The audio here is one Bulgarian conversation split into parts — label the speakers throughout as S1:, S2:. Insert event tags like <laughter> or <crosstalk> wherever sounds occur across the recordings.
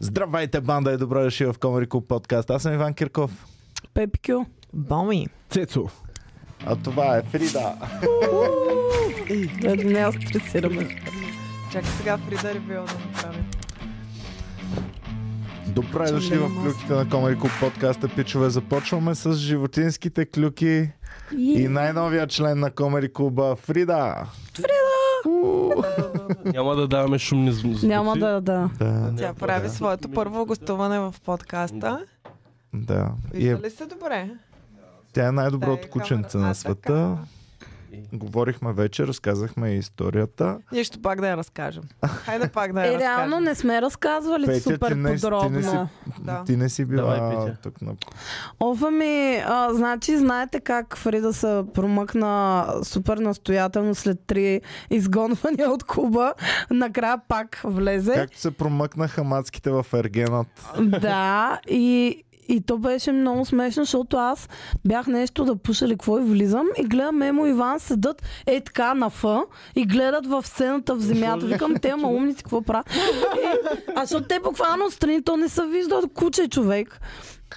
S1: Здравейте, банда и добро дошли в Комари Клуб подкаст. Аз съм Иван Кирков.
S2: Пепкю.
S3: Боми.
S4: Цецо.
S1: А това е Фрида.
S2: Да Е, не я стресираме.
S3: Чакай сега Фрида Ревел да направи.
S1: Добре е дошли в клюките на Комари Клуб подкаста, пичове. Започваме с животинските клюки и най-новия член на Комари Клуба Фрида.
S4: Няма да даваме шумни зв- звуци.
S2: Няма да, да.
S1: Да,
S3: Тя прави своето първо гостуване в подкаста.
S1: да. И е,
S3: Вижда ли се добре?
S1: тя е
S3: Да,
S1: най-доброто
S3: е
S1: кученце
S3: камера. А,
S1: на света. Говорихме вече, разказахме и историята.
S3: Нищо пак да я
S4: <laughs>
S3: разкажем. Хайде пак да я
S2: Е, реално
S3: разкажем.
S2: не сме разказвали
S1: Петя,
S2: супер
S1: ти не си- ти не
S2: подробно.
S1: си-
S3: Да.
S1: Ти не си била
S4: Давай, Петя.
S1: тук на...
S2: Офа ми, а, значи знаете как Фрида се промъкна супер настоятелно след три изгонвания от клуба. Накрая пак влезе.
S1: Както се промъкнаха мацките в Ергенът.
S2: Да, и, и то беше много смешно, защото аз бях нещо да пуша ли какво и влизам и гледам Емо и Иван седат е така на фъ и гледат в сцената в земята. Викам, те ма умници, какво правят? И- А защото те буквално отстрани, то не се вижда от куче човек.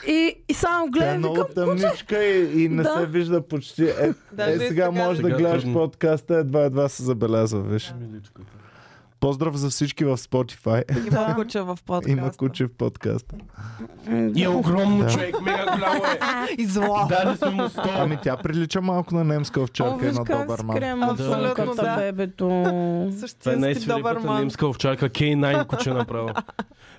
S2: И, и само
S1: Тя е
S2: гледам,
S1: много
S2: викам,
S1: тъмничка и, и не
S2: Да.
S1: се вижда почти. Е,
S3: Даже
S1: е
S3: и
S1: сега
S3: сега
S1: може да
S4: сега
S1: гледаш
S4: трудно.
S1: подкаста, едва-едва се забелязва, виж.
S4: Ами,
S1: Поздрав за всички в Spotify. <laughs>
S3: Има куче в подкаста.
S1: Има куче в подкаста.
S4: И е огромно
S1: Да.
S4: човек, мега голямо е.
S3: И зло.
S4: Дали сме му 100.
S1: Ами тя прилича малко на немска
S2: О,
S1: овчарка и
S2: виж
S1: на
S2: как
S1: добър ман.
S2: скрема
S3: Да. Абсолютно,
S2: да.
S3: да.
S2: бебето.
S4: Това е
S3: Същински добър
S4: най-свирепата
S3: ман.
S4: немска овчарка, K9 куче направо.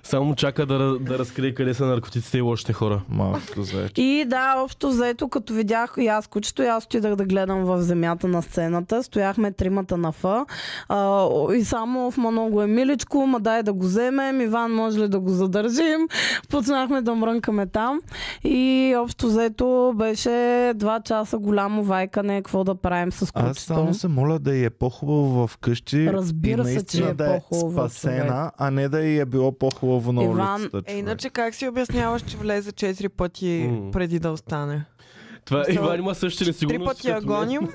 S4: Само чака да, ра- да разкрие къде са наркотиците и лошите хора.
S1: Малкото заече.
S2: И да, общо взето, като видях и аз кучето, и аз отидах да гледам в земята на сцената. Стояхме тримата на фа. А, и само в много е миличко, ма дай да го вземем, Иван може ли да го задържим. Почнахме да мрънкаме там. И общо взето беше два часа голямо вайкане, какво да правим с кучето.
S1: Аз само се моля да й е по-хубаво вкъщи
S2: Разбира
S1: и
S2: се, че
S1: наистина
S2: е
S1: да е
S2: по-хубаво,
S1: спасена, а не да й е било по-хубаво на
S2: Иван,
S1: улицата.
S3: Е,
S1: човек.
S3: иначе как си обясняваш, че влезе 4 пъти
S4: М.
S3: преди да остане?
S4: Това
S3: Мисля,
S4: Иван има същите
S3: Три
S4: несигурности.
S3: пъти я
S4: като
S2: <laughs>
S4: мен.
S3: гоним.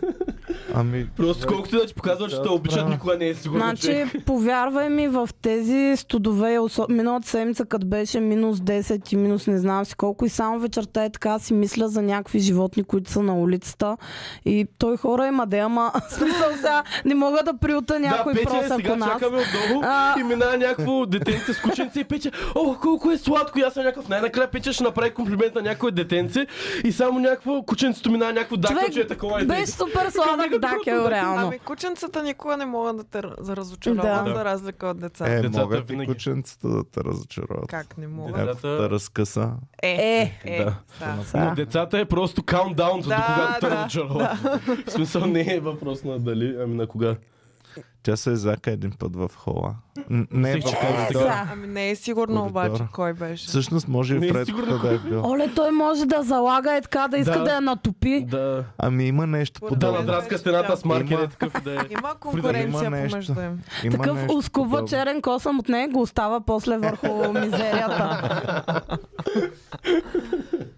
S1: Ами,
S4: Просто колкото и да ти показва, че те обичат,
S1: Да.
S4: никога не е сигурно,
S2: Значи,
S4: че...
S2: повярвай ми, в тези студове, осо- миналата седмица, като беше минус 10 и минус не знам си колко, и само вечерта е така си мисля за някакви животни, които са на улицата. И той хора има да, ама <laughs> в смисъл сега не мога да приута някой
S4: да, Петя, е,
S2: проса
S4: сега
S2: по нас.
S4: чакаме отново
S2: А-
S4: и минава някакво детенце с кученце и Петя, о, колко е сладко, и аз съм някакъв. Най-накрая Петя ще направи комплимент на някое детенце и само някакво кученцето минава някакво дакъл, че е такова е.
S2: беше супер сладък дакел, реално.
S3: Ами кученцата никога не могат да те разочароват,
S2: Да.
S3: за разлика от децата.
S1: е,
S4: Децата
S1: могат и
S4: винаги.
S1: кученцата да те разочароват.
S3: Как не
S4: Да.
S3: могат?
S1: Ето,
S4: Децата-
S1: да разкъса.
S3: Е,
S4: Е,
S3: е,
S4: да.
S3: да.
S4: Но децата е просто каунтдаун,
S3: Да,
S4: до когато те
S3: да,
S4: разочароват. В смисъл не е въпрос на дали, ами на кога.
S1: Тя се езака един път в хола. Н- Не, е
S4: Мислех,
S1: в
S4: че каза
S1: коридора.
S2: Сега.
S3: Ами не е сигурно
S1: Коридора.
S3: обаче кой беше.
S1: Всъщност може и
S4: Не е
S1: Фред
S4: сигурно
S1: да е бил.
S2: Оле, той може да залага е така, да иска
S4: Да.
S2: да, я натопи.
S4: Да.
S1: Ами има нещо
S3: Да,
S4: Да,
S3: Добре,
S1: подобно.
S4: надраска
S3: вече
S4: стената
S3: тя-
S4: с маркер
S1: Има.
S4: е такъв и да е.
S3: Има
S1: Има
S3: конкуренция
S1: нещо.
S3: помежду им.
S1: Има
S2: Такъв
S1: нещо
S2: ускува
S1: подобно.
S2: черен косъм от нея го остава после
S4: <laughs>
S2: върху мизерията.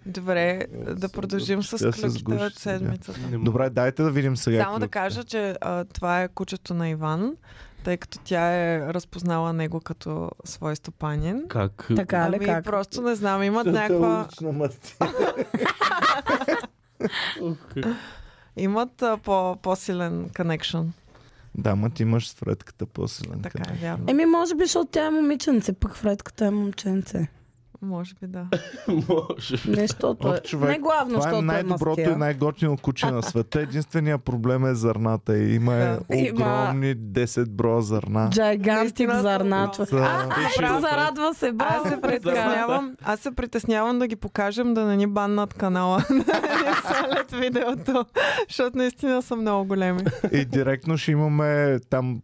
S3: Добре, да продължим с
S1: Тя Е, е се
S3: клюките
S1: сгуши
S3: от
S1: сега.
S3: седмицата.
S1: Добре, дайте да видим сега.
S3: Само да
S1: клюките. <laughs>
S3: кажа, че а, това е кучето на Иван, тъй като тя е разпознала него като свой стопанин.
S4: Как?
S2: така ли
S3: ами
S2: как?
S3: просто не знам, имат някаква... Имат а, по, по-силен коннекшн.
S1: Да, ма ти имаш с Фредката по-силен.
S3: Така е,
S1: кънек.
S3: вярно.
S2: Еми, може би, защото тя е момиченце, пък Фредката е момченце.
S3: Може би да.
S4: Може.
S2: Не, защото е.
S1: Ох, човек,
S2: не главно,
S1: Това е
S2: защото е
S1: най-доброто и
S2: мастия.
S1: най-готино куче на света. Единственият проблем е зърната. И Има е
S3: Да.
S2: Има-
S1: огромни 10 броя зърна.
S2: Гигантик
S3: Наистина,
S2: зърна.
S3: това.
S2: човек. А, направо зарадва се,
S3: Аз се
S2: браво.
S3: притеснявам, аз се притеснявам да ги покажем да не ни баннат канала. <laughs> Да не свалят видеото, защото наистина са много големи.
S1: И директно ще имаме там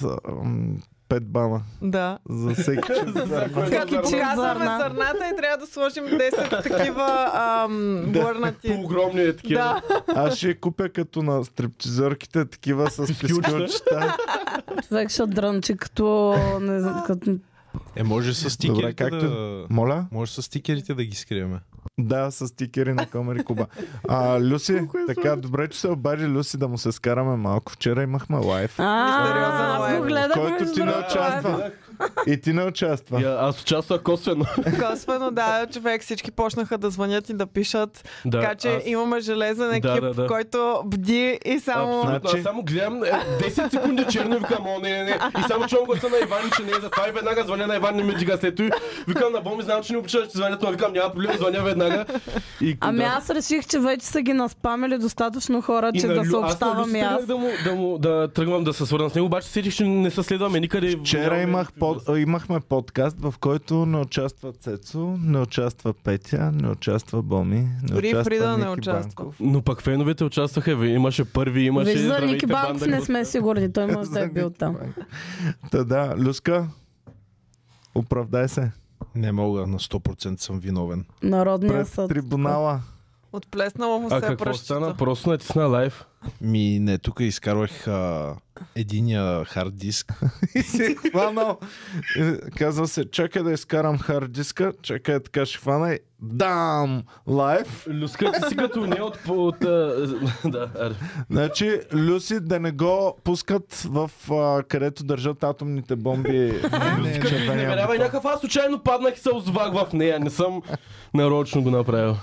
S1: 5 бана
S3: Да.
S1: за всеки член зърна.
S3: Като
S2: Като
S3: показваме
S2: зърна.
S3: зърната и трябва да сложим 10 такива ам,
S4: По
S3: гърнати.
S4: огромни е такива.
S3: Да,
S1: Аз ще я купя като на стриптизерките, такива с пискюлчета.
S2: Човек ще дрънчи като... Не знам, като...
S5: Е, може с стикерите
S1: Добре, както-
S5: да...
S1: Моля?
S5: Може с стикерите да ги скриеме.
S1: Да, с стикери на Комери Куба. А, Люси, така, добре, че се обади Люси да му се скараме малко. Вчера имахме лайф.
S2: А,
S3: Мистериозен
S2: аз
S3: лайф.
S2: го гледах
S1: Който
S2: между
S1: ти не
S2: другото,
S1: участва.
S2: лайфа.
S1: И ти не участва.
S6: Я, аз участвах косвено.
S3: Косвено, да, човек, всички почнаха да звънят и да пишат.
S6: да,
S3: така че
S6: аз...
S3: имаме железен
S6: Да,
S3: екип,
S6: да, да.
S3: който бди и само...
S6: Абсолютно.
S1: Значи-
S6: Аз само гледам е, 10 секунди черно и викам, о, не, не, не. И само чувам гласа на Иван, че не е за това и веднага звъня на Иван, не ми дига след и викам на Боми, знам, че не обичаш, че звънят, но викам, няма проблем, звъня веднага. И,
S2: Ами
S6: да.
S2: аз реших, че вече са ги наспамили достатъчно хора,
S6: И
S2: че
S6: на Лю-
S2: да
S6: аз на Люси
S2: съобщавам и аз.
S6: тръгнах Да, му, да, му, да тръгвам да се свърна с него, обаче сетих, че не се следваме никъде.
S1: Вчера
S6: Нямаме
S1: имах
S6: никакви
S1: под, имахме подкаст, в който не участва Цецо, не участва Петя, не участва Боми, не
S3: Дори
S1: участва
S3: Фрида не
S1: Ники
S3: участва.
S1: Банков.
S6: Но пък феновете участваха, бе. имаше първи, имаше...
S2: Виж, за
S6: здравейте,
S2: Ники Банков
S6: банда,
S2: не
S6: гости.
S2: сме сигурни, той може да е
S1: За
S2: бил
S1: Ники
S2: там.
S1: Банков. Та да, Люска, оправдай се.
S5: Не мога, на 100% съм виновен.
S2: Народния
S1: Пред
S2: съд.
S1: трибунала.
S3: Отплеснало му
S6: А
S3: се
S6: какво
S3: пръщата.
S6: стана? Просто натисна лайв.
S5: Ми не, тук изкарвах а, единия хард диск. <laughs>
S1: И си е хванал. И Казва се, чакай да изкарам хард диска, чакай така ще хвана и дам! Лайв.
S6: Люска, ти си като не от... от а, <laughs> да, аре.
S1: Значи, Люси да не го пускат в а, където държат атомните бомби.
S6: <laughs>
S1: Не,
S6: Като
S1: червения
S6: изневерява и
S1: бутон.
S6: някакъв аз случайно паднах и се озвах в нея. Не съм нарочно го направил.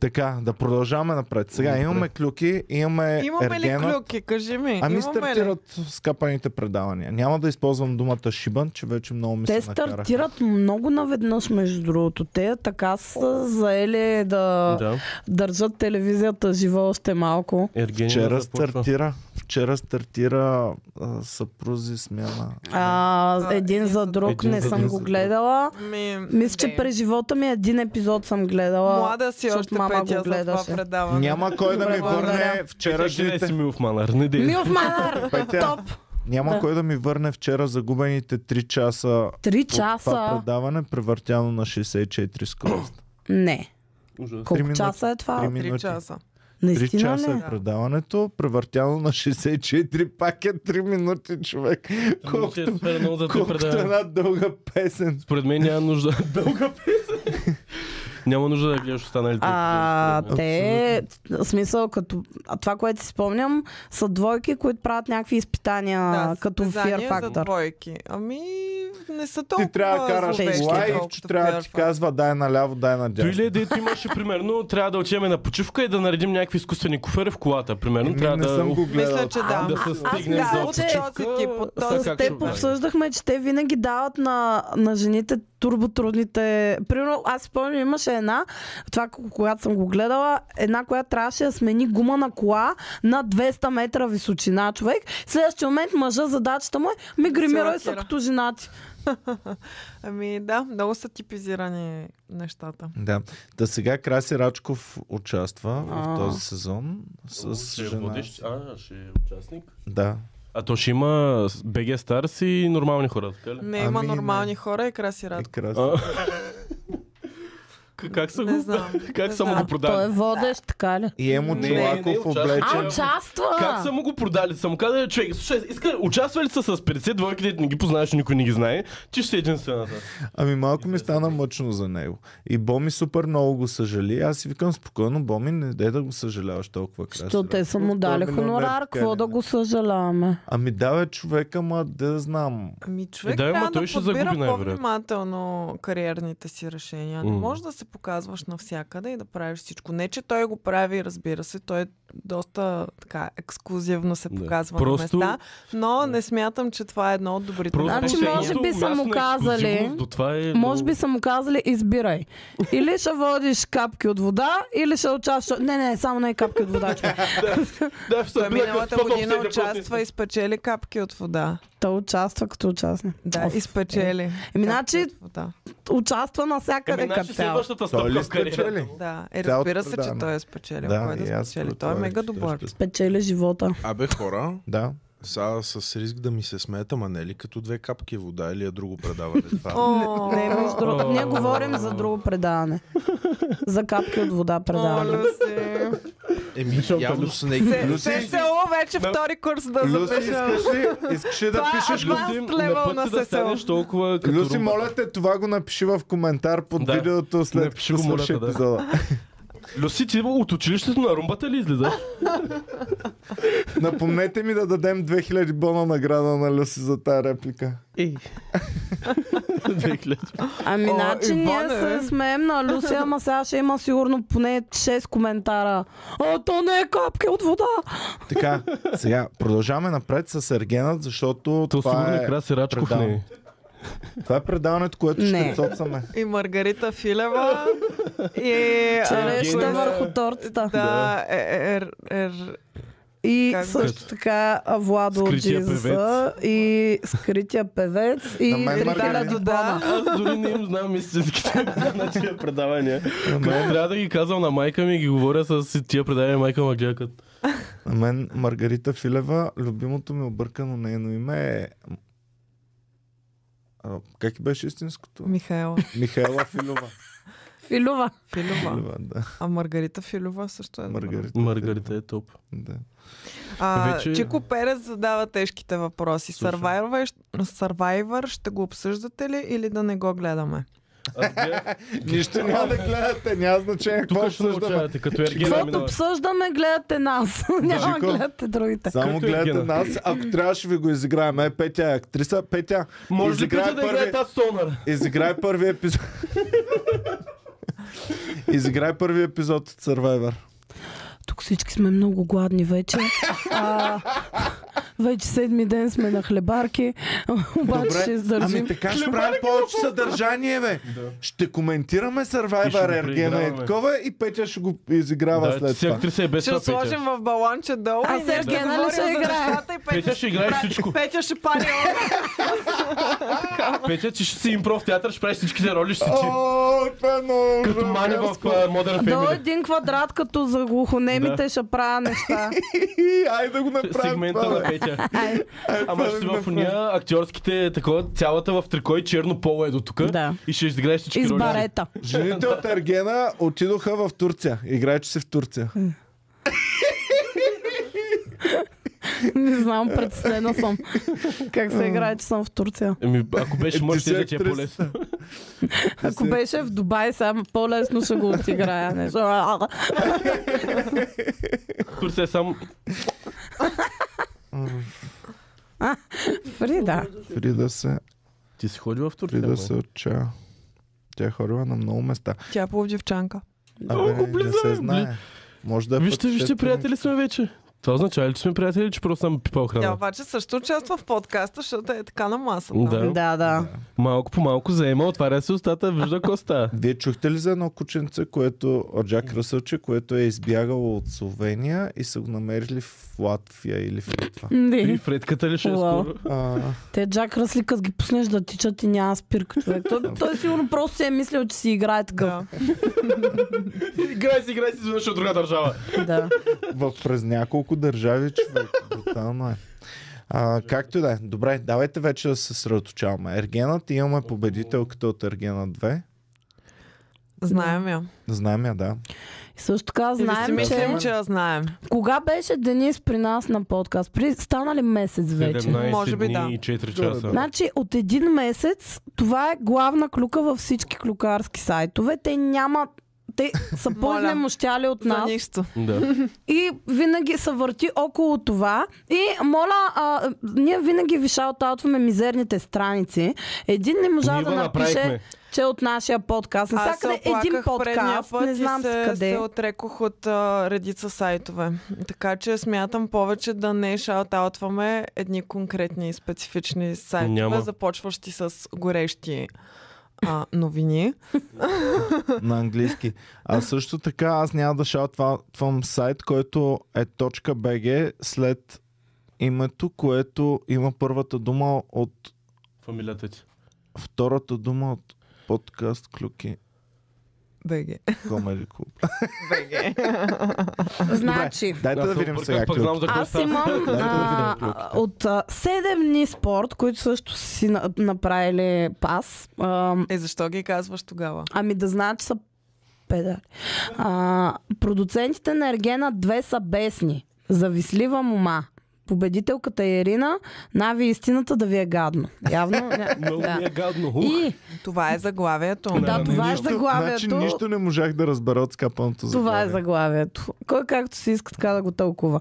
S1: Така, да продължаваме напред. Сега
S6: Добре.
S1: имаме клюки, имаме,
S3: Имаме ли
S1: Е, ергена.
S3: клюки? Кажи ми.
S1: Ами
S3: имаме ли?
S1: стартират скапаните предавания. Няма да използвам думата шибан, че вече много ми
S2: Те
S1: се накараха.
S2: стартират много наведнъж, между другото. Те така са заели да
S6: Да.
S2: държат телевизията жива още малко.
S6: Ергенина
S1: Вчера
S6: Е, започва.
S1: стартира, вчера стартира а, съпрузи смяна.
S2: А,
S3: А,
S2: един за друг
S6: един
S2: не
S6: за
S2: съм
S6: друг.
S2: го гледала.
S3: Ми,
S2: Мисля, че
S3: не.
S2: през живота ми един епизод съм гледала.
S3: Млада си
S2: защото
S3: още
S2: мама го
S3: петя за това
S2: гледаше.
S3: предаване.
S1: Няма кой да ми
S2: Добре,
S1: върне
S2: благодаря.
S6: Чакай да си
S1: вчерашните...
S6: Милф Манар. Е, Не дей.
S1: <laughs>
S2: Милф Манар!
S1: Петя,
S2: Топ! Да.
S1: няма кой да ми върне вчера загубените 3 часа
S2: Три
S1: от това
S2: часа?
S1: предаване, превъртяно на 64 скорост.
S2: Не.
S6: Ужас.
S2: Колко
S1: минути.
S2: часа е това?
S1: Три
S3: Три
S1: минути.
S3: часа.
S1: 3
S2: Наистина
S1: часа
S2: ли?
S1: е предаването, превъртяно на 64, пак е 3 минути човек.
S6: Ще е
S1: Колкото,
S6: супер много за те
S1: колкото
S6: предаване.
S1: една дълга песен.
S6: Според мен няма нужда. Дълга песен. Няма нужда да гледаш останалите.
S2: А,
S6: епизоди, според мен.
S2: те, в смисъл, като а това, което си спомням, са двойки, които правят някакви изпитания,
S3: Да,
S2: като
S3: състезания
S2: Fear
S3: За
S2: Factor.
S3: двойки. Ами, не са толкова
S1: Ти трябва да караш
S2: зловещи,
S1: кола и
S3: колкото
S1: че трябва да
S3: Fear
S1: ти
S3: Factor.
S1: казва дай наляво, дай
S6: Той
S1: надясно.
S6: ли е, дето имаше, примерно, трябва да отидем на почивка и да наредим някакви изкуствени куфери в колата. Примерно,
S1: Еми,
S6: трябва
S1: Е, не
S6: да...
S1: съм го гледал.
S3: Мисля, че да.
S6: Да се стигнем
S2: мисля,
S6: за
S2: че
S6: почивка.
S3: този тип, от
S6: Сега
S3: този
S2: С
S6: как
S2: теб
S6: ще
S2: обсъждахме, че те винаги дават на, на жените турботрудните. Примерно, аз си спомням, имаше една, това, ко- когато съм го гледала, една, която трябваше да смени гума на кола на 200 метра височина човек. В следващия момент мъжа задачата му е ми гримирай се
S3: лакира.
S2: като женати.
S3: Ами да, много са типизирани нещата.
S1: Да. Да сега Краси Рачков участва
S2: А.
S1: в този сезон
S6: О,
S1: с
S6: ще е
S1: жена.
S6: водещ, а, ще е участник.
S1: Да.
S6: А то ще има BG Stars и нормални хора, така ли?
S3: Не има
S1: Ами, не.
S3: нормални хора и краси
S1: И
S3: рад.
S1: Краси.
S6: А? К-
S1: Е,
S6: Как са
S3: Не
S6: го?
S1: <laughs>
S3: знам.
S6: Как
S3: не
S6: са му
S2: А той
S3: знам.
S6: го
S2: е
S6: продали?
S2: водещ, така ли?
S1: И Емо
S6: Не, не, не,
S1: Чолаков
S6: участва.
S2: А,
S1: облечен.
S2: участва!
S6: Как са му го продали? Съм казали, човек, слушай, иска, участвали са с 50 двойки, дето не ги познаваш, никой не ги знае, че ще си единствената.
S1: Ами малко ми стана мъчно за него. И Боми супер много го съжали. Аз си викам спокойно, Боми, не дай да го съжаляваш толкова Краси
S2: Що те са му
S1: Рачков.
S2: дали
S1: Той е милионер,
S2: хонорар,
S1: така или
S2: какво да
S1: иначе.
S2: го съжаляваме?
S1: Ами да, бе, човека, ма да знам.
S3: Ами човек
S6: Е, да, ама
S3: трябва
S6: той
S3: да
S6: ще
S3: подбира
S6: загуби най-вероятно.
S3: по-внимателно кариерните си решения. Не
S6: М.
S3: може да се показваш навсякъде и да правиш всичко. Не, че той го прави, разбира се, той е доста така ексклюзивно се
S6: Да.
S3: показва
S6: Просто-
S3: на места, но не смятам, че това е едно от добрите.
S6: Просто
S2: Значи,
S6: ще е
S2: може
S6: едно
S2: би са му
S6: място на
S2: казали-
S6: ексклюзивност, До това е
S2: Може би са му казали, избирай. Или ще водиш капки от вода, или ще участваш. Не, не, само не капки от вода. човек.
S6: Да, в
S3: Той Ами, миналата година участва
S6: Ами,
S3: и спечели капки от вода.
S2: <laughs> Той участва като участник.
S3: Да,
S2: Оф,
S3: и
S1: е.
S3: спечели.
S2: Еми,
S1: Ами,
S3: капки
S2: значи-
S3: от вода.
S2: Участва
S3: Ами
S2: навсякъде като
S6: Къде
S2: цяло.
S6: значи следващата
S1: Той
S6: стъпка
S1: ли нали?
S6: в кариерата?
S1: спечели?
S3: Да, е,
S1: Цялото
S3: разбира се, че
S1: предаване.
S3: той е спечелил.
S1: Да,
S3: Кой
S1: и
S3: да
S1: аз
S3: спечели? Той е
S1: предполагах,
S3: мега
S1: че той
S3: добър.
S1: ще спечели.
S2: Печели живота.
S5: Абе хора,
S1: Да.
S5: сега с риск да ми се смеете, ама не е ли като две капки вода или е друго
S3: <laughs>
S5: предаване това?
S3: О,
S2: Не, между другото, ние
S6: О.
S2: говорим за друго предаване. За капки от вода предаване.
S3: Люси.
S5: Еми, Е, явно са някакви...
S3: Се-
S1: Люси-
S3: ССО вече втори курс да
S1: Люси,
S3: запиша.
S1: искаш ли, искаш ли да
S3: Това е
S1: пишеш
S3: адванс.
S1: Люси?
S6: Люси,
S3: level
S6: на път
S3: на
S6: си да
S3: ССО.
S6: станеш толкова като
S1: Люси,
S6: Румба.
S1: моля те, това го напиши в коментар под
S6: Да.
S1: видеото след
S6: Напиши
S1: като
S6: го, моля
S1: свърши
S6: те, да.
S1: епизода.
S6: Люси, ти от училището на румбата
S1: <laughs>
S6: ли излиза?
S1: Напомнете ми да дадем 2000 бона награда на Люси за тая реплика.
S2: Ами,
S3: О,
S2: значи ние
S3: Иване, е. бе.
S2: се смеем на Люси, ама сега ще има сигурно поне 6 коментара. А, то не е капки от вода!
S1: Така, сега продължаваме напред с Ергенът, защото
S6: То сигурно
S1: това
S6: е
S1: е,
S6: Краси Рачков
S1: предавам.
S6: не е.
S1: това е предаването, което ще
S2: Не.
S1: цоцаме.
S3: И Маргарита <laughs> Филева. и... а,
S2: Череща
S6: Ергена.
S2: върху тортата.
S3: е Да, е, е, е, е,
S2: И
S1: е.
S3: Как
S2: също така а, Владо от
S6: Скрития
S2: Джизуса и скрития певец и
S1: На мен
S2: 3000
S1: Маргарита.
S2: бона.
S6: Аз дори не им знам истинските имена на тия предавания. Мен трябва да ги казвам на майка ми и ги говоря с тия предавания майка ма гледа като...
S1: На мен Маргарита Филева, любимото ми объркано нейно име е... А, как беше истинското?
S3: Михайла
S1: Михайла Филова.
S2: Филюва.
S3: Филова.
S1: Филева, да.
S3: А Маргарита Филова също е. добра.
S1: Маргарита.
S6: Маргарита е топ.
S1: Да.
S3: А,
S6: Вече-
S3: Чико Перес задава тежките въпроси.
S6: Слушам.
S3: Survivor, Survivor ще го обсъждате ли или да не го гледаме?
S6: Аз гледах-
S1: <laughs> Нищо няма да гледате, няма значение какво
S6: Тук ще
S1: обсъждаме.
S6: научавате, като Ергена
S2: Каквото
S6: минава.
S2: обсъждаме,
S1: <laughs>
S2: гледате нас. Няма
S1: Жико.
S2: гледате другите.
S1: Само
S6: Като
S1: гледате
S6: Ергена.
S1: нас, ако трябваше ви го изиграем. Е, Петя е актриса. Петя,
S6: Може ли
S1: изиграй
S6: Петя да играе тази сонара?
S1: Изиграй първи епизод. Изиграй първи епизод от Survivor.
S2: Тук всички сме много гладни вече. А, <laughs> вече седми ден сме на хлебарки. <laughs> Обаче ще издържим.
S1: ами така ще правим повече съдържание, бе. Ще коментираме
S6: И ще го
S1: Survivor, Ергена и
S6: преиграваме.
S1: такова и Петя ще го изиграва
S6: Да,
S1: след
S6: си
S1: това.
S6: актриса е без
S3: Ще
S6: това,
S3: сложим
S6: Петя.
S3: в балонче долу.
S2: А
S3: и ние ще
S2: Сергей, нали
S3: говорим
S2: ще
S3: за
S2: играе?
S3: нещата и
S6: Петя ще играе всичко.
S3: Петя ще пари.
S6: Петя, ти ще си импров театър, ще правиш всичките роли, ще ти...
S1: О, това е много
S6: Като мани в
S1: ужаско.
S6: а, Modern
S2: До
S6: Family.
S2: един квадрат, като за глухонемите, ще правя неща.
S1: И, Айде да го направим
S6: Сегмента
S1: това,
S6: на
S1: бе.
S6: Петя.
S2: Ай,
S1: Айде
S6: Ама
S1: това да
S6: ще
S1: го
S6: в
S1: направим.
S6: уния актьорските, такова, цялата в трико и черно поло е до тук.
S2: Да.
S6: И ще изиграеш всички роли.
S2: избарета.
S1: Жените от Ергена отидоха в Турция. Играючи се в Турция.
S2: <laughs> Е. Не знам, предстена съм. Как се играе, че съм в Турция.
S6: Еми, ако беше
S1: Е,
S6: мъж,
S1: ти
S6: ще
S1: си
S6: да ти е
S1: актриса.
S6: по-лесно.
S2: Ако беше в Дубай, сега по-лесно ще го отиграя. Нещо. А, а, а.
S6: Турция е само...
S2: Фрида.
S1: Фрида се,
S6: Ти си ходи в Турция,
S1: Фрида
S6: май.
S1: се отча. Тя е хорила на много места.
S3: Тя е пловдивчанка.
S1: Абе,
S6: Много
S1: не
S6: близо
S1: се
S6: е,
S1: знае. Може да е
S6: Вижте, вижте,
S1: пътешественик.
S6: приятели сме вече. Това означава ли, че сме приятели, че просто съм пипал
S3: Тя
S6: храна?
S3: обаче също участва в подкаста, защото е така на масата.
S6: Да.
S2: Да, да.
S6: Малко по малко заема, отваря се устата, вижда коста.
S1: Вие чухте ли за едно кученце, което от Джак Ръсълче, което е избягало от Словения и са го намерили в Латвия или в Литва?
S6: И
S2: Не.
S6: фредката ли ще е
S2: Уау.
S6: скоро?
S1: А,
S2: Те Джак Ръсли, като ги пуснеш да тичат и няма спирка. човек. Той, той сигурно просто си е мислил, че си играе такъв.
S3: Да.
S6: Играй си, играй си, изведнъж от друга държава.
S2: Да.
S1: в, през няколко държави, човек. Брутално е. А, както и да е. Добре, давайте вече да се съсредоточаваме. Ергенът имаме победителката от Ергена 2.
S3: Знаем я.
S1: Знаем я, да.
S2: И също така
S3: Или си
S2: знаем, че...
S3: мислим, че я знаем.
S2: Кога беше Денис при нас на подкаст? При... Стана ли месец вече?
S6: 17
S3: Може би
S6: дни
S3: да.
S6: и 4
S1: Горе, да.
S6: часа.
S2: Значи от един месец това е главна клюка във всички клюкарски сайтове. Те нямат те са
S3: Моля.
S2: по-знемощяли от
S3: За
S2: нас
S3: нищо.
S6: Да.
S2: и винаги се върти около това. И моля, а, ние винаги ви шаутаутваме мизерните страници. Един не можа
S6: Ние
S2: да
S6: го
S2: напише,
S6: направихме.
S2: че е от нашия подкаст.
S3: Аз се
S2: Навсякъде един
S3: оплаках предния
S2: подкаст,
S3: път
S2: не знам
S3: и
S2: се,
S3: се,
S2: къде.
S3: се отрекох от а, редица сайтове. Така че смятам повече да не шаутаутваме едни конкретни и специфични сайтове,
S6: Няма.
S3: започващи с горещи а, новини.
S1: на английски. А също така аз няма да шаутвам сайт, който е .bg след името, което има първата дума от
S6: Фамилията ти.
S1: втората дума от подкаст Клюки
S3: БГ.
S1: Comedy Club.
S3: БГ.
S2: Значи,
S1: Дайте да видим
S6: обърках,
S1: сега
S6: пък
S1: Клюки.
S6: знам за какво
S2: Аз
S6: става.
S2: имам
S1: да
S2: а,
S1: видим клюките.
S2: от а, 7 дни спорт, които също са си на- направили пас. А,
S3: Е, защо ги казваш тогава?
S2: ами да знаят, че са педали. А, продуцентите на Ергена 2 са бесни. Завислива мума. победителката е Ирина, Нави истината да ви е гадно. Явно. ня-
S4: <laughs> Много
S2: да.
S4: ми е гадно. Ух.
S2: И
S3: Това е заглавието.
S2: да,
S4: не,
S2: това е
S1: Значи
S4: нищо.
S2: заглавието.
S1: нищо не можах да разбера от скапаното
S2: Това е
S1: заглавие.
S2: заглавието. Кой както си иска така да го тълкува.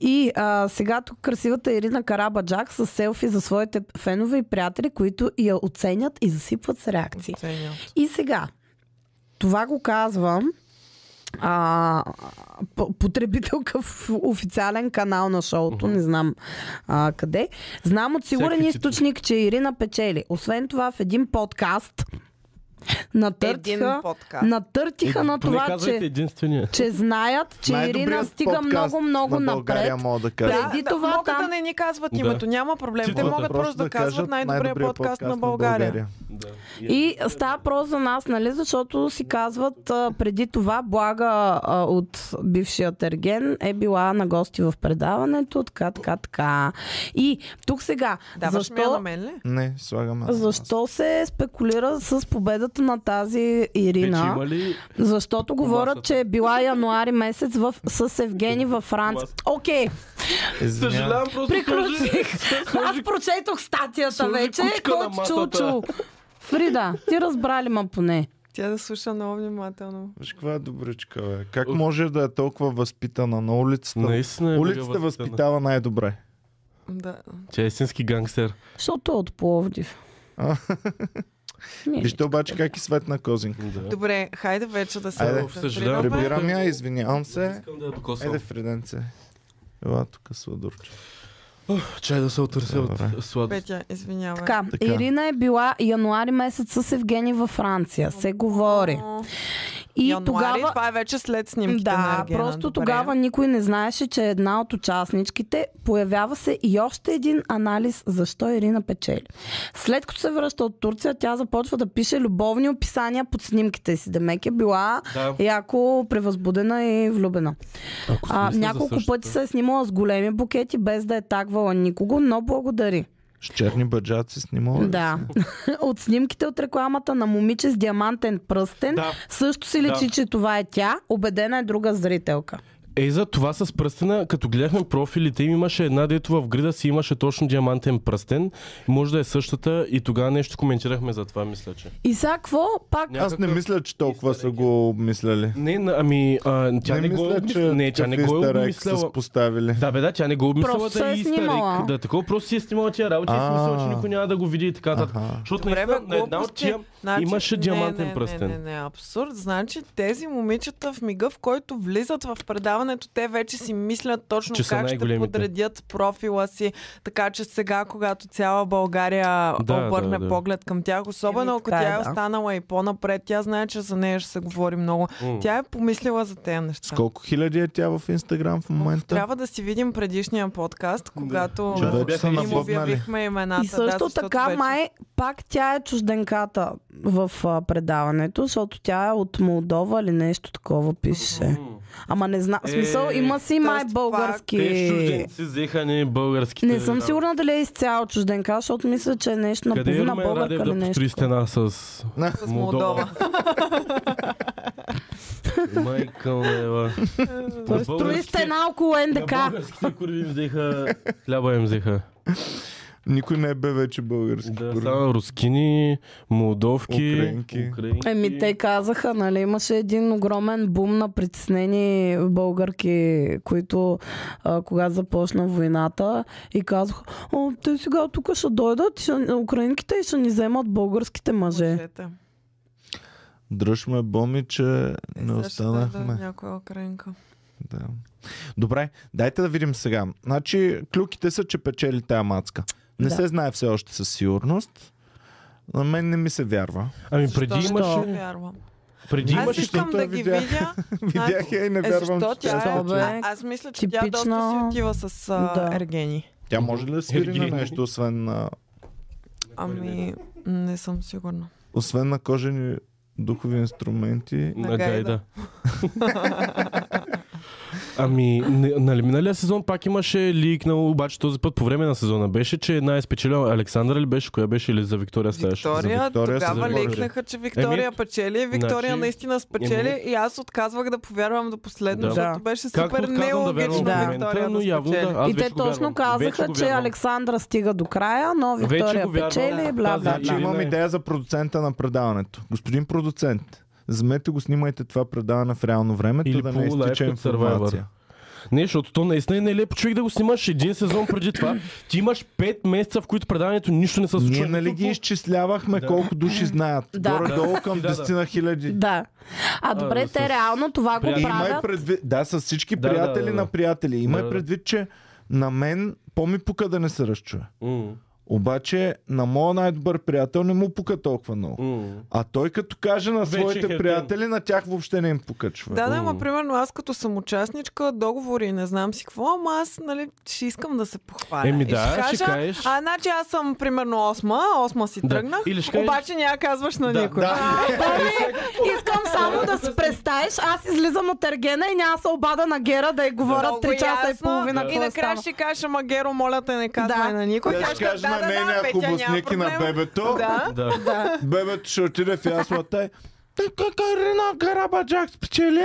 S2: И а, сега тук красивата Ирина Карабаджак с селфи за своите фенове и приятели, които я оценят и засипват с реакции. И сега, това го казвам а, п- потребителка в официален канал на шоуто, не знам а, къде. Знам от сигурен
S4: Всякакви
S2: източник, че Ирина печели. Освен това, в един подкаст
S3: Един
S2: натъртиха,
S3: подкаст.
S6: е,
S2: натъртиха на
S4: Поне
S2: това,
S4: казвайте
S2: че,
S4: единствения.
S2: че знаят, че
S1: Е, Най-добрият
S2: Ирина стига
S1: подкаст
S2: много-много
S1: на България,
S2: напред.
S1: мога да кажа.
S2: Да. преди
S3: да,
S2: това
S3: могат
S2: там-
S3: да не ни казват
S4: Да.
S3: името, няма проблем. Те
S4: Титлата
S3: могат просто да казват
S1: кажат
S3: най-добрия
S1: най-добрият
S3: подкаст на България.
S4: Да.
S6: Е,
S2: И
S4: е.
S2: става въпрос за нас, нали? Защото си казват а, преди това блага а, от бившия Терген е била на гости в предаването, така, така, така. И тук сега,
S3: Даваш ми я на
S2: защо,
S3: мен ли?
S1: Не, слагаме.
S2: защо се спекулира с победата на тази Ирина?
S4: Вече има ли
S2: Защото говорят,
S4: масата.
S2: че е била януари месец в, с Евгений във Франция.
S4: Масата.
S2: Окей,
S1: Извинявам.
S4: Съжалявам, просто
S2: Приключих.
S4: сложи-
S2: аз прочетох статията
S4: сложи
S2: вече.
S4: кучка на
S2: Който чул,
S4: масата.
S2: чул. Фрида, ти разбрали ма поне.
S3: Тя да слуша много внимателно.
S1: Виж каква е добричка, бе. Как може да е толкова възпитана на улицата?
S4: Наистина е
S1: улицата
S4: мега възпитана.
S1: възпитава най-добре.
S3: Да.
S4: Тя е истински гангстер.
S2: Защото е от Пловдив. <laughs>
S1: А.
S2: Ми е
S1: Вижте обаче как и светна Козинка.
S4: Да.
S3: Добре, хайде вече да се
S1: Айде.
S3: концентрираме.
S1: Прибирам я, извинявам се.
S4: Искам да я докосвам.
S1: Еде, Фриденце. Ела тук, сладурче.
S4: Чай да се отърся
S1: Добре.
S4: от сладост.
S3: Петя, извинявай.
S2: Така,
S1: Така.
S2: Ирина е била януари месец с Евгений във Франция. Се говори.
S3: О,
S2: е. И
S3: януари,
S2: тогава...
S3: това е вече след снимките на
S2: Да,
S3: Ергена.
S2: просто
S3: Добре.
S2: тогава никой не знаеше, че е една от участничките. Появява се и още един анализ защо Ирина печели. След като се връща от Турция, тя започва да пише любовни описания под снимките си. Демек е била
S4: Да.
S2: яко превъзбудена и влюбена.
S4: Ако
S2: А,
S4: смисля за
S2: няколко
S4: същата.
S2: пъти се е снимала с големи букети, без да е тагвала никого, но благодари.
S1: С черни баджаци снимала. ли?
S2: Да. <laughs> от снимките от рекламата на момиче с диамантен пръстен
S4: Да.
S2: също си личи,
S4: Да.
S2: че това е тя. Обедена е друга зрителка.
S4: Е, за това с пръстена, като гледахме профилите им, имаше една дето в грида си имаше точно диамантен пръстен. Може да е същата и тогава нещо коментирахме за това, мисля, че.
S2: И сега какво? Пак
S1: Аз не
S4: Някакъв
S1: мисля, че толкова са го обмисляли.
S4: Не, на- ами, а, е. тя не,
S1: не
S4: го,
S1: мисля,
S4: обмис-
S1: че
S4: не, тя не го е
S1: такъв
S4: обмисляла.
S1: истерек са поставили.
S4: Да, бе, да, тя не го е обмисляла
S2: Просто
S4: да
S2: е
S4: е истерик.
S2: снимала.
S4: Да, такова просто си е снимала тия работа и си
S1: А.
S4: мисляла, че никой няма да го види и така нататък.
S1: Аха.
S4: Защото
S3: Добре,
S4: наистина
S3: бе,
S4: на една от
S3: глупости. Значи,
S4: тия имаше
S3: не,
S4: диамантен
S3: не,
S4: пръстен.
S3: Не, не, не, абсурд. Значи тези момичета в мига, в който влизат в предаването, те вече си мислят точно
S4: Че са
S3: как ще
S4: най-големите.
S3: подредят профила си, така че сега, когато цяла България
S4: Да,
S3: обърне
S4: да, да.
S3: поглед към тях, особено
S2: Еми,
S3: ако
S2: така е,
S3: тя е
S2: да.
S3: останала и по-напред, тя знае, че за нея ще се говори много.
S4: М.
S3: Тя е помислила за тези неща.
S1: Сколко хиляди е тя в Инстаграм в момента?
S3: Трябва да си видим предишния подкаст, когато
S1: Че вече
S4: бяха
S1: са
S4: им
S3: им
S1: набъбнали.
S3: обявихме имената.
S2: И също
S3: да, защото
S2: така,
S3: вече...
S2: май, пак тя е чужденката в а, предаването, защото тя е от Молдова или нещо такова пише.
S4: М.
S2: Ама не знам. В
S4: Е,
S2: смисъл, има си май
S3: тоест
S2: български.
S4: Те чужденци взеха не българските.
S2: Е, Не съм
S4: работи.
S2: сигурна дали е изцяло чужденка, защото мисля, че е нещо
S4: Къде е
S2: наполовина
S4: Румен Радев
S2: българка или
S4: да
S2: нещо.
S4: построи
S2: такова.
S4: стена с
S3: С Молдова.
S4: Майкъл Нева.
S2: Той строи стена около НДК.
S4: На българските курви им взеха, хляба им взеха.
S1: Никой не е бе вече български.
S4: Да,
S1: първи.
S4: стана рускини, молдовки,
S1: Украинки.
S4: украинки.
S2: Еми, Ами те казаха, нали, имаше един огромен бум на притеснени българки, които, а, когато започна войната, и казаха, О, те сега тук ще дойдат, ще, украинките и ще ни вземат българските мъже.
S3: Мъжете.
S1: Дръж ме, Боми, че не
S3: Сега ще дойде
S1: останахме.
S3: Някоя украинка.
S1: Да. Добре, дайте да видим сега. Значи, клюките са, че печели тая мацка. Не
S2: Да.
S1: се знае все още със сигурност. На мен не ми се вярва. <laughs>
S4: Ами преди
S3: Защо? Не
S4: имаше...
S3: вярвам.
S4: Преди
S1: Аз
S3: Аз
S1: имаш,
S4: имаше...
S3: искам
S1: защото
S3: да
S1: я
S3: ги
S1: видях.
S3: видя.
S1: Видях я и не
S3: Е,
S1: вярвам,
S3: защо
S1: че
S3: тя
S1: се
S3: е?
S1: случи.
S2: Абе,
S3: А, аз мисля, че тя доста
S2: типична-
S3: си отива с а,
S2: Да.
S3: Ергени.
S1: Тя може ли да свири на
S4: Ергени.
S1: нещо, освен на,
S3: Ами, не съм сигурна.
S1: освен на кожени духови инструменти?
S4: На
S3: на гайда.
S4: гайда.
S6: Ами, не- нали миналия сезон пак имаше ликнал, обаче този път по време на сезона беше, че една е спечелила Александър ли беше, коя беше или за Виктория ставаше?
S3: Виктория,
S1: За Виктория се
S3: тогава
S1: заговорили.
S3: ликнаха, че Виктория
S6: Еми,
S3: печели. Виктория
S6: значи,
S3: наистина спечели
S6: еми-
S3: и аз отказвах да повярвам до последно,
S6: Да.
S3: защото беше
S6: Както
S3: супер
S6: отказвам да
S3: нелогично
S2: вярвам в
S3: Виктория
S6: момента, но
S3: да
S6: явно
S3: спечели.
S6: да. Аз
S2: и те
S6: вече го
S2: точно
S6: вярвам. Вече
S2: казаха,
S6: го
S2: че
S6: вярвам.
S2: Александра стига до края, но
S6: Вече го
S2: Виктория
S6: вярвам.
S2: печели и бла бла
S1: Значи
S6: Значи,
S2: бла.
S1: имам
S6: винаги.
S1: идея за продуцента на предаването. Господин продуцент, вземете го, снимайте това предаване в реално време,
S6: Или
S1: Или да не
S6: по Live
S1: изтича
S6: от Survivor.
S1: информация.
S6: Не, защото то наистина е нелепо човек да го снимаш един сезон преди това. Ти имаш 5 месеца, в които предаването нищо не се случва.
S1: Ние нали
S6: Нито
S1: ги
S6: по-
S1: изчислявахме
S6: Да.
S1: колко души знаят.
S2: Да.
S1: Горе-долу към
S6: Да, да.
S1: 10 на хиляди.
S2: Да. А добре,
S6: да,
S2: те
S6: с-
S2: реално това го
S6: приятели.
S1: Имай
S2: правят.
S1: предвид, да, с всички
S6: Да, да,
S1: приятели
S6: да, да.
S1: на приятели. Имай
S6: Да, да.
S1: предвид, че на мен по-ми пука да не се разчуя.
S6: М,
S1: Обаче на моя най-добър приятел не му пука толкова много.
S6: м.
S1: А той като каже на
S6: Вече
S1: своите
S6: хейтен.
S1: приятели, на тях въобще не им пука човек.
S3: Да, да, ма
S6: М.
S3: примерно аз като съм участничка, договори, не знам си какво, ама аз, нали, ще искам да се похваля.
S6: Еми
S3: И
S6: да,
S3: ще кажа,
S6: ще кажеш.
S3: А, значи аз съм примерно осма, осма си
S6: Да.
S3: тръгнах,
S6: Или ще кажеш-
S3: обаче няма казваш на
S6: Да,
S3: никой.
S1: Да,
S2: <laughs> Томи, искам само да се представиш. Аз излизам от ергена и няма да се обада на Гера да й говоря
S3: Много
S2: 3 часа и
S3: ясно.
S2: половина.
S3: И
S2: какво
S3: накрая
S2: става.
S3: ще кажа, ама Геро, моля те, не казвай
S2: Да.
S3: на никой.
S1: Тя
S3: Тя
S1: ще каже на нейния
S3: Петя, няма
S1: хубосник и на
S3: проблем.
S1: бебето.
S3: Да.
S6: Да.
S1: Бебето ще отиде в яслата и... Така Карина Карабаджак спечели!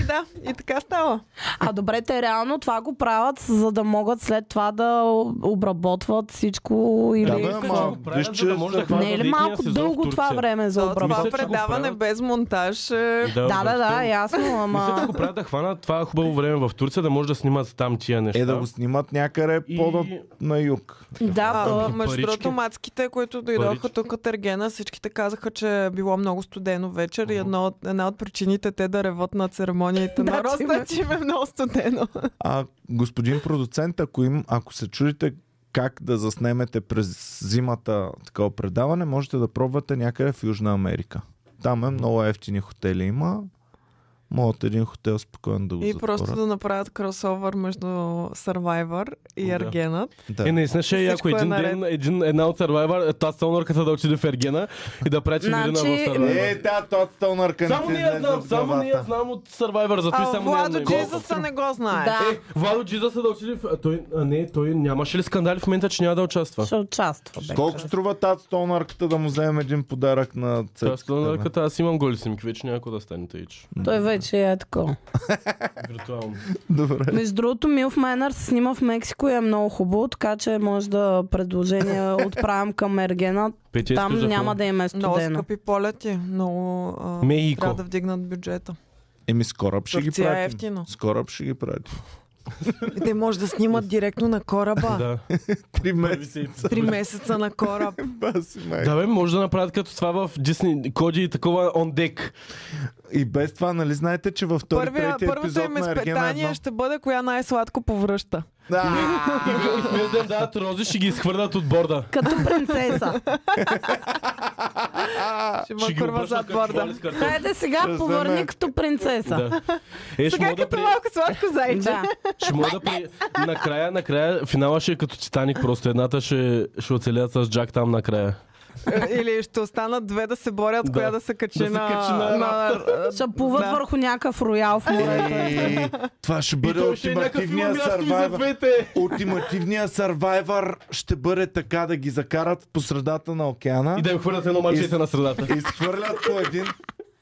S3: И да, и така става.
S2: А добре, те реално това го правят, за да могат след това да обработват всичко или...
S1: Да, бе,
S2: какво?
S1: ма,
S6: Го правят,
S1: виж,
S6: за
S1: че...
S6: да може да
S1: са-
S6: хванат
S2: не е ли
S6: летния
S2: малко
S6: сезон в
S2: дълго това
S6: Турция?
S2: време за
S3: То, това
S6: мисля, че
S2: обработка?
S6: го
S3: предаване
S6: правят.
S3: без монтаж е...
S2: Да, да, да,
S6: обаче,
S2: ясно,
S6: Мисля, че
S2: ама...
S6: го правят да хванат това хубаво време в Турция, да може да снимат там тия неща.
S1: Е, да го снимат някъде
S6: И-
S1: по на юг.
S2: Да,
S3: А,
S2: то...
S6: Ами,
S3: между
S6: парички.
S3: другото, мацките, които дойдоха
S6: Парички.
S3: тук от Ергена, всичките казаха, че е било много студено вечер и
S6: Мгм.
S3: едно от, една от причините те да реват на <laughs> церемонията
S2: Да,
S3: на
S2: че им е-
S3: Роста, че им е много студено.
S1: А, господин продуцент, ако, им, ако се чудите как да заснемете през зимата такова предаване, можете да пробвате някъде в Южна Америка. Там е много ефтини хотели има. Могат един хотел спокойно да го
S3: И
S1: затворят.
S3: просто да направят кросовър между Survivor и
S6: Да.
S3: Ергенът.
S1: Да.
S6: Е, наистина ще е яко
S3: Всичко е
S6: един
S3: наред.
S6: ден, един, една от Survivor, е, та стълнорката да отиде в Ергена и да пречи
S2: Значи,
S6: значи... в Survivor.
S1: Е, да, тот стълнарка
S6: Само ние знам, само ние знам от Survivor, зато и
S3: А
S6: само ние
S3: Владо Джизуса не го знае.
S2: Да.
S6: Е, Владо Джизъса да отиде в... а, Той, а не, той нямаше ли скандали в момента, че няма да участва?
S2: Ще участва. бе.
S1: Колко струва тази стълнарката да му вземем един подарък на
S6: Та
S1: цецката? бе?
S6: стълнорката, нали, аз имам голи снимки, вече някой да стане тъич.
S2: Той вече е такова.
S6: Виртуално.
S1: Добре.
S2: Между другото, Милф Менър се снима в Мексико и е много хубаво, така че може да предложение отправям към Ергена.
S6: Петя, искаш
S2: Там
S6: да
S2: няма да им е
S3: Много
S2: студено.
S3: скъпи полети, много а,
S6: Мехико.
S3: трябва да вдигнат бюджета.
S1: Еми, с кораб ще ги
S3: Турция е
S1: пратим.
S3: ефтино.
S1: С кораб ще ги пратим.
S3: И те може да снимат директно на кораба.
S6: Да.
S1: Три месеца.
S3: Три месеца на кораб.
S1: баси, майка.
S6: да, бе, може да направят като това в Disney, Коди и такова on deck.
S1: И без това, нали знаете, че във втори,
S3: Първия,
S1: трети
S3: първото
S1: епизод
S3: им
S1: на е Ергена
S3: изпитание
S1: едно...
S3: ще бъде коя най-сладко повръща.
S1: Да.
S6: И вместо да им дават рози, ще ги изхвърлят от борда.
S2: Като принцеса.
S3: Ще има кърва зад борда.
S2: <laughs> Хайде сега,
S1: Ще
S2: повърни
S1: вземе-
S2: като принцеса.
S6: Да. Е, ще
S3: Сега
S6: мога да
S3: като
S6: при...
S3: малко сладко зайче.
S2: Да.
S6: Ще мога да при... Накрая, накрая, финала ще е като Титаник, просто едната ще, ще оцелят с Джак там накрая.
S3: <laughs> Или ще останат две да се борят,
S6: Да.
S3: коя да се качи
S6: Да се
S3: на...
S6: качи на
S3: <laughs>
S2: Шапуват
S3: Да.
S2: върху някакъв роял в морето.
S1: Е, това ще е бъде ултимативния сървайвър.
S6: двете.
S1: Ултимативния сървайвър ще бъде така да ги закарат по средата на океана.
S6: И да им хвърлят едно мачете
S1: И-
S6: на средата.
S1: Изхвърлят по един.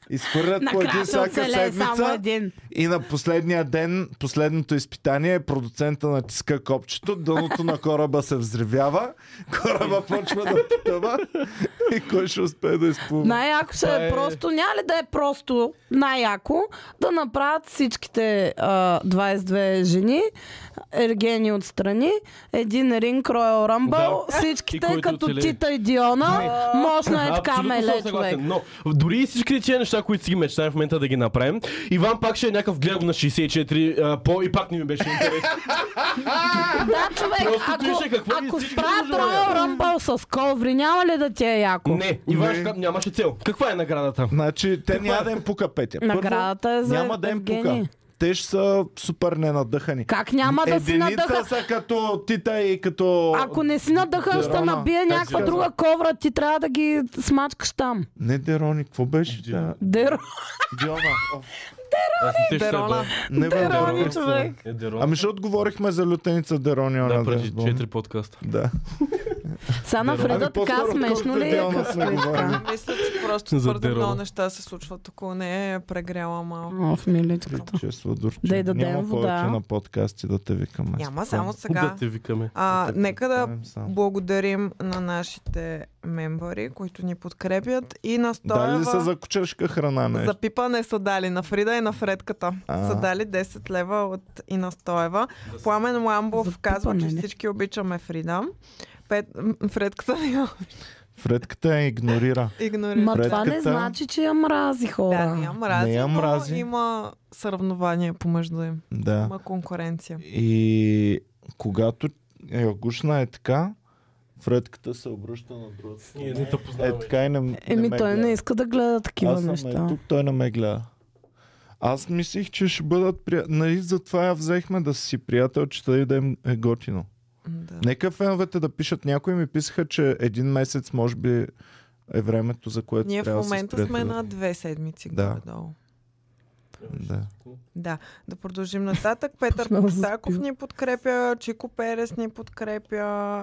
S1: Изхвърлят по един
S2: Накрая ще
S1: всяка
S2: оцелее само
S1: седмица.
S2: един.
S1: И на последния ден, последното изпитание, е продуцента натиска копчето, дъното на кораба се взривява, кораба почва да потъва и кой ще успее да изплува.
S2: Най-яко ще
S6: Това
S2: е
S6: е-
S2: просто, няма ли да е просто най-яко да направят всичките а, 22 жени, Ергени отстрани, един ринг Royal Rumble,
S6: Да. И
S2: всичките
S6: който
S2: като
S6: оцелее.
S2: Тита и Диона, мощна е така
S6: Абсолютно съм
S2: меле човек.
S6: съгласен, Но дори и всичките тия неща, които си ги мечтаем в момента да ги направим, Иван пак ще е някакъв гледам на 64 а, по и пак не ми беше интересно.
S2: Да, човек,
S6: Просто
S2: ако,
S6: пише какво ли
S2: ако
S6: всички
S2: правят
S6: желания.
S2: Royal Rumble с коври, няма ли да ти е яко?
S6: не, Иван
S1: Не.
S6: ще- нямаше цел. Каква е наградата?
S1: Значи, те няма да им пука петя. Първо,
S2: Наградата е за
S1: няма да им
S2: Евгений.
S1: пука. Те ще са супер ненадъхани.
S2: Как няма да си
S1: Единица
S2: надъха?
S1: са като Тита и като...
S2: Ако не си надъхан, ще
S1: Дерона,
S2: набие
S1: как се
S2: някаква
S1: казва?
S2: друга ковра, ти трябва да ги смачкаш там.
S1: Не Дерони, какво беше? Диона.
S2: Деро.
S1: Диона. Оф.
S3: Дерона.
S1: Не бе,
S2: Дерони,
S1: Дерони.
S2: човек.
S6: Е, Дерон.
S1: Ами защото говорихме за лютеница Дерони.
S6: да,
S1: онази
S6: преди
S1: сбор.
S6: 4 подкаста.
S1: Да.
S2: Сега на Фреда така
S1: Ами по-скоро,
S2: смешно ли е?
S1: отколкото
S2: като
S1: идеално сме
S2: е така?
S1: говорили.
S3: Мисля, че просто
S6: За
S3: твърде
S6: Дерона.
S3: много неща се случват около нея. е Прегряла малко.
S2: О, в миличката.
S1: Че е сладурче.
S2: Да й дадем
S1: Няма
S2: вода.
S1: повече на подкасти да те викаме.
S3: Няма, само сега.
S6: Да те викаме.
S3: А,
S1: те
S3: нека да
S1: представим само.
S3: благодарим на нашите мембари, които ни подкрепят и на
S1: Дали ли са
S3: стоева...
S1: за кучешка храна
S3: е За
S1: нещо?
S3: пипане са дали на Фрида и на Фредката.
S1: А.
S3: Са дали 10 лева от Ина Стоева. Пламен Ламбов
S2: За
S3: казва, че
S2: пипане ли?
S3: всички обичаме Фрида. Пет... м, Фредката ни я
S1: Фредката я игнорира.
S3: игнорира.
S2: Ма това не
S1: Предката-
S2: значи, че я мрази
S3: Да,
S2: хора.
S3: не я мрази,
S1: Не я
S3: но
S1: мрази.
S3: има съревнование помежду им.
S1: Да.
S3: Има конкуренция.
S1: И когато е агушна е така, Фредката се обръща на другата.
S6: Ние не те
S1: Е
S6: познаваме.
S1: така и не, не
S2: Еми
S1: ме
S2: той
S1: гледа.
S2: не иска да гледа такива
S1: Аз съм е
S2: неща.
S1: тук, той не ме гледа. Аз мислих, че ще бъдат приятели. Нали, затова я взехме да си приятелчета и да им е готино.
S3: Да.
S1: Нека феновете да пишат. Някои ми писаха, че един месец може би е времето, за което
S3: Ние в
S1: трябва да се
S3: момента сме
S1: спрете.
S3: на две седмици
S1: Да.
S3: горе-долу.
S1: Да.
S3: Да, да
S2: <laughs>
S3: продължим нататък. Петър
S2: Много се
S3: Костаков
S2: спива.
S3: ни подкрепя, Чико Перес ни подкрепя,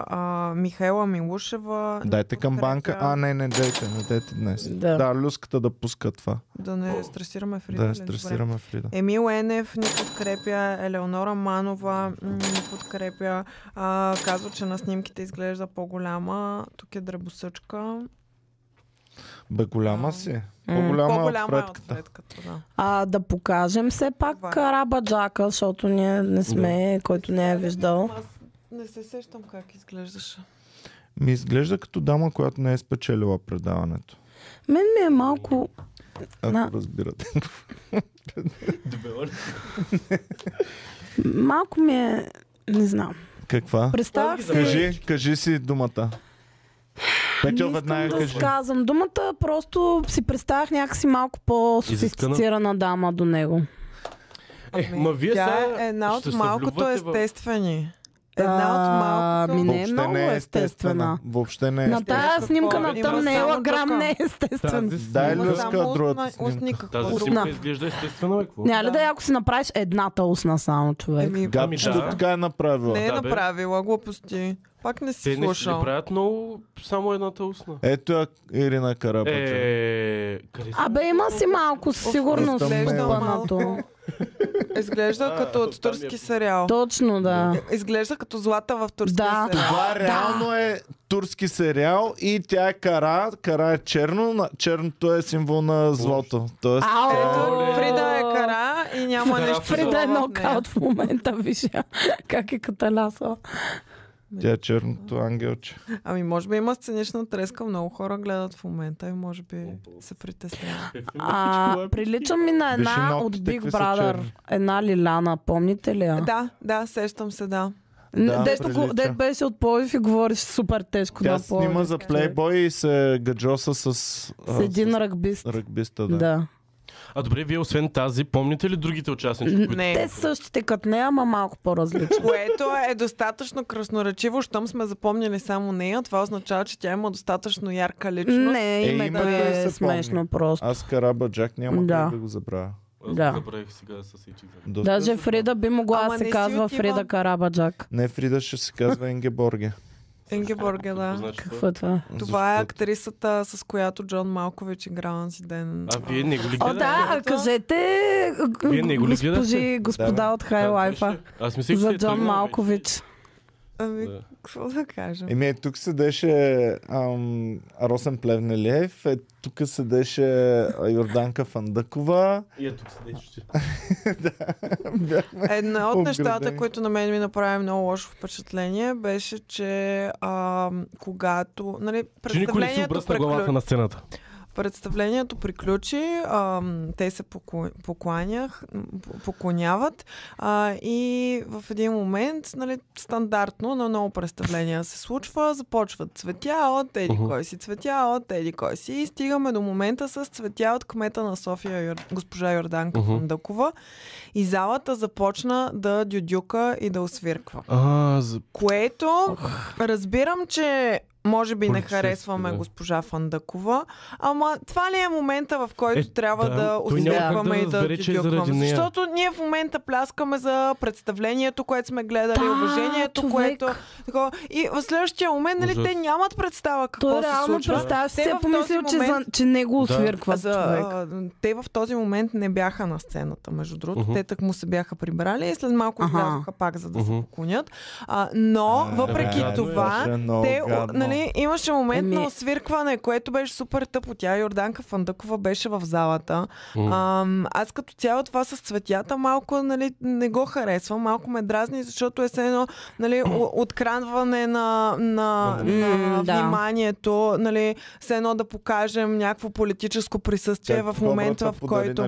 S3: а, Михайла Милушева. ни
S1: Дайте към
S3: подкрепя.
S1: банка. А, не, не, дайте, не дайте днес.
S2: Да.
S1: Да, люската да пуска това.
S3: Да не стресираме Фрида.
S1: Да, я
S3: нали? Добре.
S1: стресираме Фрида.
S3: Емил Енев ни подкрепя, Елеонора Манова м, ни подкрепя. А, казва, че на снимките изглежда по-голяма. Тук е дребосъчка.
S1: Бе,
S3: А.
S1: голяма си. е.
S2: М,
S1: По-голяма,
S3: По-голяма
S1: е
S3: е
S1: от
S3: от
S1: Фредката.
S3: фредката. Да.
S2: А да покажем все
S3: Това е.
S2: пак Раба Джака, защото ние не сме, който не е виждал.
S3: Аз не се сещам как изглеждаше.
S1: Ми изглежда като дама, която не е спечелила предаването.
S2: Мен ми е малко...
S1: Ако
S2: На-
S1: разбирате. <laughs> Е,
S6: Дебела ли?
S2: Малко ми е... Не знам.
S1: Каква?
S2: Представях си...
S1: Кажи, кажи си думата. Петя
S2: не искам
S1: веднага
S2: да
S1: кажи.
S2: казвам думата, просто си представях някакси малко по-софистицирана дама до него.
S6: Е, ма вие
S3: Тя
S6: сега
S3: е една от
S6: ще се
S3: малкото
S6: влюбвате в-
S3: естествени. Една от малкото.
S2: Ами не е
S1: Въобще
S2: много
S1: не е
S2: естествена.
S1: Въобще не е
S2: На тая
S3: естествена.
S2: снимка на
S3: Има
S2: тъмнела
S3: само
S2: грам
S3: тука.
S2: не е естествен.
S6: Тази
S1: Дай
S6: снимка-
S3: Има
S1: люска,
S3: само
S1: другата
S3: устна-
S1: снимка.
S3: устни, какво?
S6: Тази
S2: Урна.
S6: Е, снимка изглежда естествено, е, какво?
S2: Няма ли
S3: Да.
S2: да е, ако си направиш едната устна само, човек?
S3: Еми,
S6: Ами
S1: Габчето
S6: да.
S1: така е направила.
S3: Не е
S6: Да, бе.
S3: направила глупости. Пак не си
S6: Те не си
S3: слушал.
S6: ли правят много само едната устна.
S1: Ето я Ирина Карапача.
S6: Е, къде са?
S2: Абе, има си малко със сигурност
S1: Оф,
S3: Изглежда
S1: Стъмнела.
S2: лупанато.
S3: малко. <laughs> Изглежда като от
S6: там
S3: турски
S6: е.
S3: сериал.
S2: Точно, да.
S3: Изглежда като злата в турски
S2: Да.
S3: сериал.
S1: Това реално е турски сериал и тя е кара. Кара е черно. на- Черното е символ на злото. Тоест,
S3: Ето,
S2: Ау!
S3: Фрида е кара и няма
S6: Да,
S3: нещо.
S6: Фрида
S3: зло
S2: Фрида е
S3: в нея.
S2: нокаут в момента, виж я. как е каталясала.
S1: тя е черното ангелче.
S3: Ами може би има сценична треска, много хора гледат в момента и може би се притесняват.
S2: А, прилича ми на
S1: Виж и
S2: една
S1: ногтите
S2: от Big
S1: какви са
S2: Brother.
S1: черни.
S2: Една Лиляна, помните ли я?
S3: Да, да, сещам се, да.
S1: Да,
S2: Н- Дето го-
S1: прилича.
S2: дето беше от Пловдив и говореше супер тежко
S1: Тя
S2: на Пловдив.
S1: снима за плейбой и се гаджоса с, а,
S2: С един ръгбист.
S1: ръгбиста. Да.
S2: Да.
S6: А добре, вие освен тази, помните ли другите участници, които...
S3: Не.
S2: Те са същите като нея, ама малко по-различни.
S3: Което е достатъчно красноречиво, щом сме запомнили само нея. Това означава, че тя има достатъчно ярка личност.
S2: Не,
S1: Е,
S2: името
S1: името се
S2: е
S1: помни.
S2: смешно просто.
S1: Аз Карабаджак няма да.
S2: Да.
S1: да го забравя.
S6: Аз
S2: Да.
S6: го забравих сега да се сечих. за-
S1: Доста
S2: Даже
S1: е забавно.
S2: Фрида би могла
S3: Ама
S2: да
S3: не
S2: се
S3: си
S2: казва
S3: отива.
S2: Фрида Карабаджак.
S1: Не, Фрида ще се казва Енгеборге.
S3: Ингеборге, да.
S6: Значи,
S2: Какво е това?
S3: Това е
S1: Защото-
S3: актрисата, с която Джон Малкович играл онзи ден.
S6: А вие не го ли
S2: О,
S6: гледате?
S2: да, а кажете г-
S6: Вие не го ли
S2: госпожи,
S6: гледахте?
S1: Да,
S2: господа от Хай е Лайфа
S6: Аз мислих, че
S2: за
S6: е тръгнал
S2: Джон
S6: вече.
S2: Малкович.
S3: Ами,
S6: Да.
S3: какво да кажем?
S1: Еми, е, тук седеше ам, Росен Плевнелиев, е, тук седеше а, Йорданка Фандъкова.
S6: И е ето седиш.
S3: Една от нещата,
S1: Обградени.
S3: които на мен ми направи много лошо впечатление, беше, че а, когато... Нали,
S6: Че никой не си
S3: представлението,
S6: обръсна главата
S3: приклю...
S6: на сцената.
S3: представлението приключи, а, те се покло... покланях, м, по- поклоняват а, и в един момент, нали, стандартно на много представления се случва, започват цветя от еди
S6: Мгм.
S3: кой си, цветя от еди кой си и стигаме до момента с цветя от кмета на София, Йор... госпожа Йорданка
S6: Мгм.
S3: Фандъкова. И залата започна да дюдюка и да освирква.
S6: А, за...
S3: Което разбирам, че Може би не
S6: Политически,
S3: харесваме
S6: да.
S3: госпожа Фандъкова, ама това ли е момента, в който
S6: Е,
S3: трябва
S6: да,
S3: да,
S6: той няма как да
S3: усмихваме и да
S6: разбере, че е заради
S3: дюдюкваме?
S6: нея.
S3: Защото ние в момента пляскаме за представлението, което сме гледали,
S2: Да,
S3: уважението,
S2: човек.
S3: което... Такова. И в следващия момент, нали,
S6: Ужас.
S3: те нямат представа какво
S2: Той
S3: се
S2: реално
S3: случва.
S2: представя си
S3: Те
S2: се
S3: в този
S2: помислил, че, за,
S3: момент-
S2: че не го
S6: Да.
S2: освиркват
S3: за,
S2: човек.
S3: а, те в този момент не бяха на сцената, между другото.
S6: Мгм.
S3: Те так му се бяха прибрали и след малко
S2: Аха.
S3: излязоха пак, за да се
S6: Мгм.
S3: поклонят. А, но, въпреки
S1: Е,
S3: това,
S1: беше много
S3: те, о,
S1: гадно.
S3: нали, имаше момент
S2: Еми-
S3: на освиркване, което беше супер тъпо. Тя Йорданка Фандъкова беше в залата.
S6: М.
S3: Ам, аз като цяло това с цветята малко нали, не го харесвам, малко ме дразни, защото е все едно нали, о- откранване на, на,
S6: М,
S3: на
S2: да.
S3: вниманието, нали, все едно да покажем някакво политическо
S1: е
S3: присъствие е
S6: е
S3: в момента, в който...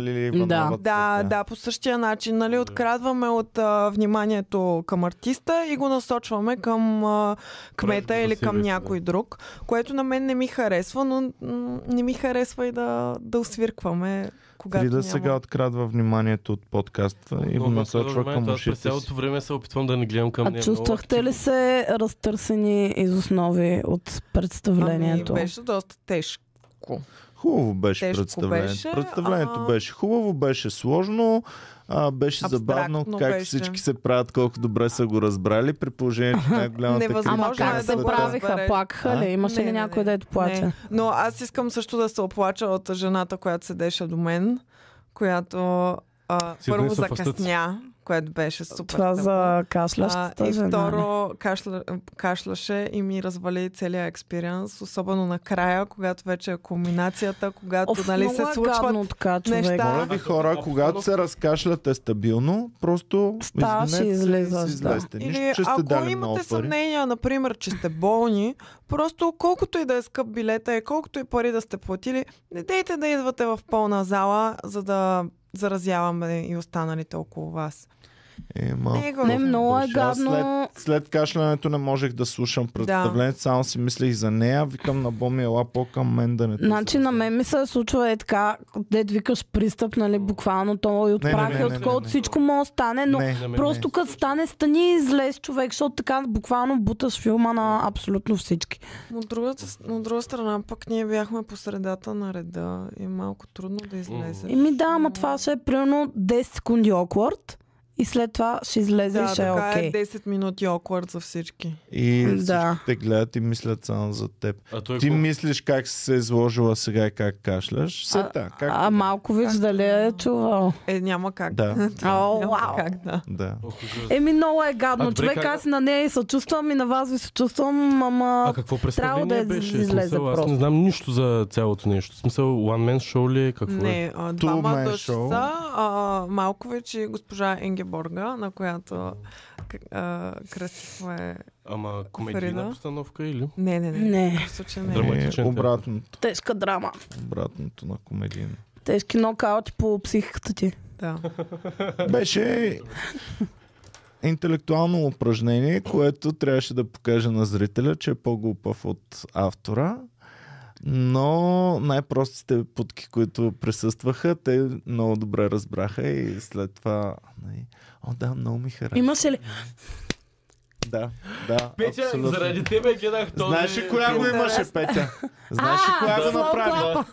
S3: Да, да, по същия начин, нали, открадваме от а, вниманието към артиста и го насочваме към а, кмета или към
S6: Преждогласилище,
S3: някой друг, което на мен не ми харесва, но м- не ми харесва и да, да освиркваме, когато
S1: Или да
S3: няма.
S1: сега открадва вниманието от подкаста и го
S6: Много се
S1: насочва
S6: разумеете,
S1: към
S6: Аз през
S1: ушите си.
S6: цялото време се опитвам да не гледам към
S2: А
S6: нея. много
S2: чувствахте ли
S6: активно.
S2: се разтърсени из основи от представлението?
S3: Ами, беше доста тежко.
S1: Хубаво беше
S3: Тежко
S1: представлението.
S3: беше,
S1: представлението
S3: а-
S1: беше хубаво, беше сложно, а, беше
S3: Абстрактно
S1: забавно как
S3: беше.
S1: всички се правят, колко добре са го разбрали, при положение, че най-голямата критика
S3: Невъзможно
S2: Ама
S3: Може
S1: на
S2: как
S3: да
S2: се
S1: света-
S3: бъде.
S2: правиха?
S3: разбереш.
S1: А?
S2: Плакаха ли? Имаше
S3: Не,
S2: ли
S3: не,
S2: някой, е
S3: не.
S2: дето плаче?
S3: Не. Но аз искам също да се оплача от жената, която седеше до мен, която а,
S6: Сигурно
S3: първо
S6: са фастъци.
S3: закъсня, което беше супер.
S2: Това
S3: тъпо.
S2: за
S3: А,
S2: кашлящата
S3: и
S2: жена. ли?
S3: второ, кашля, кашляше и ми развали целият експириенс, особено накрая, когато вече е кулминацията, когато
S2: Оф,
S3: нали,
S2: много
S3: се
S2: е
S3: случват
S2: гадно така, човек.
S3: неща.
S1: Моля ви хора, когато се разкашляте стабилно, просто
S2: Ставаш и
S1: излезете и
S2: излизаш,
S1: си
S2: да.
S1: излезте. Е, Нищо,
S3: Или
S1: че сте
S3: ако
S1: дали много
S3: имате
S1: пари.
S3: съмнения, например, че сте болни, просто колкото и да е скъп билета и колкото и пари да сте платили, не дейте да идвате в пълна зала, за да заразяваме и останалите около вас.
S1: Е, малко
S3: Не,
S2: Не, много е
S1: беше. Аз
S2: гадно.
S1: След, след кашлянето не можех да слушам представлението, само си мислех за нея. Викам на Боми, ела по-към мен да не те
S2: Значи
S1: заразя.
S2: на мен ми се случва е така, дед викаш пристъп, нали, буквално то и от
S1: Не, не,
S2: прах
S1: не,
S2: и
S1: не,
S2: от
S1: не,
S2: кол,
S1: не.
S2: всичко може да стане, но
S1: Не,
S6: Е, На мен
S2: Просто като стане, стани и излез човек, защото така буквално буташ филма на абсолютно всички.
S3: От друга, от друга страна, пък ние бяхме по средата на реда и е малко трудно да излезе.
S2: Еми да, ама това ще е примерно 10 секунди awkward и след това ще излезе и
S3: Да,
S2: ще е
S3: така
S2: окей.
S3: е 10 минути awkward за всички.
S1: И
S2: Да.
S1: да. те гледат и мислят само за теб.
S6: А той е
S1: Ти
S6: колко-
S1: мислиш как си се е изложила сега и как кашляш. Се
S2: А-
S1: така. Как...
S2: А малко виж дали е чувал.
S3: Е, няма
S2: <laughs>
S3: как.
S1: Да,
S2: О,
S3: Няма
S2: вау.
S3: как, да.
S1: да.
S6: колко ужас.
S2: Еми много е
S6: А,
S2: гадно.
S6: добре,
S2: Човек
S6: как-
S2: аз на нея и съчувствам и на вас ви съчувствам, ама...
S6: А какво
S2: да
S6: представление
S2: е-
S6: беше?
S2: излезе
S6: смисъл, аз
S2: просто.
S6: не знам нищо за цялото нещо. В смисъл, one man show ли е? Какво е?
S3: Не, а, двама
S1: man
S3: души
S1: show.
S3: са а, Малкович и госпожа Енгеборга, на която к- а, кръстихме...
S6: Ама комедийна
S3: Фарида?
S6: постановка или?
S3: Не, не, не.
S2: Не,
S3: В случай не.
S6: Драма.
S1: Е,
S6: Драматичен
S1: обратното,
S2: тежка драма.
S1: обратното на комедийно.
S2: Тежки нокаути по психиката ти.
S3: Да.
S1: Беше интелектуално упражнение, което трябваше да покаже на зрителя, че е по-глупав от автора. Но най-простите путки, които присъстваха, те много добре разбраха и след това... нали, О, да, много ми хареса.
S2: Имаше ли?
S1: Да, да,
S6: Петя,
S1: абсолютно.
S6: заради тебе гледах този...
S1: Знаеш ли коя го е? имаше, Петя? Знаеш ли коя го направи?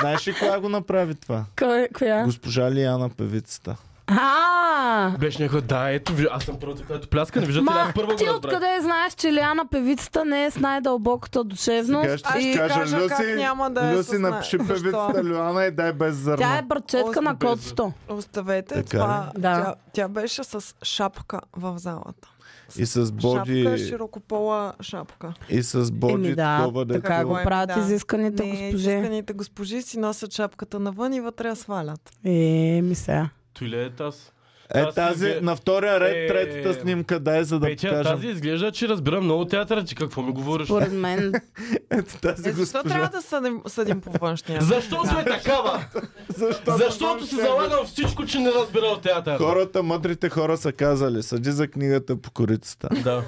S1: Знаеш ли коя го направи това?
S2: Кой- Коя?
S1: Госпожа Лияна певицата.
S2: А,
S6: Беше някой, да, ето, ви- аз съм първата, която пляска, не виждате ли,
S2: Ма,
S6: аз първо го
S2: ти
S6: разбрах.
S2: откъде знаеш, че Лиана певицата не е с най-дълбоката
S1: Сега
S2: душевност?
S1: ще ти
S3: и
S1: кажа,
S3: кажа как
S1: Люси,
S3: няма да е
S1: Люси
S3: с-
S1: напиши
S3: защо?
S1: певицата Лиана и дай без
S2: Тя е
S1: зърно.
S2: братчетка на
S6: Остребезо.
S2: котсто.
S3: Оставете
S1: Така
S3: това.
S2: Да.
S3: Тя, тя беше с шапка в залата.
S1: И с
S3: Шапка,
S1: боди,
S3: широкопола шапка.
S1: и с
S2: Еми
S1: боди
S2: да,
S1: такова да
S2: така
S3: Какво
S2: го
S3: е,
S2: правят
S3: да.
S2: изисканите
S3: Не,
S2: госпожи.
S3: изисканите госпожи си носят шапката навън и вътре я свалят.
S2: Е, ми сега.
S6: Той ли е аз?
S1: Е
S6: Аз
S1: тази,
S6: сега-
S1: на втория
S6: Е,
S1: ред, третата снимка, дай за да
S6: Петя, тази
S1: покажем.
S6: изглежда, че разбира много театър, ти какво ми говориш?
S2: Според мен.
S1: Ето <laughs> тази
S3: Е, защо трябва
S1: госпожа.
S3: да съдим, съдим по външния?
S6: Защо сме такава?
S1: <laughs> Защо
S6: Защото си залагам всичко, че не разбира от театър.
S1: Хората, мъдрите хора са казали, съди за книгата по корицата.
S2: <laughs>
S6: Да.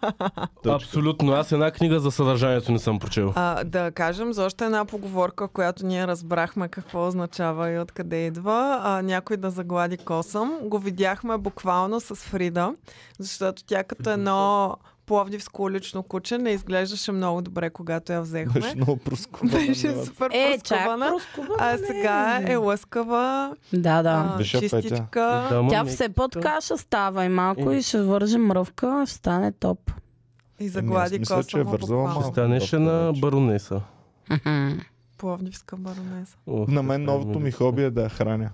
S1: Точка.
S6: Абсолютно. Аз една книга за съдържанието не съм прочел.
S3: А, да кажем за още една поговорка, която ние разбрахме какво означава и откъде идва. А, някой да заглади косъм. Го видяхме буквално с Фрида, защото тя като едно пловдивско лично куче не изглеждаше много добре, когато я взехме.
S1: Беше много пръско.
S3: <laughs> Беше супер
S2: Е, чак,
S3: пръскувана. А сега е лъскава,
S2: Да, да.
S3: а,
S1: Беше Петя.
S3: чистичка.
S6: Да, ама
S2: Тя
S1: е
S6: не-
S2: все подкаша става и малко
S6: Е.
S2: и ще върже мръвка, ще стане топ.
S3: И
S1: Еми,
S3: заглади
S1: аз мисля, че
S3: коса
S1: е
S3: му
S1: вързала
S3: буквално.
S1: малко.
S6: Станеше на баронеса.
S3: Пловдивска баронеса.
S6: Ох, ами.
S1: На мен
S6: каква
S1: новото ми
S6: милица.
S1: хоби е да я храня.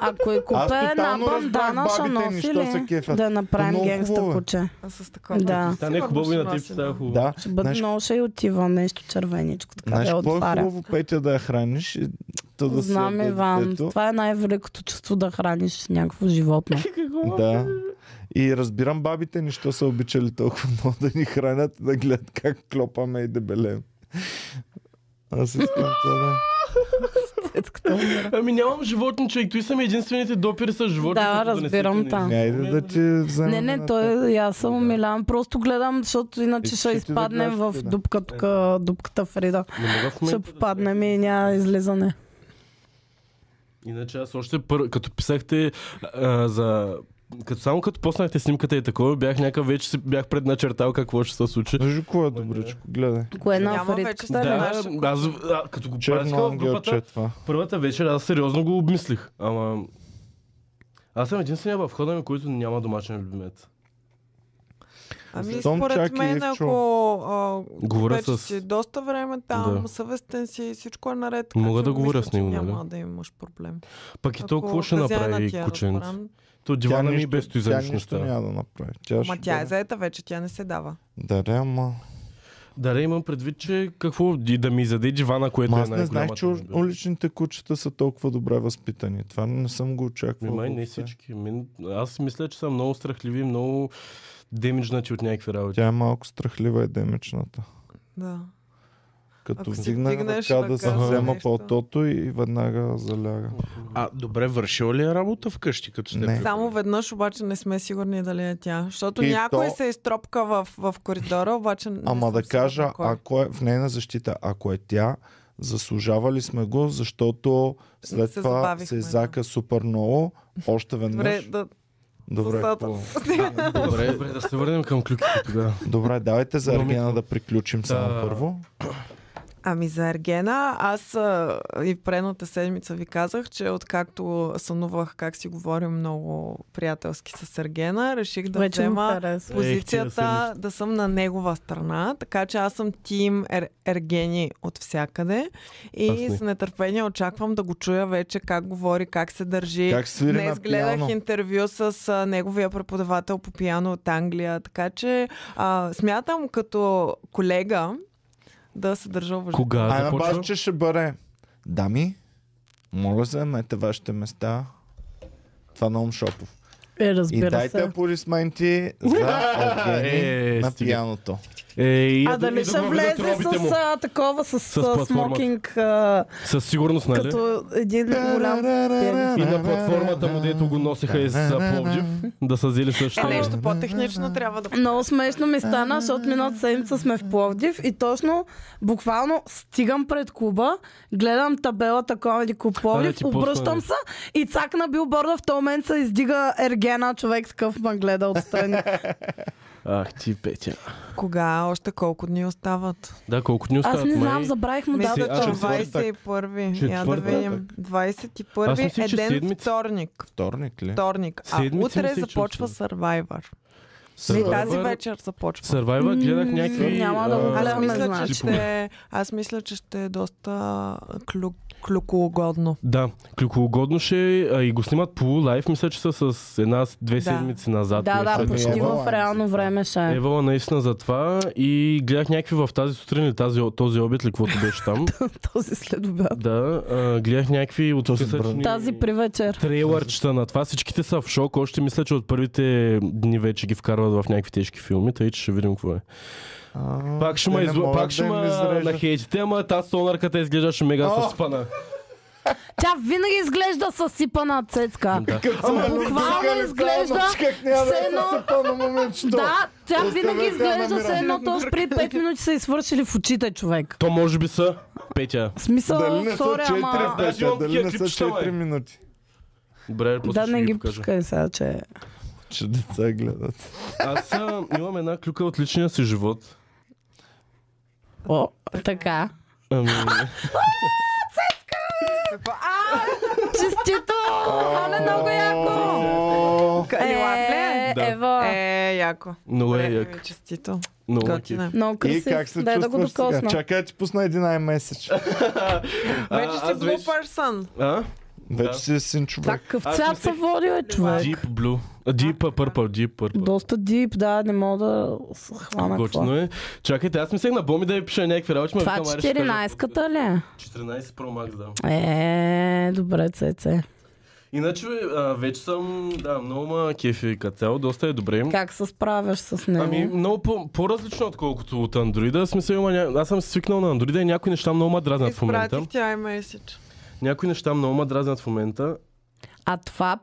S2: Ако и
S1: Аз
S2: купе е една
S1: тотално
S2: бандана,
S1: разбрах
S2: ще
S1: бабите ни,
S2: носи
S1: що се
S2: ли?
S1: кефят.
S2: Да
S1: Но
S2: направим
S1: много
S2: генгста
S1: хубаво е.
S2: куче.
S3: А с такова.
S2: Да.
S6: Стане
S3: сигурно
S6: хубаво и
S3: ще
S6: на теб
S3: носи,
S6: става
S3: да.
S6: хубаво.
S1: Да,
S2: Ще бъде
S1: Знаеш-
S2: много ще и отива нещо червеничко, така
S1: Знаеш
S2: да я
S1: какво е
S2: отваря.
S1: хубаво, Петя, да я храниш и да, да си
S2: Знам,
S1: яде
S2: Иван,
S1: детето?
S2: това е най-великото чувство да храниш
S1: <laughs>
S2: някакво животно. е.
S1: Да. И разбирам бабите ни, що са обичали толкова много да ни хранят, да гледат как клопаме и дебелем. Аз искам това да...
S6: Ами нямам животни, човек. Той са ми единствените допири с животни.
S2: Да,
S6: които не са
S2: разбирам,
S6: хранени.
S2: та.
S1: Айде да ти вземем.
S2: Не, не,
S1: една
S2: той е- и аз съм умилявам. Просто гледам, защото иначе
S1: Искаш
S2: ще
S1: ли ти да
S2: изпаднем
S1: гледаш
S2: в
S1: Фрида?
S2: дупка,
S3: Е,
S2: тук, дупката Фрида.
S6: Не мога в
S2: Ще
S6: момента.
S2: попаднем и няма излизане.
S6: Иначе аз още пър... като писахте а, за... Като само като поснахте снимката и такова, бях някакъв вече си бях предначертал какво ще се случи.
S1: Виж кое е добричко, гледай.
S2: Кое е на
S3: Няма
S2: Фридката
S3: вече
S2: ли?
S6: Да, аз а, като го
S1: Черно
S6: пратиха в групата,
S1: ангелче е това.
S6: първата вечер аз сериозно го обмислих. Ама... Аз съм единствения в хода ми, който няма домашен любимец.
S3: Ами
S1: Том
S3: според
S1: чак и е
S3: мен,
S1: Ивчо.
S3: ако а,
S6: Говоря
S3: вече
S6: с-
S3: си доста време там,
S6: Да.
S3: съвестен си, всичко е наред. така
S6: Мога
S3: че
S6: да говоря
S3: мисля,
S6: с него,
S3: че Няма
S6: нали?
S3: да имаш проблем.
S6: Пък и
S3: Ако
S6: то какво ще
S3: хазяйна
S6: направи
S3: ти я
S6: кученце?
S3: разбран,
S6: То
S1: Тя
S6: дивана ми е
S1: нищо-
S6: без той за
S1: тя нищо
S6: личността.
S1: няма да направи. Тя
S3: Ама
S1: ще
S3: тя е
S1: бъде-
S3: заета вече, тя не се дава.
S1: Да, да, ама...
S6: Да, имам предвид, че какво и да ми изяде дивана, което
S1: Ма
S6: е
S1: аз не знаех,
S6: най-голямата.
S1: че
S6: ми
S1: ур-
S6: била.
S1: уличните кучета са толкова добре възпитани. Това не съм го очаквал.
S6: Ми, май не
S1: въобще.
S6: всички. Мен, аз мисля, че са много страхливи, много демиджнати от някакви работи.
S1: Тя е малко страхлива и демичната.
S3: Да.
S1: Като
S3: Ако си
S1: вдигне
S3: вдигнеш
S1: ръка да
S3: ръка
S1: се
S3: за
S1: взема
S3: нещо.
S1: пълтото и веднага заляга.
S5: А, добре, вършила ли е работа вкъщи, като сте?
S1: Не.
S5: приходили?
S3: Само веднъж обаче не сме сигурни дали е тя. Защото
S1: И
S3: някой
S1: то-
S3: се изтропка в, в коридора, обаче не
S1: Ама
S3: съм
S1: да
S3: сигурна
S1: кажа,
S3: кой.
S1: ако е в нейна защита, ако е тя, заслужавали сме го, защото след
S3: Се
S1: това
S3: забавихме,
S1: се
S3: да.
S1: изака супер много. Още
S3: Добре,
S1: веднъж.
S3: да...
S1: Добре,
S3: Остата.
S1: хубаво.
S6: Добре, добре, да се върнем към клюките тогава.
S1: Добре, давайте за
S6: Но ми-
S1: Аргена да приключим
S6: Да.
S1: само първо.
S3: Ами за Ергена, аз а, и предната седмица ви казах, че откакто сънувах как си говорим много приятелски с Ергена, реших да
S2: Вече му
S3: взема
S2: харесва.
S3: позицията
S6: седмица.
S3: да съм на негова страна, така че аз съм тим Ер- Ергени от всякъде
S6: Аз
S3: и
S6: не.
S3: с нетърпение очаквам да го чуя вече как говори, как се държи.
S1: Как свири
S3: Днес
S1: на
S3: гледах
S1: пиано?
S3: интервю с а, неговия преподавател по пиано от Англия, така че а, смятам като колега да се държа уважително.
S6: Кога
S1: Ай, на
S6: започва?
S1: база, ще бъде. Дами, моля заемете вашите места. Това на Умшопов.
S2: Е,
S1: И
S2: разбира
S1: дайте
S2: се.
S1: аплодисменти за Евгений
S6: Е,
S1: на
S6: стига.
S1: пианото.
S6: Е,
S2: А дали ще влезе с а, такова, с,
S6: С
S2: а,
S6: платформата.
S2: смокинг, а,
S6: Със сигурност, нали?
S2: като един голям пианист?
S6: И на платформата му, дето го носиха из а, Пловдив, да са взели също.
S3: Е,
S2: Ами,
S3: нещо по-технично трябва да...
S2: Много смешно ми стана, защото миналата седмица сме в Пловдив и точно, буквално стигам пред клуба, гледам табелата Comedy Club
S6: Абе,
S2: Пловдив,
S6: ти
S2: обръщам
S6: пусна,
S2: се и цак на билборда в този момент се издига Ергена, човек с къв ма гледа отстрани.
S6: <laughs> Ах ти, Петя.
S3: Кога? Още колко дни остават?
S6: Да, колко дни остават?
S2: Аз не знам,
S6: май?
S2: забравих му
S3: Мисля,
S6: а,
S3: че
S2: датата.
S6: четвъртък.
S3: 21-ви. Я да
S6: Четвъртък.
S3: видим. 21-ви
S6: Аз мисля,
S3: е
S6: че
S3: ден
S6: седмица.
S3: вторник.
S1: Вторник ли?
S3: Вторник. А
S6: Седмица
S3: утре
S6: мисля, че
S3: започва Survivor. И
S6: Survivor-
S3: тази вечер започва.
S6: Сървайва, гледах
S2: М,
S6: някакви...
S2: няма да
S6: а,
S2: го гледам,
S3: Аз
S2: Гледаме,
S3: мисля,
S2: значи.
S3: че ще, аз мисля, че ще е доста клю, клюкоугодно.
S6: Да, клюкоугодно ще е, а, и го снимат полулайф, мисля, че са с една-две
S3: Да.
S6: седмици назад.
S2: Да, да,
S6: нещо е
S2: почти
S6: такова.
S1: Ева
S2: в
S1: Лайнс.
S2: реално време ще е.
S6: Евала наистина за това и гледах някакви в тази сутрин или тази, този обед ли, каквото беше
S2: <laughs>
S6: там.
S2: <laughs> Този следобед.
S6: да, а, гледах някакви от
S1: Този
S6: списъчни
S1: бранд.
S2: Тази при вечер.
S6: трейлърчета на това. Всичките са в шок. Още мисля, че от първите дни вече ги вкарват в някакви тежки филми, тъй че ще видим какво е.
S1: А,
S6: Пак ще
S1: те
S6: ме
S1: не
S6: изло...
S1: могат
S6: пак ще
S1: да им
S6: ма
S1: изрежат.
S6: на хейтите, ама тази сонарката изглеждаше мега
S1: О!
S6: съспана.
S2: Тя винаги изглежда съсипана цецка.
S6: Да.
S1: Ама
S2: буквално
S1: не
S2: изглежда
S1: знам, Как няма да
S2: все едно-
S1: се пълно е момичето.
S2: Да, тя
S1: Оставете
S2: винаги
S1: я
S2: изглежда
S1: намира.
S2: се едно точно при 5 минути са извършили в очите човек.
S6: То може би са Петя.
S2: В смисъл,
S1: Дали не са
S2: сори,
S1: 4
S2: ама...
S6: да.
S1: Петя,
S6: имам
S1: дали
S6: такива
S1: не са
S6: клипчета, бе.
S1: 4 минути?
S6: Добре, после
S2: Да,
S6: ще
S2: не ги
S6: покажа.
S2: пускай сега, че...
S1: че деца гледат.
S6: Аз а, имам една клюка от личния си живот.
S2: О, така.
S6: Ами,
S3: Какво? А,
S2: <laughs> Честито! Оле, много яко!
S1: О,
S3: е,
S2: Е,
S6: Да.
S2: Ева,
S3: Е, яко.
S6: много е
S3: Време ми
S6: як.
S3: Честито.
S6: Много е
S3: Готина.
S2: много
S1: И
S2: красив.
S1: как се
S2: Дай да го
S1: чувстваш сега?
S2: докосна.
S1: Чакай, да ти пусна един iMessage.
S3: Вече си
S6: аз
S3: blue
S6: вече-
S3: person.
S6: А?
S1: Вече си син човек.
S2: Такъв
S6: Аз
S2: цвят
S6: мислех-
S2: се водил е човек.
S6: Deep Blue. А, Deep а, Purple, Deep Purple.
S2: Доста дип, да, не мога да се хвана
S6: Готино
S2: какво.
S6: е. Чакайте, аз мислех на Боми да я пиша някакви работи, ма
S2: Това
S6: викам, аре, ще кажа.
S2: 14-ката ли е?
S6: 14 Pro Max, да.
S2: Е, добре, цеце.
S6: Иначе а, вече съм, да, много ма кефи като цяло, доста е добре.
S2: Как се справяш с него?
S6: Ами, много по- по-различно, отколкото от Андроида. В Смисъл, има, ня... аз съм свикнал на Андроида и някои неща много ма дразнат в момента.
S3: Изпратих ти iMessage.
S6: Някои неща много ма дразнат в момента.
S2: А това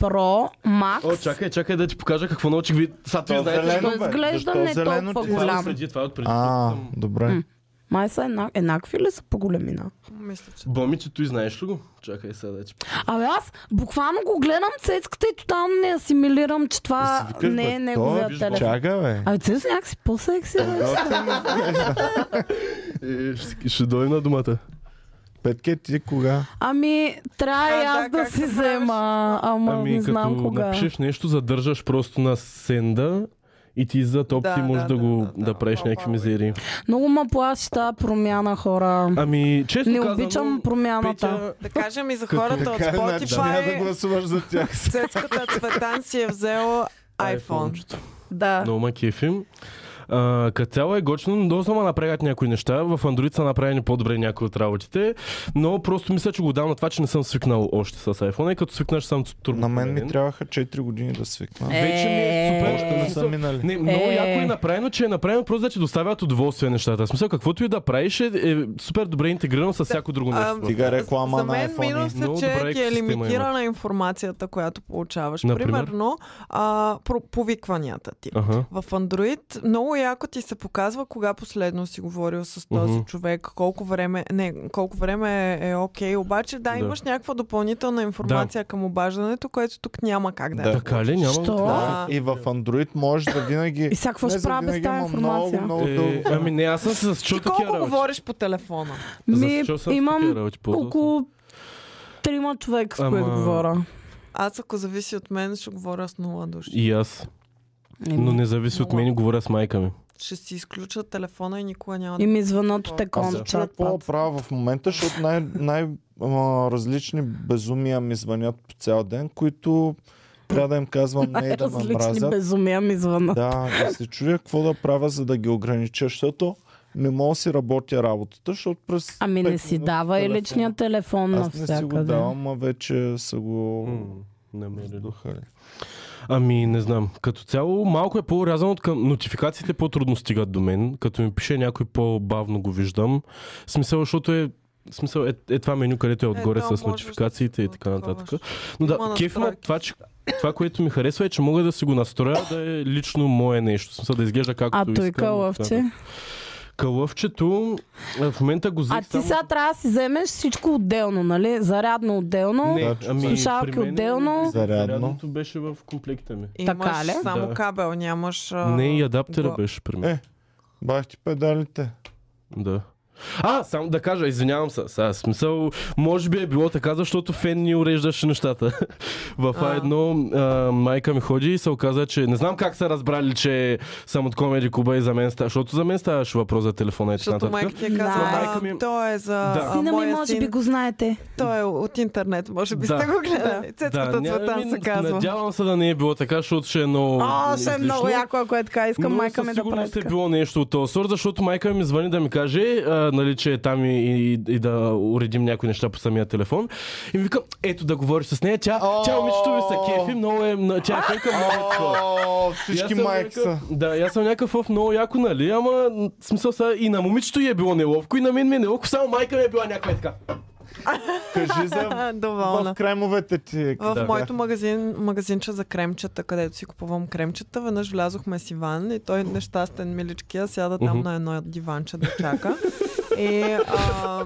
S2: Pro Max
S6: О, чакай, чакай да ти покажа какво научих ви. Са, ти
S1: То
S6: знаете,
S1: зелено,
S6: че
S1: бе.
S2: изглежда
S1: Защо
S2: не
S1: зелено ти
S2: толкова
S1: е?
S6: това е
S2: голям.
S6: от преди, това е от преди.
S1: А,
S6: Съм-
S1: добре.
S2: М. май са една, еднакви ли са по големина?
S3: Мисля, че.
S6: Бомичето и знаеш ли го? Чакай сега да ти
S2: Абе аз буквално го гледам цецката и тотално не асимилирам, че това
S1: И си викаш,
S2: не
S1: бе,
S2: е неговия
S1: то е-
S2: телефон.
S1: Чака, бе.
S2: Абе цец някакси по-секси. бе.
S6: е, ще, ще дойдем на думата.
S1: Петке ти кога?
S2: Ами, трябва
S3: А,
S2: и аз
S3: да,
S2: да,
S3: как
S2: си
S3: се правиш?
S2: взема, ама не
S6: Ами, като
S2: знам кога.
S6: напишеш нещо, задържаш просто на сенда и ти за топ
S3: Да,
S6: ти можеш
S3: да,
S6: да,
S3: да,
S6: го
S3: да,
S6: да,
S3: да.
S6: правиш някакви мизерии.
S2: Много ма плаши тази промяна, хора.
S6: Ами, честно
S2: не
S6: казано,
S2: обичам промяната.
S6: Петя,
S3: Да кажем и за хората от
S1: е, значи, няма да
S3: Spotify.
S1: гласуваш за тях.
S3: Цецката Цветан си е взел iPhone.
S6: iPhone-чето.
S3: Да.
S6: Много ма кефим. А, като цяло е гочно, но доста ма напрягат някои неща. В Android са направени по-добре някои от работите, но просто мисля, че го дам на това, че не съм свикнал още с iPhone и като свикнеш сам с турбо.
S1: На мен ми
S6: променен.
S1: трябваха 4 години да свикна.
S6: Вече ми е супер.
S1: Още не са минали.
S6: Не, много
S2: Е.
S6: яко е направено, че е направено просто да че доставят удоволствие нещата. В смисъл, каквото и да правиш е, е супер добре интегрирано с всяко друго нещо.
S1: Тига реклама
S3: За
S1: на
S3: мен
S1: iPhone.
S3: минус е,
S6: Много
S3: че
S6: добра
S3: ти е
S6: екосистема има.
S3: лимитирана информацията, която получаваш.
S6: Например?
S3: Примерно, а, про- повикванията ти.
S6: Ага.
S3: В Android много яко ти се показва кога последно си говорил с този
S6: Мгм.
S3: човек, колко време, не, колко време е- е окей, обаче да,
S6: Да.
S3: имаш някаква допълнителна информация към обаждането, което тук няма как да,
S1: Да.
S3: е.
S6: Така ли? Няма.
S2: Що?
S3: Да.
S1: И в Android можеш да винаги...
S2: И сега какво
S1: Не,
S2: ще
S1: за
S2: правя без
S1: винаги,
S2: тази
S1: ама Много,
S2: информация?
S1: много
S6: Е,
S1: дълго.
S6: ами не, аз съм се засчул
S3: Ти колко
S6: такива работи.
S3: говориш по телефона?
S2: Ми,
S6: Засчул съм с такива
S2: имам
S6: работи, ползвал съм.
S2: около трима човека, с
S6: Ама-
S2: които говоря.
S3: Аз ако зависи от мен, ще говоря с нула души.
S6: И е. аз.
S2: Еми,
S6: Но не зависи от
S3: Много.
S6: мен, и говоря с майка ми.
S3: Ще си изключа телефона и никога няма
S2: И
S3: да...
S2: ми звънат от
S1: Аз
S2: екон
S1: се чуя
S2: чат
S1: какво
S2: пат.
S1: правя в момента, защото най, най- а, различни безумия ми звънят по цял ден, които трябва да им
S2: <laughs>
S1: казвам не и да ме
S2: Различни
S1: мразят.
S2: безумия ми звънат.
S1: Да, и се чудя какво да правя, за да ги огранича, защото не мога да си работя работата, защото през...
S2: Ами
S1: пет
S2: не си
S1: минути
S2: дава и
S1: телефона.
S2: личния телефон
S1: Аз не си го
S2: навсякъде.
S1: давам, а вече са го...
S6: М, намерили.
S1: Духали.
S6: Ами, не знам. Като цяло малко е по-рязано от към нотификациите по-трудно стигат до мен. Като ми пише някой по-бавно го виждам. В Смисъл, защото е в смисъл е, е това меню, където е отгоре
S3: там
S6: с
S3: можеш
S6: нотификациите
S3: да си
S6: и така
S3: го
S6: нататък.
S3: таковаш.
S6: Но
S3: Има
S6: да, кеф ме
S3: настройки.
S6: това, че това, което ми харесва е, че мога да си го настроя да е лично мое нещо. В смисъл да изглежда както
S2: А той
S6: искам.
S2: кълъвче.
S6: така. Кълъвчето е, в момента го взех
S2: А ти
S6: само-
S2: сега трябва да си вземеш всичко отделно, нали? Зарядно отделно.
S6: Не,
S1: Да,
S6: ами,
S2: слушалки
S6: при мен е-
S2: отделно.
S1: Зарядно.
S6: Зарядното беше в комплекта ми.
S3: Имаш
S2: Така ли?
S3: само
S6: Да.
S3: кабел, нямаш... а,
S6: Не, и адаптера
S3: го-
S6: беше при мен.
S1: Е, бах ти педалите.
S6: Да. А, само да кажа, извинявам се. Сега, смисъл, може би е било така, защото фен ни уреждаше нещата. <laughs> В
S3: А.
S6: А1 а, майка ми ходи и се оказа, че не знам как са разбрали, че съм от Комеди Куба и за мен става, защото за мен ставаше въпрос за телефона и така
S3: Защото майка
S6: нататък.
S3: ти е казала,
S2: Да.
S6: Майка ми-
S3: а, той е за
S6: Да.
S3: а,
S2: Сина ми,
S3: моя
S2: може
S3: син,
S2: би го знаете.
S3: той е от интернет, може би
S6: Да.
S3: сте го гледали. Цецката
S6: няма-
S3: Цветан се
S6: ми-
S3: казва.
S6: ами, Надявам се да не е било така, защото ще е много.
S2: О, ще е
S6: излишно.
S2: много яко, ако е така. Искам
S6: Но
S2: майка
S6: със
S2: ми да прави
S6: сигурност е
S2: така.
S6: било нещо от този сорт, защото майка ми звъни да ми каже, а, нали, че е там и, и, и да уредим някои неща по самия телефон. И ми викам, ето да говориш с нея, тя, тя момичето ви се кефи, много е, м- тя е фенка, много е такова.
S1: О,
S6: И аз
S1: всички
S6: съм
S1: майки са.
S6: някакъв- Да, и аз съм някакъв оф, много яко, нали, ама м, в смисъл сега и на момичето й е било неловко, и на мен ми е неловко, само майка ми е била някаква е така.
S1: Кажи за...
S3: <laughs>
S1: В
S3: А, Доволна.
S1: кремовете ти.
S3: В
S6: Да.
S3: моето магазин, магазинче за кремчета, където си купувам кремчета, веднъж влязохме с Иван и той нещастен миличкия сяда там
S6: Мгм.
S3: на едно диванче да чака. И, а,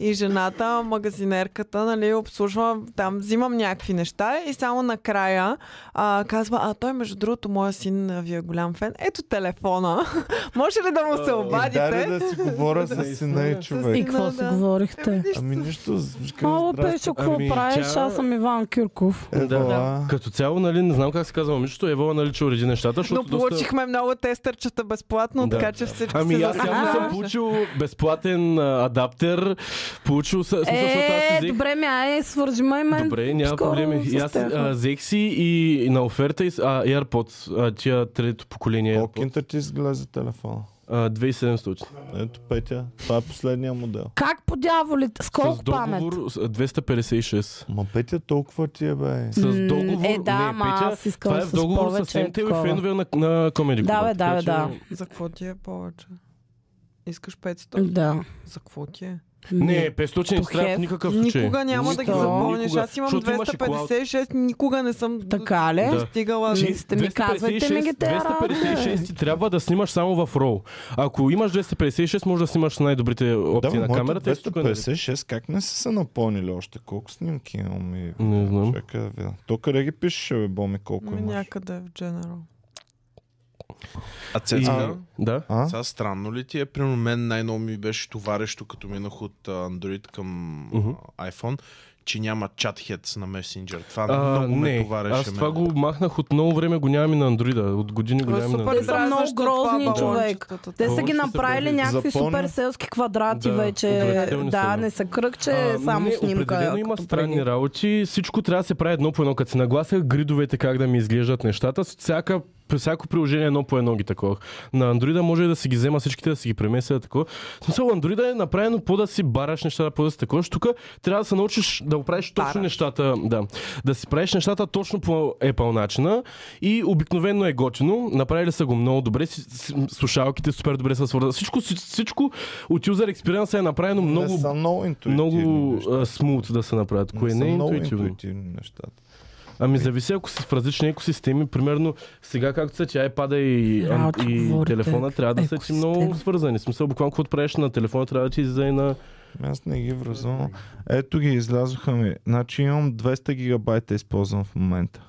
S3: И жената, магазинерката, нали, обслужва там, взимам някакви неща и само накрая а, казва, а той между другото, моя син а, ви е голям фен. Ето телефона. <laughs> Може ли да му
S6: Е,
S3: се
S1: И даре
S3: обадите?
S1: Е, да си говоря с сина и
S2: И
S1: човек.
S2: какво
S3: Да,
S2: си
S3: да.
S2: говорихте?
S1: Ами нищо, з- към
S2: Ало,
S1: здрасти.
S2: Пешо, какво
S6: Ами,
S2: правиш?
S6: тя-
S2: Аз съм Иван Кирков.
S1: Ева,
S6: Да.
S1: а.
S6: Като цяло, нали, не знам как се казва момичето, Ева, нали, че уреди нещата,
S3: Но
S6: защото доста...
S3: получихме много тестърчета безплатно,
S6: Да.
S3: така че всички
S6: Ами
S3: се
S6: аз явно
S3: заслужават.
S6: съм получил безплатен а, адаптер, получил съ... смисъл, защото аз си
S2: Е,
S6: взех...
S2: добре ми, ай, свържи ме и мен.
S6: Добре, няма
S2: скоро
S6: проблеми. И
S2: с
S6: аз
S2: тях.
S6: а, взех си и, и на оферта и, с- а, AirPods, а, тия трето поколение AirPods.
S1: Окинта ти изглежда телефона.
S6: А, 2700.
S1: Ето Петя, това е последния модел.
S2: Как по дяволите? С колко
S6: с
S2: памет?
S6: договор с- 256.
S1: Ма Петя толкова ти е бе.
S6: С
S2: М,
S6: договор...
S2: е, да,
S6: не,
S2: ама
S6: Петя,
S2: аз искам
S6: това е в
S2: с
S6: договор с
S2: повече
S6: МТО и
S2: такова.
S6: фенове на, на Comedy Club.
S2: Да, бе,
S6: така
S2: да, бе,
S6: че-
S2: да.
S3: За какво ти е повече? Искаш 500?
S2: Да.
S3: За какво ти е?
S6: Не, 500 не
S2: To
S6: трябва в
S2: have.
S6: никакъв случай.
S3: Никога няма да ги
S2: Защо?
S3: запомниш.
S6: Никога.
S3: Аз имам
S6: Защото имаш и клауд.
S3: 256, никога не съм до-
S2: Така ли?
S6: Да.
S3: достигала.
S2: Че- Сте ми
S6: 256
S2: казвайте ми ги тези работи, бе.
S6: 256 ти трябва да снимаш само в RAW. Ако имаш 256, може да снимаш с най-добрите
S1: Да,
S6: опции
S1: бе,
S6: на
S1: моите
S6: камерата. и всичко е наред.
S1: 256, как не са се напълнили още? Колко снимки имам и...
S6: Не знам.
S1: Чакай да видя. То къде ги пишеше, бе, Боми, колко
S3: Ми
S1: имаш?
S3: някъде в General.
S5: А
S1: А,
S5: Цецка,
S6: Да.
S1: А?
S5: сега странно ли ти е? Примерно мен най-ново ми беше товарещо, като минах от а, Android към
S6: Мгм.
S5: а, iPhone, че няма чат хец на Messenger. Това
S6: А,
S5: много ме
S6: не,
S5: товареше.
S6: аз това
S5: мен.
S6: го махнах от много време, го нямам и на андроида. От години го
S3: Ма
S6: нямам и на
S3: е супер
S2: Те
S6: андроида.
S2: са е много
S3: дразнещо това
S2: грозни,
S3: балончето,
S2: човек.
S3: това.
S2: Те са
S6: Какво
S2: ги
S6: ще се
S2: направили
S6: прави?
S2: някакви
S1: Запомня.
S2: супер селски квадрати
S6: Да,
S2: вече.
S6: отвратителни са,
S2: Да,
S6: да.
S2: не са кръгче,
S6: А,
S2: е само
S6: не,
S2: снимка.
S6: определено има
S2: като
S6: странни
S2: преди.
S6: работи. Всичко трябва да се прави едно по едно. Като се нагласях гридовете как да ми изглеждат нещата, с всяка при всяко приложение е едно по едно ги такова. На андроида може да си ги взема всичките, да си ги премеся да такова. В смисъл, андроида е направено по да си бараш нещата, по да си такова. Тук трябва да се научиш да го правиш точно
S3: Бараш.
S6: нещата, да. Да си правиш нещата точно по Apple начина и обикновено е готино. Направили са го много добре. Си- си- Слушалките супер добре са свързани. Всичко, всичко от User Experience е направено много
S1: Не са много интуитивни
S6: много
S1: неща.
S6: а, смут да се направят. Кое
S1: са
S6: не е
S1: много
S6: интуитивно.
S1: интуитивни нещата.
S6: Ами зависи ако си в различни екосистеми. Примерно сега както са, че iPad и,
S2: Работи,
S6: и
S2: Е, говорите,
S6: телефона трябва да са ти
S2: екосистема.
S6: много свързани. В смисъл, буквално каквото правиш на телефона трябва да ти излезе и на...
S1: Ами Аз не ги
S3: Е,
S1: връзвам. Ето ги, излязоха ми. Значи имам 200 гигабайта използвам в
S3: <coughs>
S1: момента.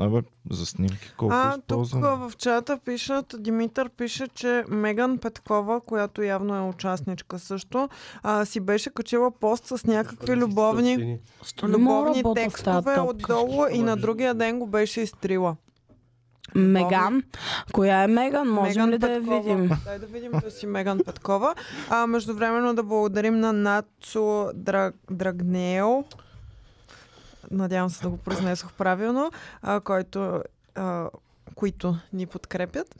S1: Абе, за снимки колко
S3: А, тук
S1: използвам. <laughs>
S3: в чата пишат, Димитър пише, че Меган Петкова, която явно е участничка също, а, си беше качила пост с някакви любовни
S2: Що не мога
S3: любовни
S2: работя в тази
S3: текстове
S2: топка?
S3: отдолу и на другия ден го беше изтрила.
S2: Меган. Коя е Меган? Можем
S3: Меган
S2: ли да я
S3: Петкова.
S2: видим?
S3: <laughs> Дай да видим да си Меган Петкова. А, междувременно да благодарим на Нацо Драг... Драгнео. Надявам се да го произнесох правилно, а, който а, които ни подкрепят.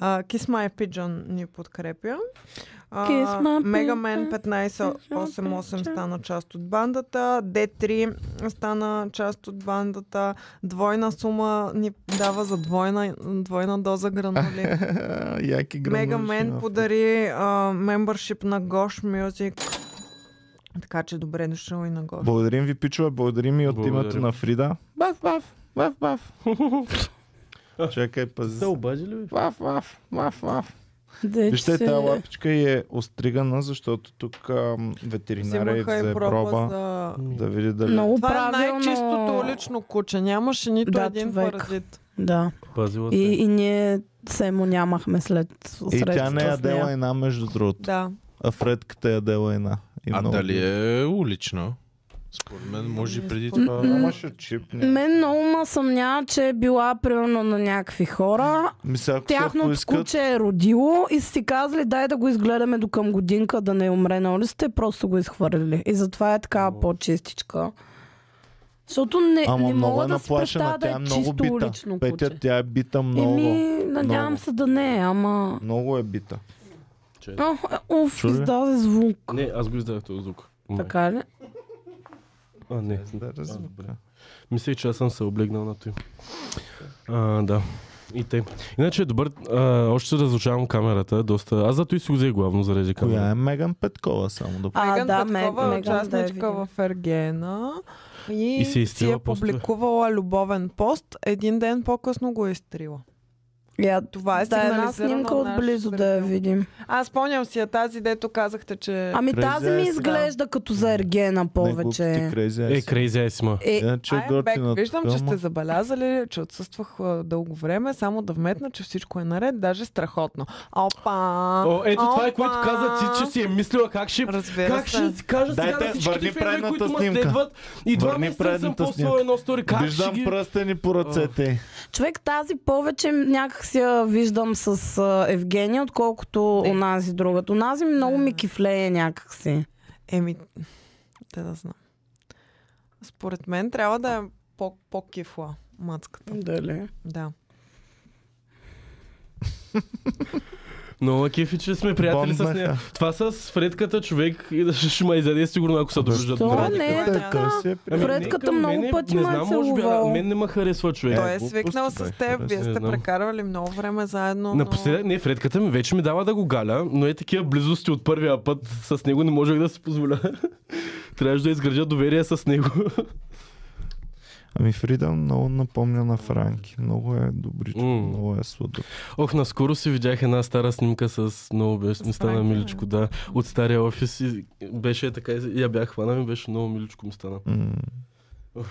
S3: А, Kiss My Pigeon ни подкрепя. А,
S2: Kiss my
S3: Mega
S2: pigeon,
S3: Man 1588 стана част от бандата. D3 стана част от бандата. Двойна сума ни дава за двойна, двойна доза гранули.
S1: <laughs> Яки
S3: нали?
S1: гранули
S3: Мега
S1: ще има
S3: Мен
S1: в-
S3: подари а, мембършип на Gosh Music. Така че добре дошъл и на Gosh.
S1: Благодарим ви, пичове. Благодарим и от
S6: Благодарим.
S1: името на Фрида. Баф, баф, баф, баф. Чакай, пази.
S6: Се
S1: се.
S6: обади ли? бе?
S1: Баф, баф, баф, баф.
S2: Де,
S1: Вижте,
S2: че-
S1: тази лапичка й е остригана, защото тук ам, ветеринария й
S3: Взимаха
S1: взе
S3: и проба
S1: проба
S3: за...
S6: Ами,
S1: да види дали...
S2: Много
S3: Това е
S2: правилно.
S3: най-чистото улично куче. Нямаше нито
S2: Да,
S3: един
S2: човек.
S3: паразит.
S2: Да.
S6: Пазила се.
S2: И, и ние се му нямахме след
S1: И тя
S2: срещата
S1: не
S2: с
S1: е дела
S2: нея.
S1: една, между другото.
S3: Да.
S1: А Фредката е дела една. И
S5: А
S1: много
S5: дали
S1: ги-
S5: е улична? Според мен може и преди
S3: Според
S5: това.
S2: мен-
S1: Нямаше чип. не.
S2: Мен много ма съмнява, че е била примерно на някакви хора.
S1: Мисля, ако се
S2: Тяхното
S1: поискат...
S2: куче е родило и са си казали дай да го изгледаме до към годинка да не умре на улицата и просто са го изхвърлили. И затова е така по-чистичка. Защото не,
S1: Ама
S2: не
S1: много
S2: мога
S1: е
S2: да си представя
S1: наплашена,
S2: да
S1: тя е
S2: е
S1: много
S2: чисто
S1: бита.
S2: улично
S1: Петя,
S2: куче.
S1: тя е бита много.
S2: Еми, надявам
S1: много.
S2: се да не е, ама...
S1: Много е бита.
S2: О, е, уф,
S1: Чу ли?
S2: издаде звук.
S6: Не, аз го издадах този звук. Май.
S2: Така ли?
S6: А, не.
S1: Да, разбира.
S6: Мислех, че аз съм се облегнал на той. А, да. И те. Иначе е добър. А, още се разлучавам камерата. Доста. Аз зато и си го взех главно заради камерата.
S1: Коя е Меган Петкова, само да...
S2: А,
S3: Меган
S2: да,
S3: Петкова е
S2: Мег- Меган, да я
S3: участничка
S2: видим.
S3: в Ергена и,
S6: И си е
S3: си
S6: изтрила
S3: е
S6: постове.
S3: публикувала любовен пост. Един ден по-късно го е изтрила.
S2: Я...
S3: Това е
S2: Да, една
S3: сигнализирано
S2: снимка
S3: на
S2: отблизо
S3: нашия
S2: да я
S3: телефон.
S2: видим.
S3: Аз спомням си я тази, дето казахте, че...
S2: Ами
S1: Крейзи
S2: тази ми
S1: Eyes, да.
S2: изглежда като за ергена
S1: е Не
S2: повече.
S1: крейзи
S6: Е, Crazy Eyes има.
S2: Е,
S1: Иначе
S3: I'm
S1: готина
S3: back. Виждам, че
S1: тъма.
S3: сте забелязали, че отсъствах а, дълго време, само да вметна, че всичко е наред, даже страхотно. Опа!
S6: О, ето това е, което
S3: опа!
S6: каза ти, че си е мислила как ще...
S3: Разбира
S6: Как
S3: се.
S6: ще си кажа сега
S1: Дайте,
S6: на всичките
S1: върни
S6: фенове, които
S1: предната
S6: ме
S1: снимка.
S6: следват и два
S1: Върни
S6: месеца съм
S1: предната
S6: поствал
S1: снимка.
S6: едно стори. Как ще
S1: Виждам
S6: ги...
S1: пръстени по ръцете.
S2: Човек тази повече някак си я виждам с а, Евгения, отколкото
S3: Е.
S2: онази другата. Онази много
S3: Да.
S2: ми кифлее някак си.
S3: Еми, да да знам. Според мен трябва да е по- по-кифла мацката.
S2: Дали?
S3: Да.
S6: Много кефи, че сме приятели с
S1: <laughs>
S6: нея.
S1: Бомбаха.
S6: Това с Фредката човек и да ще ме изяде сигурно, ако се дружат.
S2: Що
S6: добре.
S2: не е
S3: Ами,
S2: така?
S1: Си е при-
S6: Ами,
S2: Фредката
S6: нека,
S2: много
S6: мене-
S2: пъти
S6: не
S2: ме е
S6: знам, може би, а,
S2: целувала.
S6: Мен не ме харесва човек.
S1: Е,
S3: Той е
S1: глупости,
S3: свикнал
S1: бе,
S3: с теб, вие
S6: не
S3: сте
S6: знам.
S3: прекарвали много време заедно.
S6: Напоследък, не, Фредката ми вече ми дава да го галя, но е такива близости от първия път с него не можех да си позволя. <laughs> Трябваше да изградя доверие с него. <laughs>
S1: Ами Фрида много напомня на Франки. Много е добричко,
S6: М.
S1: много е сладък.
S6: Ох, наскоро си видях една стара снимка с много беше ми стана
S3: Франки, бе.
S6: миличко, да. От стария офис и беше така, и я бях хванал и беше много миличко ми стана.
S1: М.
S3: Но,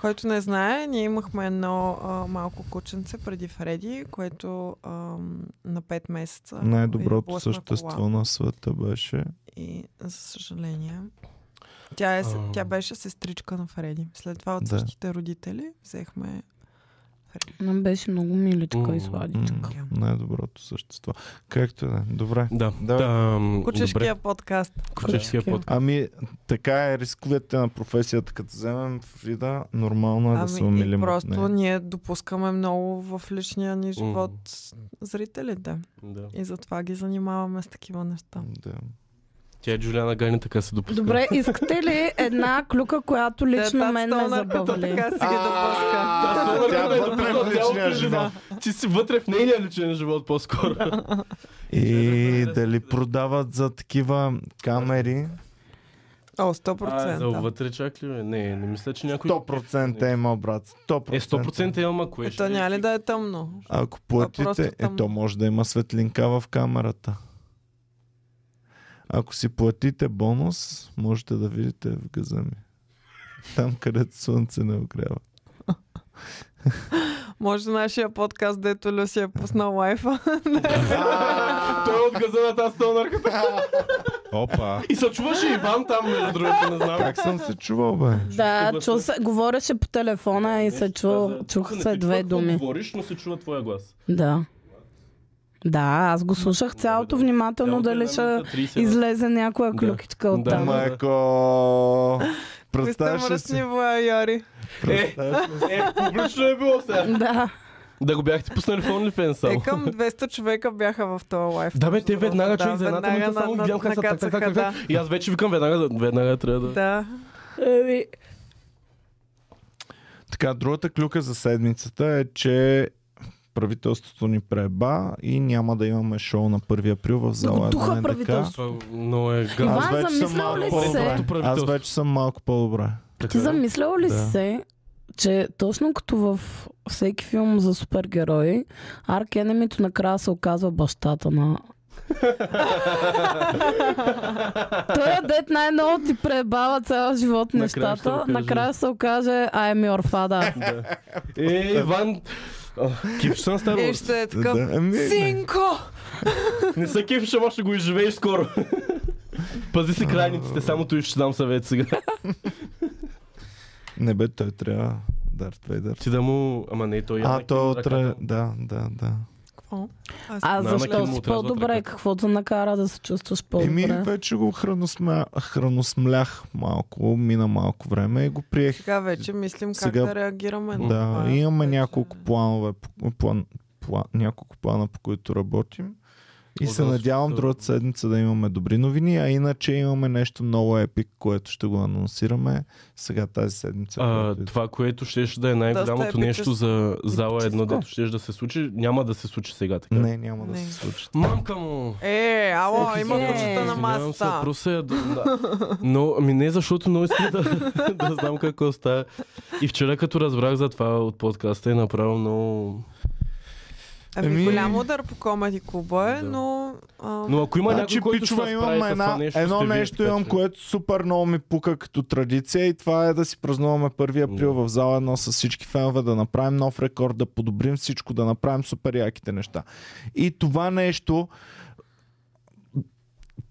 S3: който не знае, ние имахме едно а, малко кученце преди Фреди, което ам, на 5 месеца. е
S1: Най-доброто
S3: блъсна
S1: същество
S3: кола.
S1: на света беше.
S3: И, за съжаление. Тя, е, с-
S6: Ам.
S3: тя беше сестричка на Фреди. След това от
S1: Да.
S3: същите родители взехме Фреди.
S2: Нам беше много миличка
S6: М,
S1: М.
S2: и сладичка.
S1: Най-доброто същество. Както и да. е. Добре.
S6: Да,
S1: Да.
S6: да. Там, добре.
S3: Кучешкия подкаст.
S6: Кучешкия
S2: Кучешкия.
S6: под.
S1: Ами, така е рисковете на професията. Като вземем Фрида, нормално е да се
S3: Ами, и
S1: умилим. от
S3: просто
S1: нея.
S3: ние допускаме много в личния ни живот зрителите.
S6: Да.
S3: И затова ги занимаваме с такива неща.
S1: Да.
S6: Тя е Джулиана Гани така се допуска.
S2: Добре, искате ли една клюка, която лично
S3: Тетата
S2: мен ме
S3: стонарката
S2: забавли?
S3: Така си ги <laughs> допуска.
S5: е
S3: е
S1: Тя вътре в личния живот.
S6: Ти си вътре в нейния личен живот по-скоро.
S1: И дали продават за такива камери?
S3: О,
S6: А, е, за
S3: 100%.
S6: вътре чак ли? бе? Не, не мисля, че някой...
S1: 100% има, е брат. 100%.
S6: Е, 100% е, ама кое
S3: Ето няма ли да е тъмно?
S1: Ако
S3: просто
S1: платите,
S3: там-
S1: е, то може да има светлинка в камерата. Ако си платите бонус, можете да видите в газа ми. Там, където слънце не огрява.
S3: Може нашия подкаст, дето Люси е пуснал
S6: <laughs>
S3: лайфа.
S6: Той е от газа на тази стонарката.
S5: Опа!
S6: И се чуваше Иван там, между другото, не знам.
S1: Как съм се чувал, бе?
S2: Да,
S6: Гласа.
S2: чу се, говореше по телефона и се чу, чух
S6: Не
S2: се
S6: те
S2: две
S6: чува какво
S2: думи.
S6: Говориш, но се чува твоя глас.
S2: Да. Да, аз го слушах цялото внимателно, дали ще излезе някоя
S6: Да.
S2: клюкичка от
S6: Да,
S2: там.
S6: ма-
S1: Майко!
S3: Кои сте
S1: Представяш ли
S3: мръсни
S1: си?
S3: вояри?
S6: Е,
S1: Представяш ли си?
S6: е, публично е било сега.
S2: Да.
S6: Да го бяхте пуснали в OnlyFans
S3: Те
S6: само.
S3: Е, към 200 човека бяха в този лайф.
S6: Да бе, те
S3: Между
S6: веднага
S3: другото,
S6: човек за едната
S3: веднага
S6: минута само
S3: на-
S6: видям как са така,
S3: накацаха,
S6: така, така.
S3: да.
S6: И аз вече викам веднага, веднага трябва да...
S3: Да.
S2: Еми,
S1: Така, другата клюка за седмицата е, че правителството ни преба и няма да имаме шоу на 1 април в
S2: Да го
S1: зала.
S2: духа
S1: Едно е така.
S2: правителството.
S6: Това много е гадно.
S2: Иван, замислял ли
S6: се?
S1: по-добре. Аз вече съм малко по-добре.
S6: Е,
S2: ти замислял ли
S1: Да.
S2: си се, че точно като в всеки филм за супергерои, Арк Енемито накрая се оказва бащата на Той е дет най-много ти пребава цял живот
S6: Накрая ще
S2: нещата.
S6: окаже.
S2: Накрая ще се окаже I'm your father.
S6: Е, Иван... О, Кефиш съм става.
S3: И ще е такъв.
S1: Да, ами,
S3: Синко!
S6: Не се кефиш, ама ще го изживееш скоро. Пази си крайниците, само той ще дам съвет сега.
S1: Не бе, той трябва. Дарт Вейдър.
S6: Ти да му... Ама не, той
S1: А, то утре. Да, да, да.
S3: Какво? Аз-
S2: А
S6: Нанакин
S2: защо
S6: му
S2: си
S6: отрязва
S2: по-добре?
S6: краката.
S2: Какво те накара да се чувстваш
S1: Еми,
S2: по-добре?
S1: вече го храносмя... храносмлях малко, мина малко време и го приех.
S3: Сега вече мислим как
S1: Сега-
S3: да реагираме на
S1: Да,
S3: Ами, това.
S1: имаме
S3: Вече-
S1: няколко планове, по- план, план, няколко плана, по които работим. И
S6: О,
S1: се
S6: да,
S1: надявам
S6: супер.
S1: другата седмица да имаме добри новини, а иначе имаме нещо много епик, което ще го анонсираме сега тази седмица.
S6: А,
S1: която и да
S6: това, което щеше да е най-голямото
S3: Доста
S6: нещо за зала едно,
S2: епическо.
S6: дето щеше да се случи, няма да се случи сега така.
S1: е. Не, няма да
S3: Не.
S1: се случи.
S6: Мамка му!
S3: Е, ало,
S2: Всеки
S3: има
S2: си-
S3: кучета на
S6: Извинявам се,
S3: масата.
S6: просто е... Да. Но, ами не, защото много искам да, <laughs> да знам какво става. И вчера, като разбрах за това от подкаста, е направо много...
S3: Ами,
S1: Еми-
S3: голям удар по комеди клуба е,
S6: Да.
S3: но... А,
S6: Но ако има
S1: значи,
S6: някой, който ще
S1: пичове,
S6: се справи
S1: имам
S6: с това
S1: една,
S6: нещо,
S1: едно
S6: сте вие,
S1: нещо
S6: така
S1: имам,
S6: че-
S1: което супер много ми пука като традиция и това е да си празнуваме 1 април в зала едно с всички фенове, да направим нов рекорд, да подобрим всичко, да направим супер яките неща. И това нещо,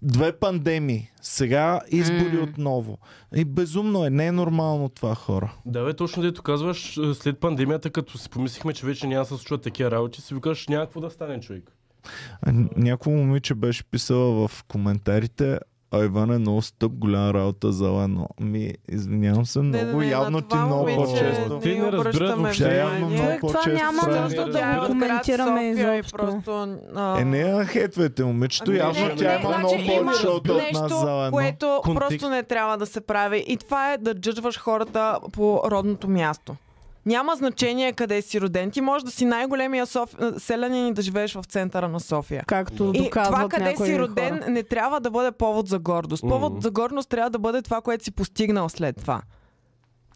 S1: две пандемии, сега избори отново. И безумно е, не е нормално това хора.
S6: Да, бе, точно дето казваш, е, след пандемията, като си помислихме, че вече няма да се случват такива работи, си викаш някакво да стане човек.
S1: А, ня- Някой Е, момиче беше писала в коментарите, а Иван е много стъп, голяма работа за Лено. Ми, извинявам се,
S3: не,
S1: много
S3: не,
S1: явно
S3: на
S1: ти
S3: това
S1: много
S3: момиче
S1: по-често.
S6: Те не
S3: ни
S6: разбират
S3: обръщаме
S6: въобще.
S1: Тя явно
S3: внимание.
S1: много
S2: Човек, това
S1: по-често
S2: няма
S1: прави.
S2: нужда
S6: Тя е
S2: да
S6: от
S2: го
S6: град
S2: коментираме
S3: София и
S2: изобщо.
S3: просто, а,
S1: Е, не я хейтвайте момичето,
S3: Ами,
S1: явно
S3: не,
S1: тя
S3: не,
S1: има
S3: значи
S1: много
S3: има
S1: повече от от
S3: нещо,
S1: нас за едно.
S3: което
S6: Контекст.
S3: просто не трябва да се прави. И това е да джъджваш хората по родното място. Няма значение къде си роден. Ти можеш да си най-големия Соф... селянин и да живееш в центъра на София.
S2: Както
S3: И това
S2: доказват
S3: къде
S2: някои
S3: си роден
S2: хора.
S3: не трябва да бъде повод за гордост. Повод
S6: Мгм.
S3: за гордост трябва да бъде това, което си постигнал след това.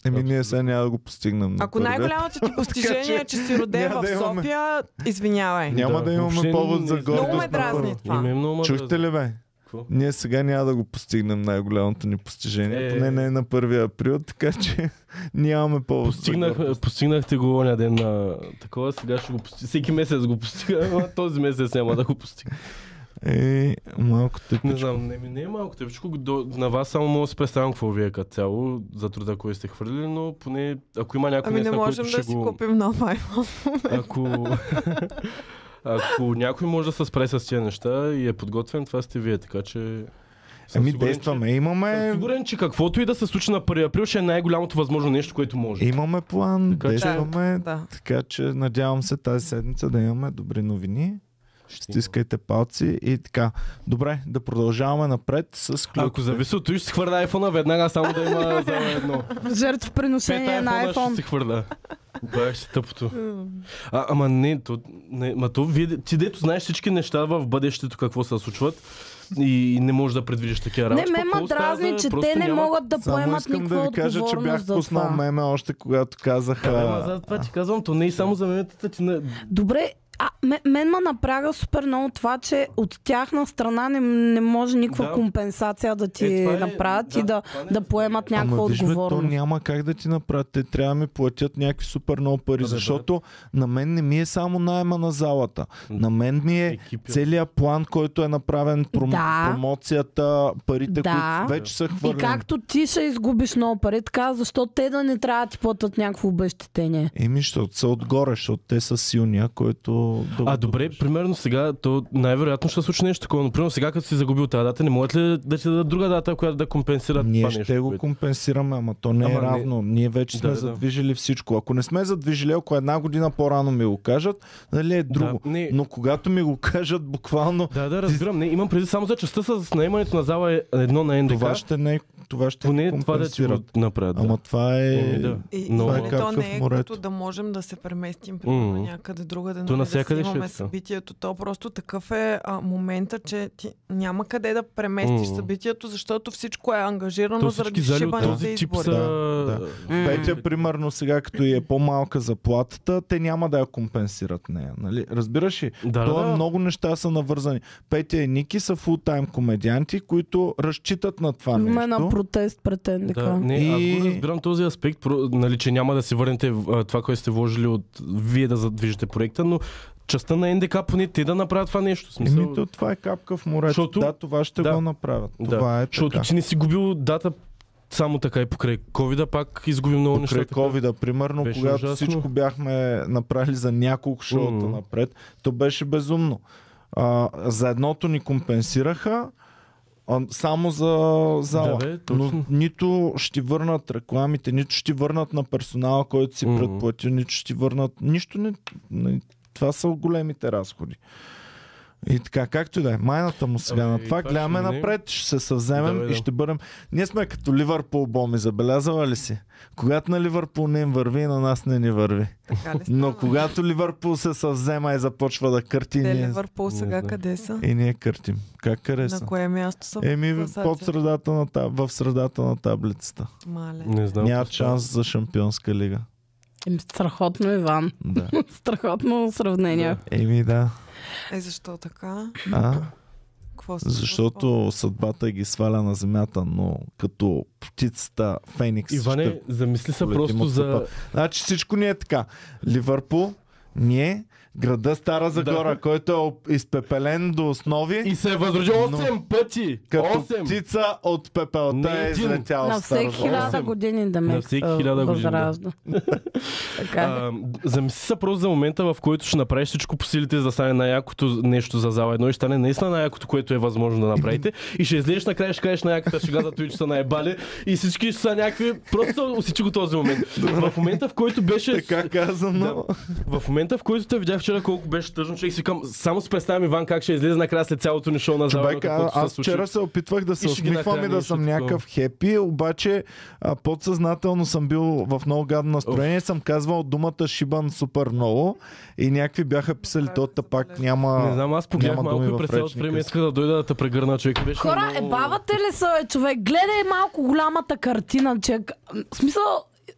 S1: Еми, ние сега няма да го постигнем. на
S3: Ако
S1: първия.
S3: най-голямото
S1: <laughs>
S3: ти постижение е, че си роден
S1: няма
S3: в
S1: да имаме.
S3: София, извинявай.
S1: Няма
S6: Да,
S1: да имаме
S6: въобще
S1: повод
S6: не-
S1: за
S6: не знам.
S1: гордост.
S3: Много ме
S1: на първо.
S3: дразни
S6: И
S3: това.
S6: ме е много
S1: Чухте ли бе?
S6: Какво?
S1: Ние сега няма да го постигнем най-голямото ни постижение,
S6: Е.
S1: поне не на 1 април, така че <laughs> нямаме повод. за гордост.
S6: Постигнах, постигнахте го оня ден на такова, сега ще го постигна. Всеки месец го постига, <laughs> ама този месец няма да го постигна.
S1: Е, малко те
S6: Не знам, не, ми- не е малко тъпичко, до, на вас само мога да си представям какво вие като цяло, за труда, който сте хвърлили, но поне ако има някой
S3: Ами
S6: днес,
S3: не
S6: на
S3: можем
S6: който
S3: да
S6: ще
S3: си
S6: го...
S3: купим нов iPhone.
S6: Ако...
S3: <laughs>
S6: Ако някой може да се справи с тези неща и е подготвен, това сте вие, така че... съм
S1: Ами
S6: сигурен,
S1: действаме,
S6: Че... съм
S1: имаме,
S6: Сигурен, че каквото и да се случи на 1 април, ще е най-голямото възможно нещо, което може.
S1: имаме план,
S6: Така че-
S1: действаме,
S3: Да.
S1: така че надявам се тази седмица да имаме добри новини.
S6: Ще има.
S1: Стискайте палци и така. Добре, да продължаваме напред с клюките.
S6: Ако зависи от той, ще си хвърля айфона веднага, само да има за едно. Пет
S2: Жертвоприношение е на
S6: айфона ще
S2: iPhone.
S6: си хвърля. Бая ще тъпото. А, ама не, то, не, ма то вие, ти дето знаеш всички неща в бъдещето, какво се случват и, не можеш да предвидиш такива
S2: Не,
S6: работи.
S2: ме
S6: пък
S2: ма
S6: какво става
S2: дразни,
S6: да-
S2: че
S6: просто
S2: те не
S6: няма
S2: могат да
S1: Само
S2: поемат
S1: искам да
S2: никаква
S1: ви кажа, че бях
S2: отговорност за
S1: пуснал
S2: това.
S1: меме още когато казаха...
S6: Да, Е, ама за това ти казвам, то не и само за мен, та ти на...
S2: Добре, а, мен, мен ма напряга супер много това, че от тяхна страна не, не може никаква
S6: Да.
S2: да. компенсация да ти
S6: Е, това е-
S2: е, направят
S6: да,
S2: да, и да,
S6: това не е
S2: да поемат някаква
S1: Ама виж, бе, то е
S2: отговорност.
S1: няма как да ти направят. Те трябва да ми платят някакви супер много пари,
S6: Да, да,
S1: защото на мен не ми е само найема на залата. На мен ми е
S6: Екипи.
S1: целият план, който е направен, пром...
S2: Да.
S1: промоцията, парите,
S2: Да.
S1: които вече са
S2: И
S1: хвърлени.
S2: както ти ще изгубиш много пари, така защо те да не трябва да ти платят някакво обещетение?
S1: Еми, защото са отгоре, защото те са силния, който... да го
S6: А добре,
S1: добиеш.
S6: примерно сега, то най-вероятно ще се случи нещо такова, но примерно сега като си загубил тази дата, не могат ли да ти дадат друга дата, която да компенсира
S1: Ние
S6: това
S1: ще
S6: нещо?
S1: го
S6: което-
S1: компенсираме, ама то не е
S6: Ама не-
S1: равно. Ние вече
S6: Да,
S1: сме
S6: да, да.
S1: задвижили всичко. Ако не сме задвижили, ако една година по-рано ми го кажат, нали е друго.
S6: Да, не,
S1: Но когато ми го кажат буквално,
S6: да, да, разбирам. Не, имам преди само за частта с наемането на зала е едно на НДК.
S1: това ще не, е- това ще
S6: поне това да ти
S1: компенсират.
S6: го направят. да.
S1: Ама това е...
S6: Еми, да.
S3: И,
S6: Но-
S3: но,
S6: Това е
S3: и то
S1: капка в
S3: не е
S1: морето.
S3: като да можем да се преместим примерно,
S6: Мгм.
S3: някъде другаде,
S6: То
S3: нали,
S6: навсякъде
S3: да
S6: ще
S3: си
S6: е
S3: имаме
S6: така.
S3: събитието. То просто такъв е а, момента, че ти няма къде да преместиш
S6: Мгм.
S3: събитието, защото всичко е ангажирано
S6: То
S3: заради
S6: всички зали от
S3: шибаните
S6: този тип
S3: избори.
S6: са...
S1: Да, Петя, примерно сега, като й е по-малка заплатата, те няма да я компенсират нея. Нали? Разбираш ли?
S6: Да,
S1: То
S6: да,
S1: е
S6: да.
S1: много неща са навързани. Петя и Ники са фултайм комедианти, които разчитат на това
S2: Има
S1: нещо.
S2: на протест пред НДК.
S6: Да, не, и... аз
S1: И-
S6: го разбирам този аспект, про, нали, че няма да си върнете а, това, което сте вложили от вие да задвижите проекта, но частта на НДК поне те да направят това нещо. в Смисъл,
S1: Еми, то това е капка в морето.
S6: Защото-
S1: Да, това ще
S6: да.
S1: го направят.
S6: Да,
S1: Това е
S6: Защото
S1: така.
S6: ти не си губил дата само така и покрай ковида, пак изгуби много
S1: Покрай
S6: неща. така.
S1: COVID-а, примерно,
S6: Беше
S1: когато
S6: ужасно.
S1: всичко бяхме направили за няколко шоута
S6: Мгм.
S1: напред, то беше безумно. А, за едното ни компенсираха, а, само за зала.
S6: Да, бе,
S1: Но
S6: точно.
S1: нито ще ти върнат рекламите, нито ще ти върнат на персонала, който си
S6: Мгм.
S1: предплатил, нито ще ти върнат... Нищо не... не- Това са големите разходи. И така, както и да е. Майната му сега
S6: Ами,
S1: на това.
S6: това
S1: Гледаме
S6: ще мине.
S1: напред, ще се съвземем
S6: Да, бе,
S1: и
S6: да.
S1: ще бъдем... Ние сме като Ливърпул, Боми, забелязала ли си? Когато на Ливърпул не им върви, на нас не ни върви.
S3: Така ли
S1: Но
S3: стана?
S1: когато Ливърпул се съвзема и започва да кърти,
S3: Те
S1: ние...
S3: е Ливърпул сега
S6: знам.
S3: къде са?
S1: И ние къртим. Как
S3: На
S1: хареса?
S3: кое място са?
S1: Еми, в-
S3: класацията?
S1: под средата на, таб... в средата на таблицата.
S3: Мале.
S6: Не знам.
S1: Няма
S6: какво става.
S1: шанс за Шампионска лига.
S2: Ем, Ами Страхотно, Иван.
S1: Да.
S2: Страхотно сравнение.
S1: Еми да.
S3: Е, защо така?
S1: А,
S3: Какво се случва?
S1: защото съдбата ги сваля на земята, но като птицата Феникс. ще
S6: Иване, замисли се
S1: полетим
S6: просто
S1: от
S6: за...
S1: пъпа. Значи всичко ни е така. Ливърпул, ние, града Стара Загора,
S6: Да.
S1: който е об- изпепелен до основи,
S6: И се е възродил
S1: Но-
S6: 8 пъти!
S1: като
S6: 8!
S1: птица от пепелта
S6: Не
S1: е
S6: един.
S1: излетял
S2: На
S1: в Стара
S2: всеки
S1: Загора.
S2: хиляда
S6: Осем.
S2: години да ме
S6: На всеки хиляда години, да. <laughs>
S2: възражда. така. е.
S6: А, замисли се просто за момента, в който ще направиш всичко по силите, за да стане най-якото нещо за зала едно и ще стане наистина най-якото, което е възможно да направите. И ще излезеш накрая, ще кажеш най-яката шега за това, че са най-бали и всички ще са някакви... Просто усети го този момент. В момента, в който беше...
S1: <laughs> Така казано.
S6: В момента, в който те видях вчера колко беше тъжно, човек си викам, само си представям Иван как ще излезе накрая след цялото ни шоу на зала.
S1: Човек, а, аз вчера се опитвах да се
S6: И ще ги
S1: усмихвам и
S6: нахраня
S1: да съм
S6: нещо такова.
S1: някакъв хепи, обаче а, подсъзнателно съм бил в много гадно настроение и съм казвал думата шибан супер много и някакви бяха писали то та пак няма...
S6: Не знам, аз погледнах
S1: няма
S6: малко
S1: думи
S6: и
S1: в
S6: през цялото
S1: речника
S6: време
S1: си.
S6: исках да дойда да те прегърна човек. Беше
S2: Хора, е
S6: много-
S2: ебавате ли са, бе, човек? Гледай малко голямата картина, че... В смисъл,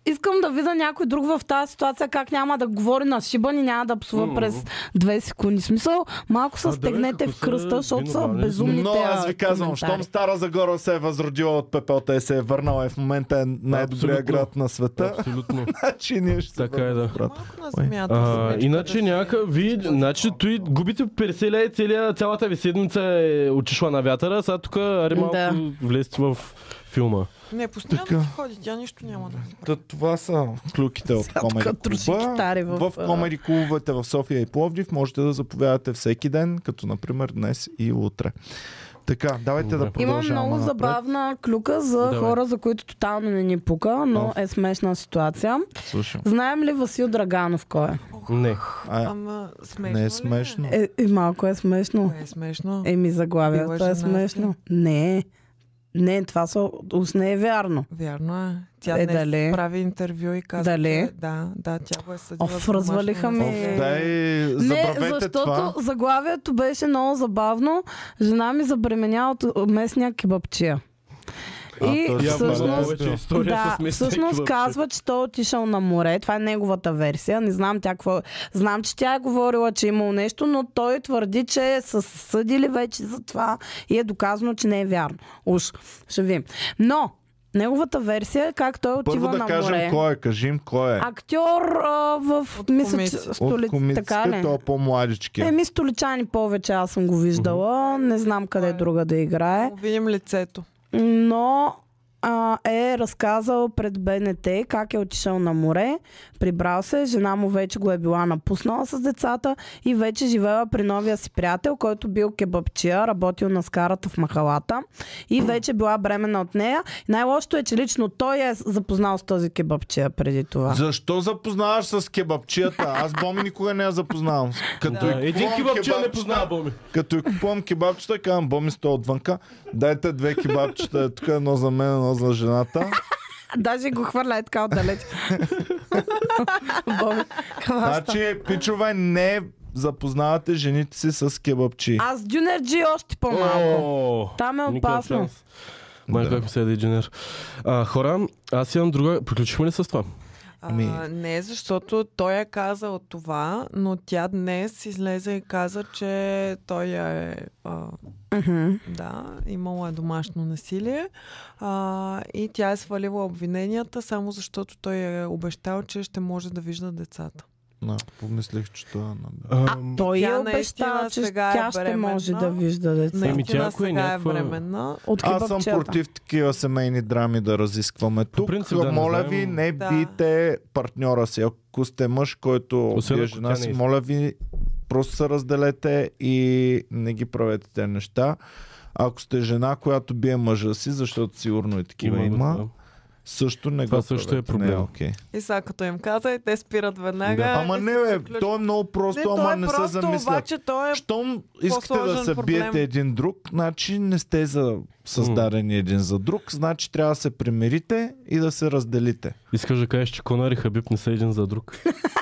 S2: искам да видя някой друг в тази ситуация, как няма да говори на шибан и няма да псува
S6: М.
S2: през две секунди. В смисъл, малко се
S6: А, да, бе,
S2: стегнете
S6: какво
S2: в
S6: са нали?
S2: кръста, защото са
S6: виновали?
S2: безумни
S1: Но
S2: тези
S1: аз ви казвам,
S2: коментари.
S1: щом Стара Загора се е възродила от пепелта и се е върнала и в момента е най-добрия
S6: Абсолютно.
S1: град на света,
S6: Абсолютно.
S1: <laughs> значи ние ще се
S6: Така е, да.
S1: върнем, брат.
S3: Малко на
S1: Ой.
S3: земята.
S6: А,
S3: сметката
S6: иначе
S3: си.
S6: някак, ви, значи, той губите 50 лея и целия, цялата ви седмица е отишла на вятъра, сега тук аре малко
S2: Да.
S6: влезте в филма.
S3: Не, постоянно
S1: Така.
S3: си ходи, тя нищо няма да направи.
S1: Та, това са клюките от
S2: Сега тук
S1: комеди
S2: троши
S1: клуба.
S2: китари в-
S1: В комеди клубовете в София и Пловдив можете да заповядате всеки ден, като например днес и утре. Така, давайте да
S6: Добре.
S2: Има
S1: продължаваме
S2: много
S1: напред.
S2: забавна клюка за
S6: Давай.
S2: хора, за които тотално не ни пука, но
S1: Оф.
S2: е смешна ситуация.
S1: Слушам.
S2: Знаем ли Васил Драганов кой е?
S6: Не.
S1: А,
S3: Ама смешно
S1: не
S3: ли
S1: е смешно.
S2: Е, е малко е смешно.
S3: Не е смешно.
S2: Еми,
S3: Била
S2: заглавието е
S3: жена си.
S2: смешно. Не, не, това са, ус не е вярно.
S3: Вярно е. Тя
S2: Е,
S3: днес
S2: дали?
S3: прави интервю и каза,
S2: Дали?
S3: че- да, да, тя го е съдила.
S2: Оф,
S3: за домашно
S2: развалиха ме.
S1: Оф,
S3: насилие.
S1: дай,
S2: Не,
S1: забравете
S2: защото
S1: това.
S2: заглавието беше много забавно. Жена ми забременя от а, местния кебапчия.
S1: А,
S2: И
S1: той явно
S2: всъщност
S1: е
S6: повече история
S2: да,
S6: с местни
S2: всъщност
S6: кебапчета.
S2: казва, че той е отишъл на море. Това е неговата версия. Не знам тя какво. Знам, че тя е говорила, че е имал нещо, но той твърди, че е са се съдили вече за това и е доказано, че не е вярно. Уж, ще видим. Но, неговата версия е как той отива
S1: Първо да
S2: на
S1: кажем
S2: море.
S1: кой е, кажем кой е.
S2: Актьор а, в,
S3: От
S2: мисля, че
S3: комици-
S1: От
S2: столица, така
S1: комиците,
S2: ли?
S1: то по-младички.
S2: Еми, столичани повече аз съм го виждала. Не знам къде
S3: Кой е?
S2: друга да играе.
S3: Му Видим лицето.
S2: Но а, е разказал пред БНТ как е отишъл на море, прибрал се, жена му вече го е била напуснала с децата и вече живеела при новия си приятел, който бил кебапчия, работил на скарата в махалата и вече била бремена от нея. Най-лошото е, че лично той е запознал с този кебапчия преди това.
S1: Защо запознаваш с кебапчията? Аз Боми никога не я запознавам. Като
S6: Да,
S1: и
S6: един
S1: купувам
S6: кебапчия не
S1: кебапчета-
S6: познава Боми.
S1: Като и купувам кебабчета, казвам, Боми сте отвънка, дайте две кебабчета, е тук едно за мен, едно за жената.
S2: Даже го хвърля е така отдалеч. Боби, хваща.
S1: Значи, пичове, не запознавате жените си с кебабчи.
S2: Аз Дюнерджи още по-малко.
S6: О,
S2: Там е
S6: никакъв
S2: опасно.
S6: шанс. Май как ми се яде инженер. А, хора, аз имам друга. Приключихме ли с това?
S1: Ами-
S3: А, не, защото той е казал това, но тя днес излезе и каза, че той я е... А,
S2: Мгм.
S3: да, имала е домашно насилие а, и тя е свалила обвиненията, само защото той е обещал, че ще може да вижда децата.
S1: На, помислих, че това е на...
S6: А,
S2: Той
S3: Тя
S2: е
S3: наистина
S2: обещал, че
S3: сега е
S2: тя ще
S3: бременна.
S2: може да вижда деца.
S6: Еми, тя
S3: Наистина
S6: ако е
S3: сега е
S6: някаква-
S3: бременна.
S2: От
S1: Аз съм
S2: кебапчета.
S1: против такива семейни драми да разискваме тук.
S6: принцип, да, не
S1: моля
S6: знаем.
S1: ви, не
S3: Да.
S1: бийте партньора си. Ако сте мъж, който
S6: Освен
S1: бие
S6: ако
S1: жена
S6: тя
S1: си,
S6: не е- иска.
S1: моля ви, просто се разделете и не ги правете те неща. Ако сте жена, която бие мъжа си, защото сигурно и такива има,
S6: го това.
S1: също не
S6: Това
S1: го
S6: също е
S1: правете. Не,
S6: проблем.
S1: окей.
S3: И сега като им каза, и те спират веднага.
S6: Да.
S3: и
S1: Ама
S3: се
S1: не, бе,
S3: приключва.
S1: то е много
S3: Не,
S1: просто,
S3: той
S1: ама
S3: е
S1: не се
S3: просто,
S1: замислят.
S3: Обаче той е
S1: Щом искате да
S3: по-сложен
S1: се
S3: проблем.
S1: биете един друг, значи не сте за създадени един за друг, значи трябва да се примирите и да се разделите.
S6: Искаш да кажеш, че Конар и Хабиб не са един за друг.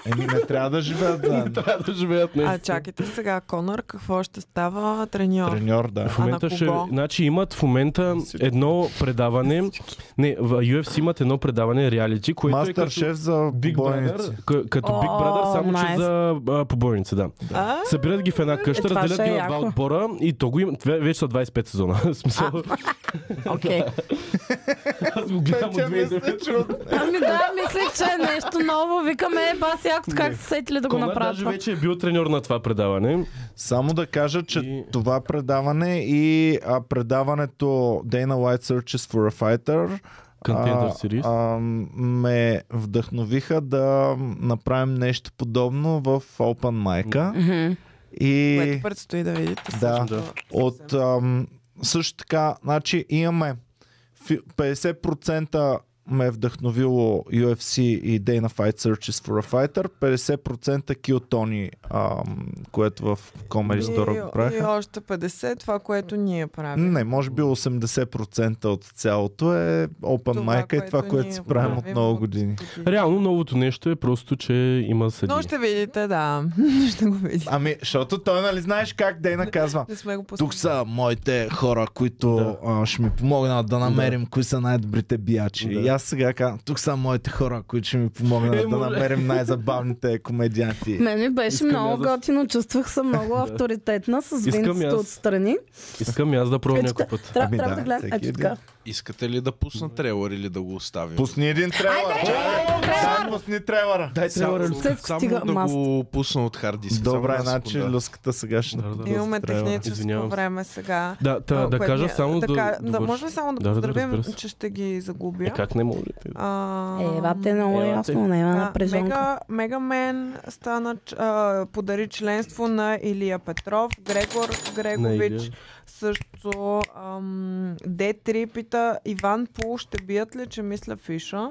S1: Еми не трябва да живеят заедно.
S6: Трябва <laughs> да живеят
S3: А
S6: нещо.
S3: чакайте сега, Конър, какво ще става треньор?
S1: Треньор, да.
S6: В момента
S3: на
S6: ще.
S3: кого?
S6: Значи имат в момента едно предаване. Не, в UFC си имат едно предаване реалити, което е
S1: Мастер
S6: като
S1: шеф за
S6: Big
S1: бойници.
S6: Brother, к- като Big
S2: О,
S6: Brother, само че
S2: nice.
S6: за а, побойници, да.
S3: А?
S6: Събират ги в една
S2: Е,
S6: къща,
S2: това ще
S6: разделят
S2: е
S6: ги на два
S2: яко.
S6: отбора и то го има. това Вече са 25 сезона. <laughs> В смисъл,
S2: Окей.
S6: аз го гледам от
S1: Тя мисля,
S6: 2009.
S1: че от-
S2: Ами да, мислех, че е нещо ново. Викаме, е, бас, яко как се сетили да го
S6: Конар даже
S2: направят.
S6: вече е бил треньор на това предаване.
S1: Само да кажа, че
S6: И-
S1: това предаване и а, предаването Dana White Searches for a Fighter а,
S6: Contender Series.
S1: а, ме вдъхновиха да направим нещо подобно в Open Mic.
S2: Мгм.
S1: И
S3: Което предстои да видите.
S1: Да.
S3: също.
S1: от ам, също така, значи имаме фи- 50% ме е вдъхновило UFC и Dana Fight Searches for a Fighter, 50% Kill Tony, ам, което в Comedy Store го
S3: и, и
S1: правиха.
S3: още 50, това, което ние правим.
S1: Не, може би 80% от цялото е Open
S3: Това,
S1: Mic и това,
S3: което
S1: което
S3: ние
S1: си правим от
S3: правим
S1: много
S3: от-
S1: години.
S6: Реално новото нещо е просто, че има съди.
S3: Но ще видите, да. <laughs> ще го видите.
S1: Ами, защото той, нали знаеш как Дейна казва?
S3: Не сме го пуснали.
S1: Тук са моите хора, които
S6: Да.
S1: да. а, ще ми помогнат да намерим да. кои са най-добрите биячи. Да.
S6: Да.
S1: И аз сега казвам, тук са моите хора, които ще ми помогнат
S6: Е,
S1: да
S6: моля.
S1: намерим <laughs> най-забавните комедианти.
S2: Мен ми беше
S6: Искам и аз
S2: много
S6: да-
S2: готино, чувствах се много авторитетна с
S6: Искам и аз.
S2: винците отстрани.
S6: Искам и аз да
S3: Е,
S2: Ето
S6: пробвам някой
S2: така,
S6: път.
S2: тря-
S1: Ами
S2: Трябва
S1: да,
S2: да гледам.
S1: всеки
S2: Ето
S1: един.
S2: така.
S5: Искате ли да пусна трейлър или да го оставим?
S1: Пусни един трейлър! Чакай, Да, пусни трейлъра!
S3: Е,
S5: Дай
S6: трейлъра,
S5: само,
S2: Люцев,
S5: само
S2: стига,
S5: да
S2: маст.
S5: го пусна от хард диска.
S1: Добре,
S5: само една
S1: значи
S5: секунда.
S1: люската сега ще...
S6: Да, да, да.
S3: Имаме
S1: Трябва.
S3: техническо
S6: Извинявам се.
S3: време сега.
S6: Да, та,
S3: а,
S6: да
S3: което
S6: кажа
S3: ние-
S6: само да,
S3: така, да,
S6: довърша.
S3: може ли само да,
S6: Да, да, да,
S3: поздравим,
S6: разбира се.
S3: че ще ги загубя?
S6: Е, как не може?
S3: А,
S2: Е, бате, много е
S6: Ева,
S2: ясно, не е
S3: а,
S2: напреженка.
S3: Мега, Мегамен стана, ч- а, подари членство на Илия Петров, Грегор Грегович,
S6: Илия.
S3: също ам, D3 пита, Иван Пул ще бият ли, че мисля фиша?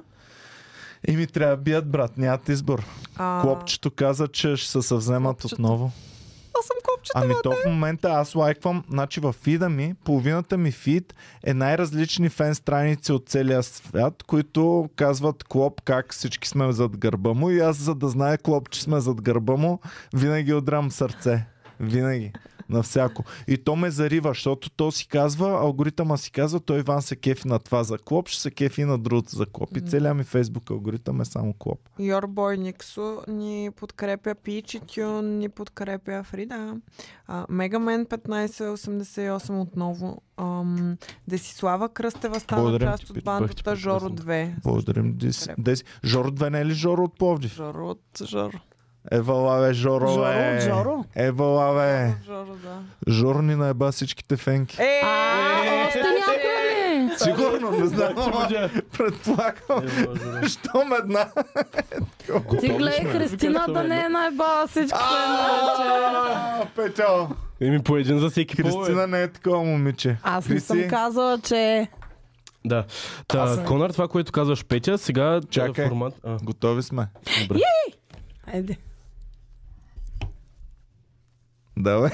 S1: И ми трябва да бият, брат, нямат избор.
S3: А,
S1: Клопчето каза, че ще се съвземат отново.
S3: Аз съм копче.
S1: Ами то в момента аз лайквам, значи във фида ми, половината ми фид е най-различни фен страници от целия свят, които казват Клоп как всички сме зад гърба му и аз за да знае Клоп, че сме зад гърба му, винаги удрям сърце. Винаги. На всяко. И то ме зарива, защото то си казва, алгоритъма си казва, той Иван се кефи на това за клоп, ще се кефи на другото за клоп. И целият ми фейсбук алгоритъм е само клоп.
S3: Йорбой Никсо ни подкрепя, Пичи Тюн ни подкрепя, Фрида. А, Мегамен 1588 отново. Ам, Десислава Кръстева стана
S1: Благодарим
S3: част
S6: ти,
S3: от
S6: Пичи, бахте
S3: бандата
S6: прекрасна.
S3: Жоро 2.
S1: Благодарим. Деси. Деси. Жоро две не е ли Жоро от Пловдив?
S3: Жоро от Жоро.
S1: Евалаве, Жоро, е.
S2: Жоро,
S1: бе.
S2: Жоро.
S1: Евалаве.
S3: Жоро, да.
S1: Жоро ни наеба всичките фенки.
S3: Е,
S2: А, още някой ли?
S1: Сигурно, не знам,
S7: Значи,
S1: ама предполагам.
S7: Е.
S1: Щом една.
S2: Ти гледай Христина да не е най-бала всичко.
S1: А, Петя,
S6: Еми по един за всеки пол, е.
S1: Кристина не е такова момиче.
S2: Аз не съм
S1: Кристи,
S2: казала, че...
S6: Да. Та, Конар, това, което казваш Петя, сега
S1: Чакай.
S6: този формат... А,
S1: Готови сме.
S6: добре.
S2: Айде.
S1: Давай.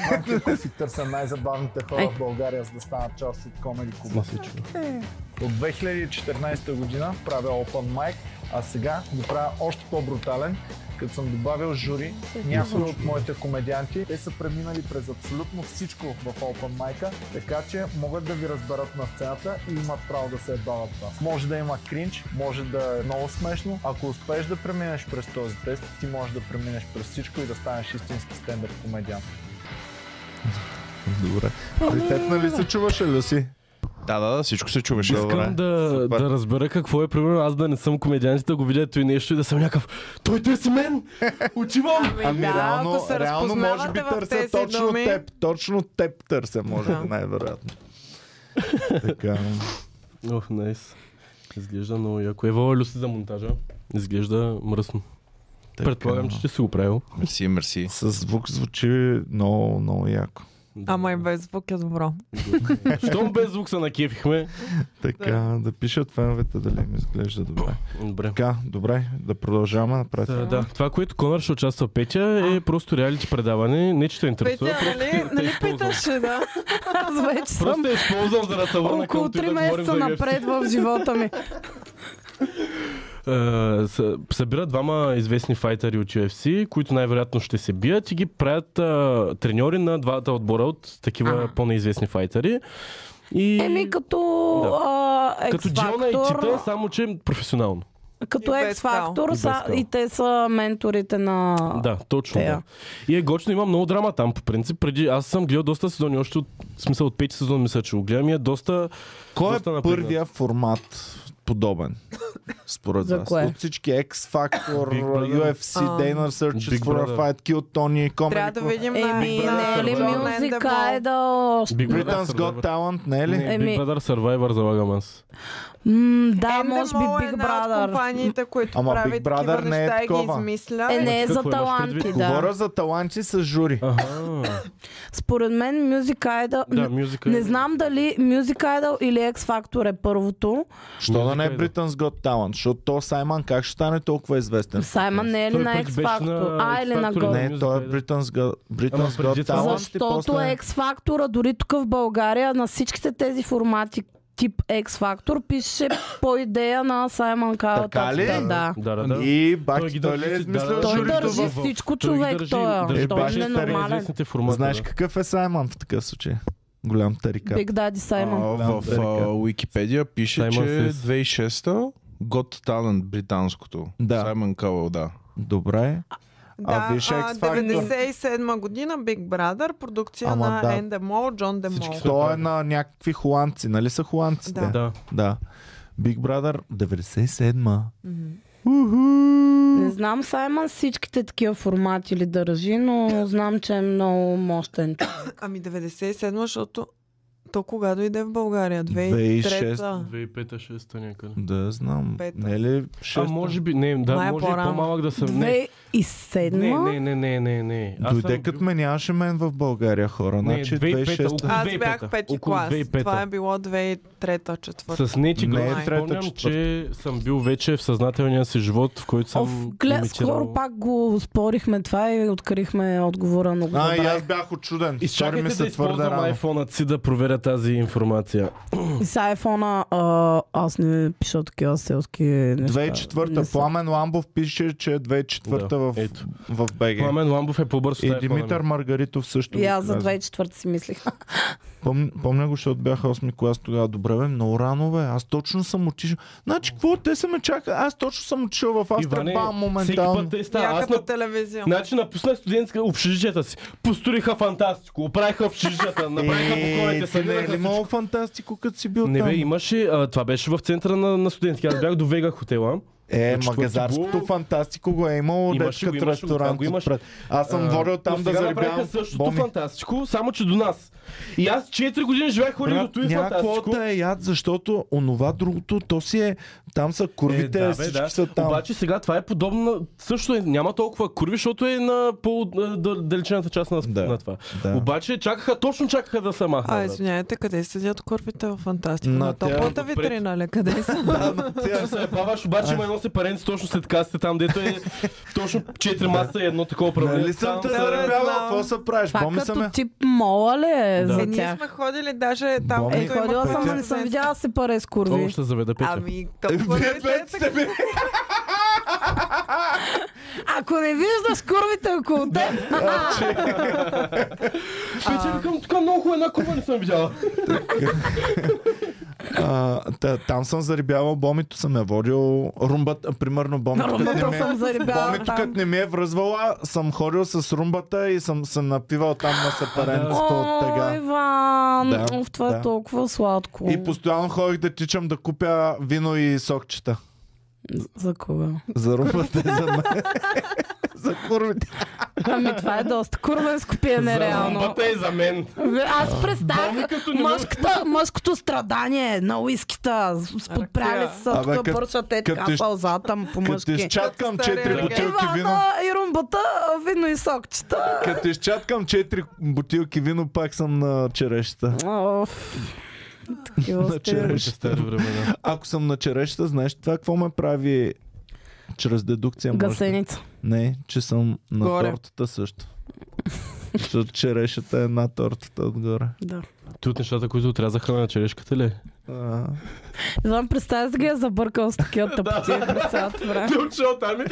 S7: си търся най-забавните хора в България, за да станат част от Comedy Club. От 2014 година правя Open Mic, а сега го правя още по-брутален, като съм добавил жури, някои от моите комедианти. Те са преминали през абсолютно всичко в Open Mic, така че могат да ви разберат на сцената и имат право да се ебават вас. Може да има кринч, може да е много смешно. Ако успееш да преминеш през този тест, ти можеш да преминеш през всичко и да станеш истински стендъп комедиант.
S1: Добре. При теб нали се чуваше, Люси?
S5: Да, да, да, всичко се чуваше.
S1: Добре.
S6: Искам да,
S1: супер.
S6: да разбера какво е, примерно, аз да не съм комедиант, и да го видя той нещо и да съм някакъв. Той търси мен! Отивам!
S1: Ами
S3: да,
S1: реално,
S3: ако се
S1: реално може би
S3: разпознавате в
S1: търся
S3: тези
S1: точно
S3: думи.
S1: теб. Точно теб търся, може
S3: Да.
S1: би, най-вероятно.
S6: <laughs>
S1: Така.
S6: Ох, найс. Изглежда много яко. Ева, Люси за монтажа. Изглежда мръсно. Предполагам, че ще си го правил.
S5: Мерси, мерси.
S1: С звук звучи много, много яко.
S3: Ама и без звук е добро.
S6: Щом без звук се накефихме.
S1: Така, да, да пишат феновете дали ми изглежда добре.
S6: Добре.
S1: Така, добре, да продължаваме напред.
S6: Та, Е, да. Това, което Конър ще участва Петя е просто реалити предаване. Не, че те интересува.
S3: Петя, нали,
S6: просто те
S3: нали
S6: използвам.
S3: питаше, да?
S2: Аз вече съм
S6: Просто е те използвам, за да се върна
S2: около
S6: към това
S2: 3
S6: да говорим за
S2: месеца
S6: UFC.
S2: напред в живота <laughs> ми.
S6: Е, с- събират двама известни файтери от UFC, които най-вероятно ще се бият и ги правят а, треньори на двата отбора от такива
S2: Ага.
S6: по-неизвестни файтери. И...
S2: Еми като
S6: Да.
S2: а, X
S6: Като Джона и Чита е само, че професионално.
S2: Като
S3: И
S2: X
S3: без кал.
S2: Factor
S6: И
S2: са,
S6: без кал.
S2: и те са менторите на...
S6: Да, точно.
S2: Тея.
S6: Да. И е гочно, има много драма там по принцип. Преди аз съм гледал доста сезони, още от, в смисъл от пети сезон мисля, че го гледам и е доста...
S4: Кой е
S6: доста напрегнат.
S4: първия формат подобен? Според
S2: За
S4: вас.
S2: кое?
S4: От всички X Factor,
S6: Big Brother.
S4: UFC,
S3: А.
S4: Dana Search
S6: Big
S4: for a
S6: Brother.
S4: Fight, Kill Tony,
S3: Трябва да
S4: Comedy
S3: видим на...
S2: Еми, не е ли
S6: Survivor.
S2: мюзик, айдъл?
S6: Big
S4: Britain's Got
S6: Survivor.
S4: Talent, не
S6: Не,
S4: е ли?
S2: Еми-
S6: Big Brother Survivor залагам аз.
S2: М, да,
S3: Ендемол
S2: може би
S3: е
S2: Big
S3: една от
S2: Brother.
S3: компаниите, които
S4: Ама
S3: правят
S4: Big Brother
S3: такива
S4: не е
S3: неща и ги
S4: такова.
S3: измисля.
S2: Е, не е
S6: Какво
S2: за
S6: имаш
S2: таланти,
S6: предвид?
S2: да.
S4: Говоря за таланти с жури.
S6: Аха.
S2: Според мен Music Idol...
S6: да, мюзика.
S2: Не знам дали Music Idol или X Factor е първото.
S4: Що да не е
S6: Музика е, да.
S4: Britain's Got Talent? Защото то Саймън как ще стане толкова известен?
S2: Саймън не е ли
S6: Той
S2: на
S6: пък
S2: X
S6: беше на
S2: Factor? А,
S6: X
S2: или на
S6: Factor,
S2: Go?
S4: Не, той е Britain's Got,
S6: Ама
S4: Britain's
S6: преди
S4: Got
S6: това-
S4: Talent. и
S2: Защото
S4: после...
S2: X Factor, дори тук в България, на всичките тези формати тип X Factor, пише по идея на Саймън Кайл.
S4: Така ли?
S2: Тацата, Да.
S6: Да, да, да.
S4: И
S6: Той ги
S4: баки, той ли
S6: държи
S4: е
S6: си-
S4: измислил
S6: да, да.
S2: Той
S4: журито
S2: държи
S4: в...
S2: всичко, човек, той е.
S4: държи
S2: Той е
S4: беше
S2: ненормален.
S6: Известните формати,
S4: Знаеш
S6: да.
S4: какъв е Саймън в такъв случай? Голям тарикат.
S2: Big Daddy Саймън.
S5: А, в а, Уикипедия пише,
S6: Саймън
S5: че
S6: Фис.
S5: 2006-та Got Talent британското.
S4: Да.
S5: Саймън Кауъл, да.
S4: Добре.
S3: Да,
S4: А виж X
S3: а,
S4: Factor.
S3: 97 година Big Brother, продукция
S4: Ама
S3: на
S4: да.
S3: Ендемол, Джон Демол.
S6: Всички са-
S4: Той е на някакви холандци, нали са холандците?
S3: Да.
S6: Да.
S4: да. Big Brother 97-ма.
S2: Не знам Саймън всичките такива формати ли държи, но знам, че е много мощен.
S3: Ами 97, защото то кога дойде в България?
S4: 2006.
S3: 2003.
S6: 2005-2006 някъде.
S4: Да, знам.
S3: Пета.
S4: Не е ли
S6: А
S4: 6
S6: може би, не, да,
S3: Май е
S6: може и
S3: по-рано.
S6: по-малък да съм. Не, не,
S2: 2007?
S6: не, не, не, не, не. Аз
S4: Дойде
S6: съм
S4: като
S6: бил-
S4: ме нямаше мен в България хора.
S6: Не,
S4: Значи
S6: 2005-та,
S4: 2006
S6: около-
S3: Аз
S6: 2005-та.
S3: бях пети
S6: Около
S3: клас.
S6: 2005-та.
S3: Това е било 2003 четвърта.
S6: С нечи
S4: Не,
S6: глас
S4: трета,
S6: спомням,
S4: четвърта.
S6: че съм бил вече в съзнателния си живот, в който съм
S2: Оф, глед, скоро
S6: имитирал-
S2: пак го спорихме това и открихме отговора на го.
S4: А, и аз бях очуден. Стори
S6: Изчакайте да
S4: ми се твърде
S6: използвам
S4: рано.
S6: iPhone-ът си да проверя тази информация.
S2: И с айфона а, аз не пиша такива селски неща. Не
S4: 2004-та.
S2: са.
S4: Пламен Ламбов пише, че е 2004-та
S6: Да,
S4: в,
S6: ето.
S4: в БГ.
S6: Пламен Ламбов е по-бързо.
S4: И Димитър Маргаритов също.
S2: И
S4: го
S2: аз за
S4: влезе.
S2: 2004 си мислих.
S4: Пом, помня го, защото бях 8 клас тогава. Добре, бе, много рано, бе. Аз точно съм отишъл. Значи, какво те са ме чака? Аз точно съм отишъл в Астрабан
S6: всеки
S4: моментално.
S6: път те става. Аз
S3: Яката
S6: на...
S3: телевизия.
S6: Значи напуснах студентска общежитията си. Построиха фантастико. Оправиха общежитията. Направиха покоите.
S4: Е, ти не е
S6: събираха
S4: ли
S6: всичко.
S4: много фантастико, като си бил
S6: Не
S4: там?
S6: бе, имаше. А, това беше в центъра на, на студентски. Аз бях до Вега хотела.
S4: Е,
S6: На четвърти
S4: магазарското
S6: блок.
S4: фантастико го е имало,
S6: Имаше
S4: дечка
S6: го,
S4: от
S6: имаше го, там
S4: ресторант
S6: го имаше.
S4: отпред. Аз съм водил там
S6: но
S4: да
S6: сега направиха
S4: заребявам
S6: същото
S4: бомби.
S6: фантастико, само че до нас. И аз 4 години живеех ходих до
S4: Брат,
S6: този
S4: Някакво
S6: фантастико.
S4: да е яд, защото онова другото, то си е, там са курвите,
S6: Е, да, бе,
S4: всички
S6: да.
S4: са там.
S6: Обаче сега това е подобно. Също е, няма толкова курви, защото е на по-далечената част на,
S4: Да,
S6: на това.
S4: да.
S6: Обаче чакаха, точно чакаха да се махнат.
S3: А,
S6: брат.
S3: извиняйте, къде седят курвите в фантастика?
S4: На
S3: На
S4: тя-
S3: топлата
S6: отпред.
S3: витрина ли? Къде са?
S4: <laughs>
S6: Ти се ебаваш, обаче има едно сепаренци точно след касите там, дето е точно 4 маса и едно такова правило.
S4: Нали съм те
S3: да
S4: заребявал,
S3: знам.
S4: какво се
S2: <laughs>
S4: правиш?
S2: Това
S4: Бомби са
S2: като
S4: ме.
S2: тип мола ли е
S6: Да.
S3: Е,
S2: за
S3: ние
S2: тях?
S3: сме ходили даже там.
S4: Боми.
S2: Е,
S4: Ами,
S2: ходила съм, но не
S4: Петя-
S2: съм видяла се паре с курви.
S6: Много ще заведа Петя.
S3: Ами, то курвите е така.
S2: Ако не виждаш курвите около теб,
S6: Петя, викам, тук много една куба не съм видяла.
S4: А, та, там съм заребявал, бомито съм е водил, румбата, примерно бомито.
S2: румбата съм заребяла
S4: Бомито
S2: там.
S4: като не ми е връзвала, съм ходил с румбата и съм се напивал там на сепаренцата е от тъга.
S2: О, Иван,
S4: Да,
S2: Оф, това
S4: да.
S2: е толкова сладко.
S4: И постоянно ходих да тичам да купя вино и сокчета.
S2: За кога?
S4: За румбата и
S2: <laughs>
S4: за мен. за курвите.
S2: Ами това е доста курвенско пиене, реално.
S6: Бата е за мен.
S2: Аз представях мъжката, мъжкото страдание на уискита. С- с- Подпряли се
S4: Абе,
S2: тук
S4: кът-
S2: бършат е
S4: като
S2: така
S4: из-
S2: сълзата му по
S4: Като
S2: мъжки.
S4: изчаткам
S3: Стария
S4: 4
S3: регет.
S4: бутилки вино,
S2: Ивана и румбата, вино и сокчета.
S4: като изчаткам 4 бутилки вино, пак съм на черешта.
S2: Оф. Такива
S4: На е
S2: сте.
S4: черешта.
S6: времена.
S4: Ако съм на черешта, знаеш това какво ме прави чрез дедукция? може би?
S2: Гасеница.
S4: Не, че съм на
S3: Горе.
S4: тортата също. Защото черешата е на тортата отгоре.
S2: Да.
S6: Ти от нещата, които отрязаха на черешката ли?
S4: А,
S2: Не знам, представя си ги е забъркал с такива тъпоти през цялото време.
S6: Ти отшел там и...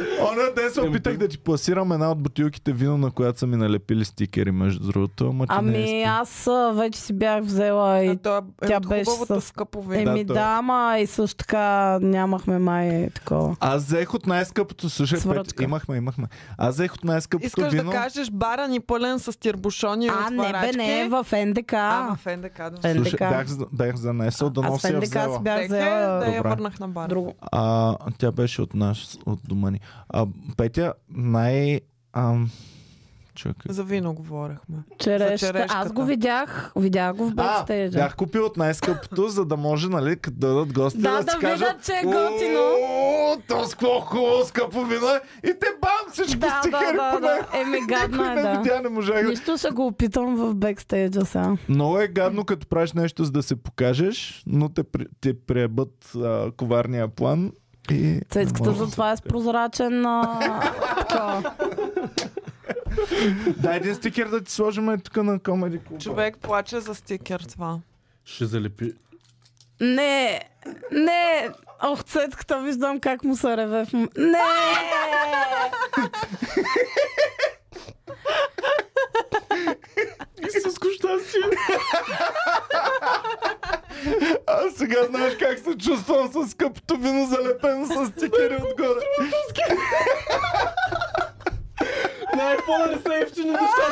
S4: Оня ден се опитах да ти пласирам една от бутилките вино, на която са ми налепили стикери, между другото. Ама ти не
S2: Ами
S4: е
S2: аз а, вече си бях взела и...
S3: А то е
S2: тя
S3: от
S2: беше
S3: хубавото
S2: с-
S3: скъпо вино.
S2: Еми
S4: то
S2: да,
S4: е.
S2: ама и също така нямахме май такова.
S4: Аз взех от най-скъпото, слушай, Пет,
S2: Свръчка.
S4: имахме, имахме. Аз взех от най-скъпото
S3: Искаш
S4: вино.
S3: да кажеш бара ни пълен с тирбушони и
S2: А, не бе,
S3: отварачки.
S2: не, е в НДК.
S3: А, в НДК. да.
S2: Е,
S4: слушай,
S2: така.
S4: бях, за- бях занесъл, да
S2: Аз
S4: нося
S2: в
S4: я
S2: НДК си
S4: взела.
S2: бях
S3: Взех я,
S2: взела
S3: е да я
S4: Добре.
S3: върнах на бара.
S2: друго.
S4: А, тя беше от наш, от дома ни. А, Петя, най... Ам... Чакай.
S3: За вино говорехме.
S2: Черешка. Аз
S3: черешката.
S2: го видях, видях го в е,
S4: А,
S2: бекстейджа.
S4: бях купил от най-скъпото, за да може, нали, като дадат гости
S2: Да,
S4: да,
S2: да
S4: си кажат,
S2: видят, че е готино.
S4: «О, То с какво хубаво скъпо вино е!» И те бам, всички
S2: Да,
S4: стикери
S2: да, да,
S4: по него.
S2: да. Еми, гадно
S4: Никой
S2: е,
S4: не
S2: да.
S4: видя, не можах да-
S2: Нищо ще го опитам в бекстейджа сега.
S4: Много е гадно, като правиш нещо, за да се покажеш, но те, при- те приебат а, коварния план и...
S2: Цецката
S4: не може.
S2: за това е с прозрачен... А... такова.
S4: Дай един стикер да ти сложим е тук на Comedy Club.
S3: Човек плаче за стикер това.
S6: Ще залепи.
S2: не, не, ох, цецката виждам как му се реве в... м- Не!
S4: Исуско щастие! Аз сега знаеш как се чувствам с скъпото вино, залепено с стикери отгоре.
S8: На iPhone не са ефтини неща.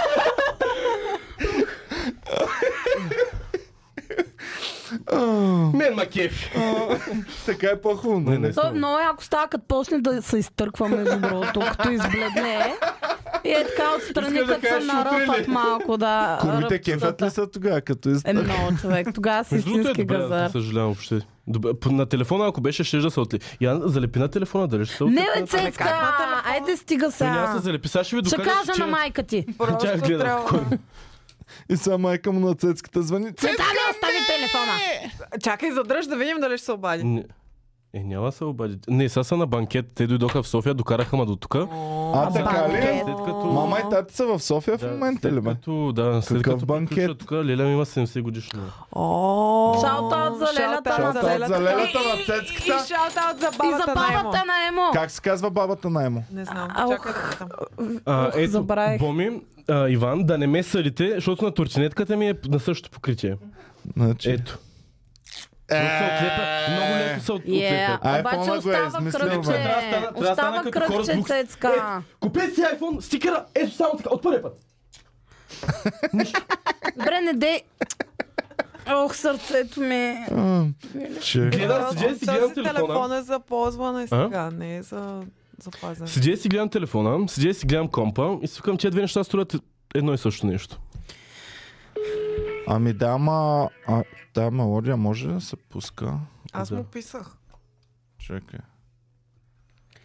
S8: Мен ма кефи.
S4: <laughs> Така е по-хубаво, не, не.
S2: Той е много яко става, като почне да се изтърква между другото, като избледне. И е така отстрани,
S8: Искаш да
S2: като се
S8: кажеш, шутри
S2: наръпват
S8: ли?
S2: малко, да.
S4: Кумите
S2: ръбчетата.
S4: кефят ли са тогава, като из...
S2: Е много човек. Тогава си
S6: Между другото е
S2: истински
S6: добре, аз не
S2: газар.
S6: съжалявам въобще. Добре, по- на телефона, ако беше, ще е да се отли. Я залепи на телефона, дали ще се отли?
S2: Не, бе, Цецка! Айде стига
S6: Ми няма да
S2: сега.
S6: се залепи, сега ще ви
S2: Ще
S6: докажа,
S2: кажа
S6: че...
S2: на майка ти.
S3: Просто
S6: Тя гледа
S3: трябва...
S4: И сега майка му на цецката звъни. Цец!
S2: Цета ми остави телефона.
S3: Чакай, задръж да видим дали ще се обади.
S6: Не. Е, няма да се обади. Не, сега са на банкет. Те дойдоха в София, докараха ма до тук.
S4: А така ли? е?
S2: банкет.
S6: След като...
S4: Мама и тати са в София в момента ли бе?
S6: Като, да, след
S4: Какъв
S6: като
S4: банкет?
S6: банкет? тук, Леля ми има 70 годишно.
S3: О,
S2: Шаутаут за лелята
S3: шаутаут
S2: на
S4: Шаутаут за лелята на
S3: И
S4: цецката.
S3: шаутаут за
S2: И за
S3: бабата на
S2: бабата
S3: Емо.
S2: на Емо.
S4: Как се казва бабата на Емо?
S3: Не знам,
S2: Аух.
S3: чакай да питам.
S6: А,
S2: Ох,
S6: ето,
S2: забравих.
S6: Боми, а, Иван, да не ме съдите, защото на турчинетката ми е на същото покритие.
S4: Значи...
S6: Ето. Много се отлепя. Много лесно се от-
S2: Е,
S6: отлепя.
S4: Айфона
S2: обаче
S4: го е
S2: остава
S4: измислил, бе.
S2: кръгче.
S6: Трябва да стана- трябва да стана
S2: Остава
S6: като хора с
S2: кръгче,
S6: букс.
S2: Цецка.
S6: Купете си iPhone, стикера, ето само така, от първия път.
S2: Добре, не дей. Ох, сърцето ми.
S4: А, Че...
S6: Гледам, Е, седя и си гледам
S3: Този
S6: телефона.
S3: телефон е за ползване сега, не е за
S2: е-
S3: запазване.
S6: Седя и си гледам телефона, седя и си гледам компа и си викам, че две неща струват едно и също нещо.
S4: Ами да, ама... А, та мелодия може да се пуска.
S3: Аз
S6: Да.
S3: му писах.
S4: Чакай.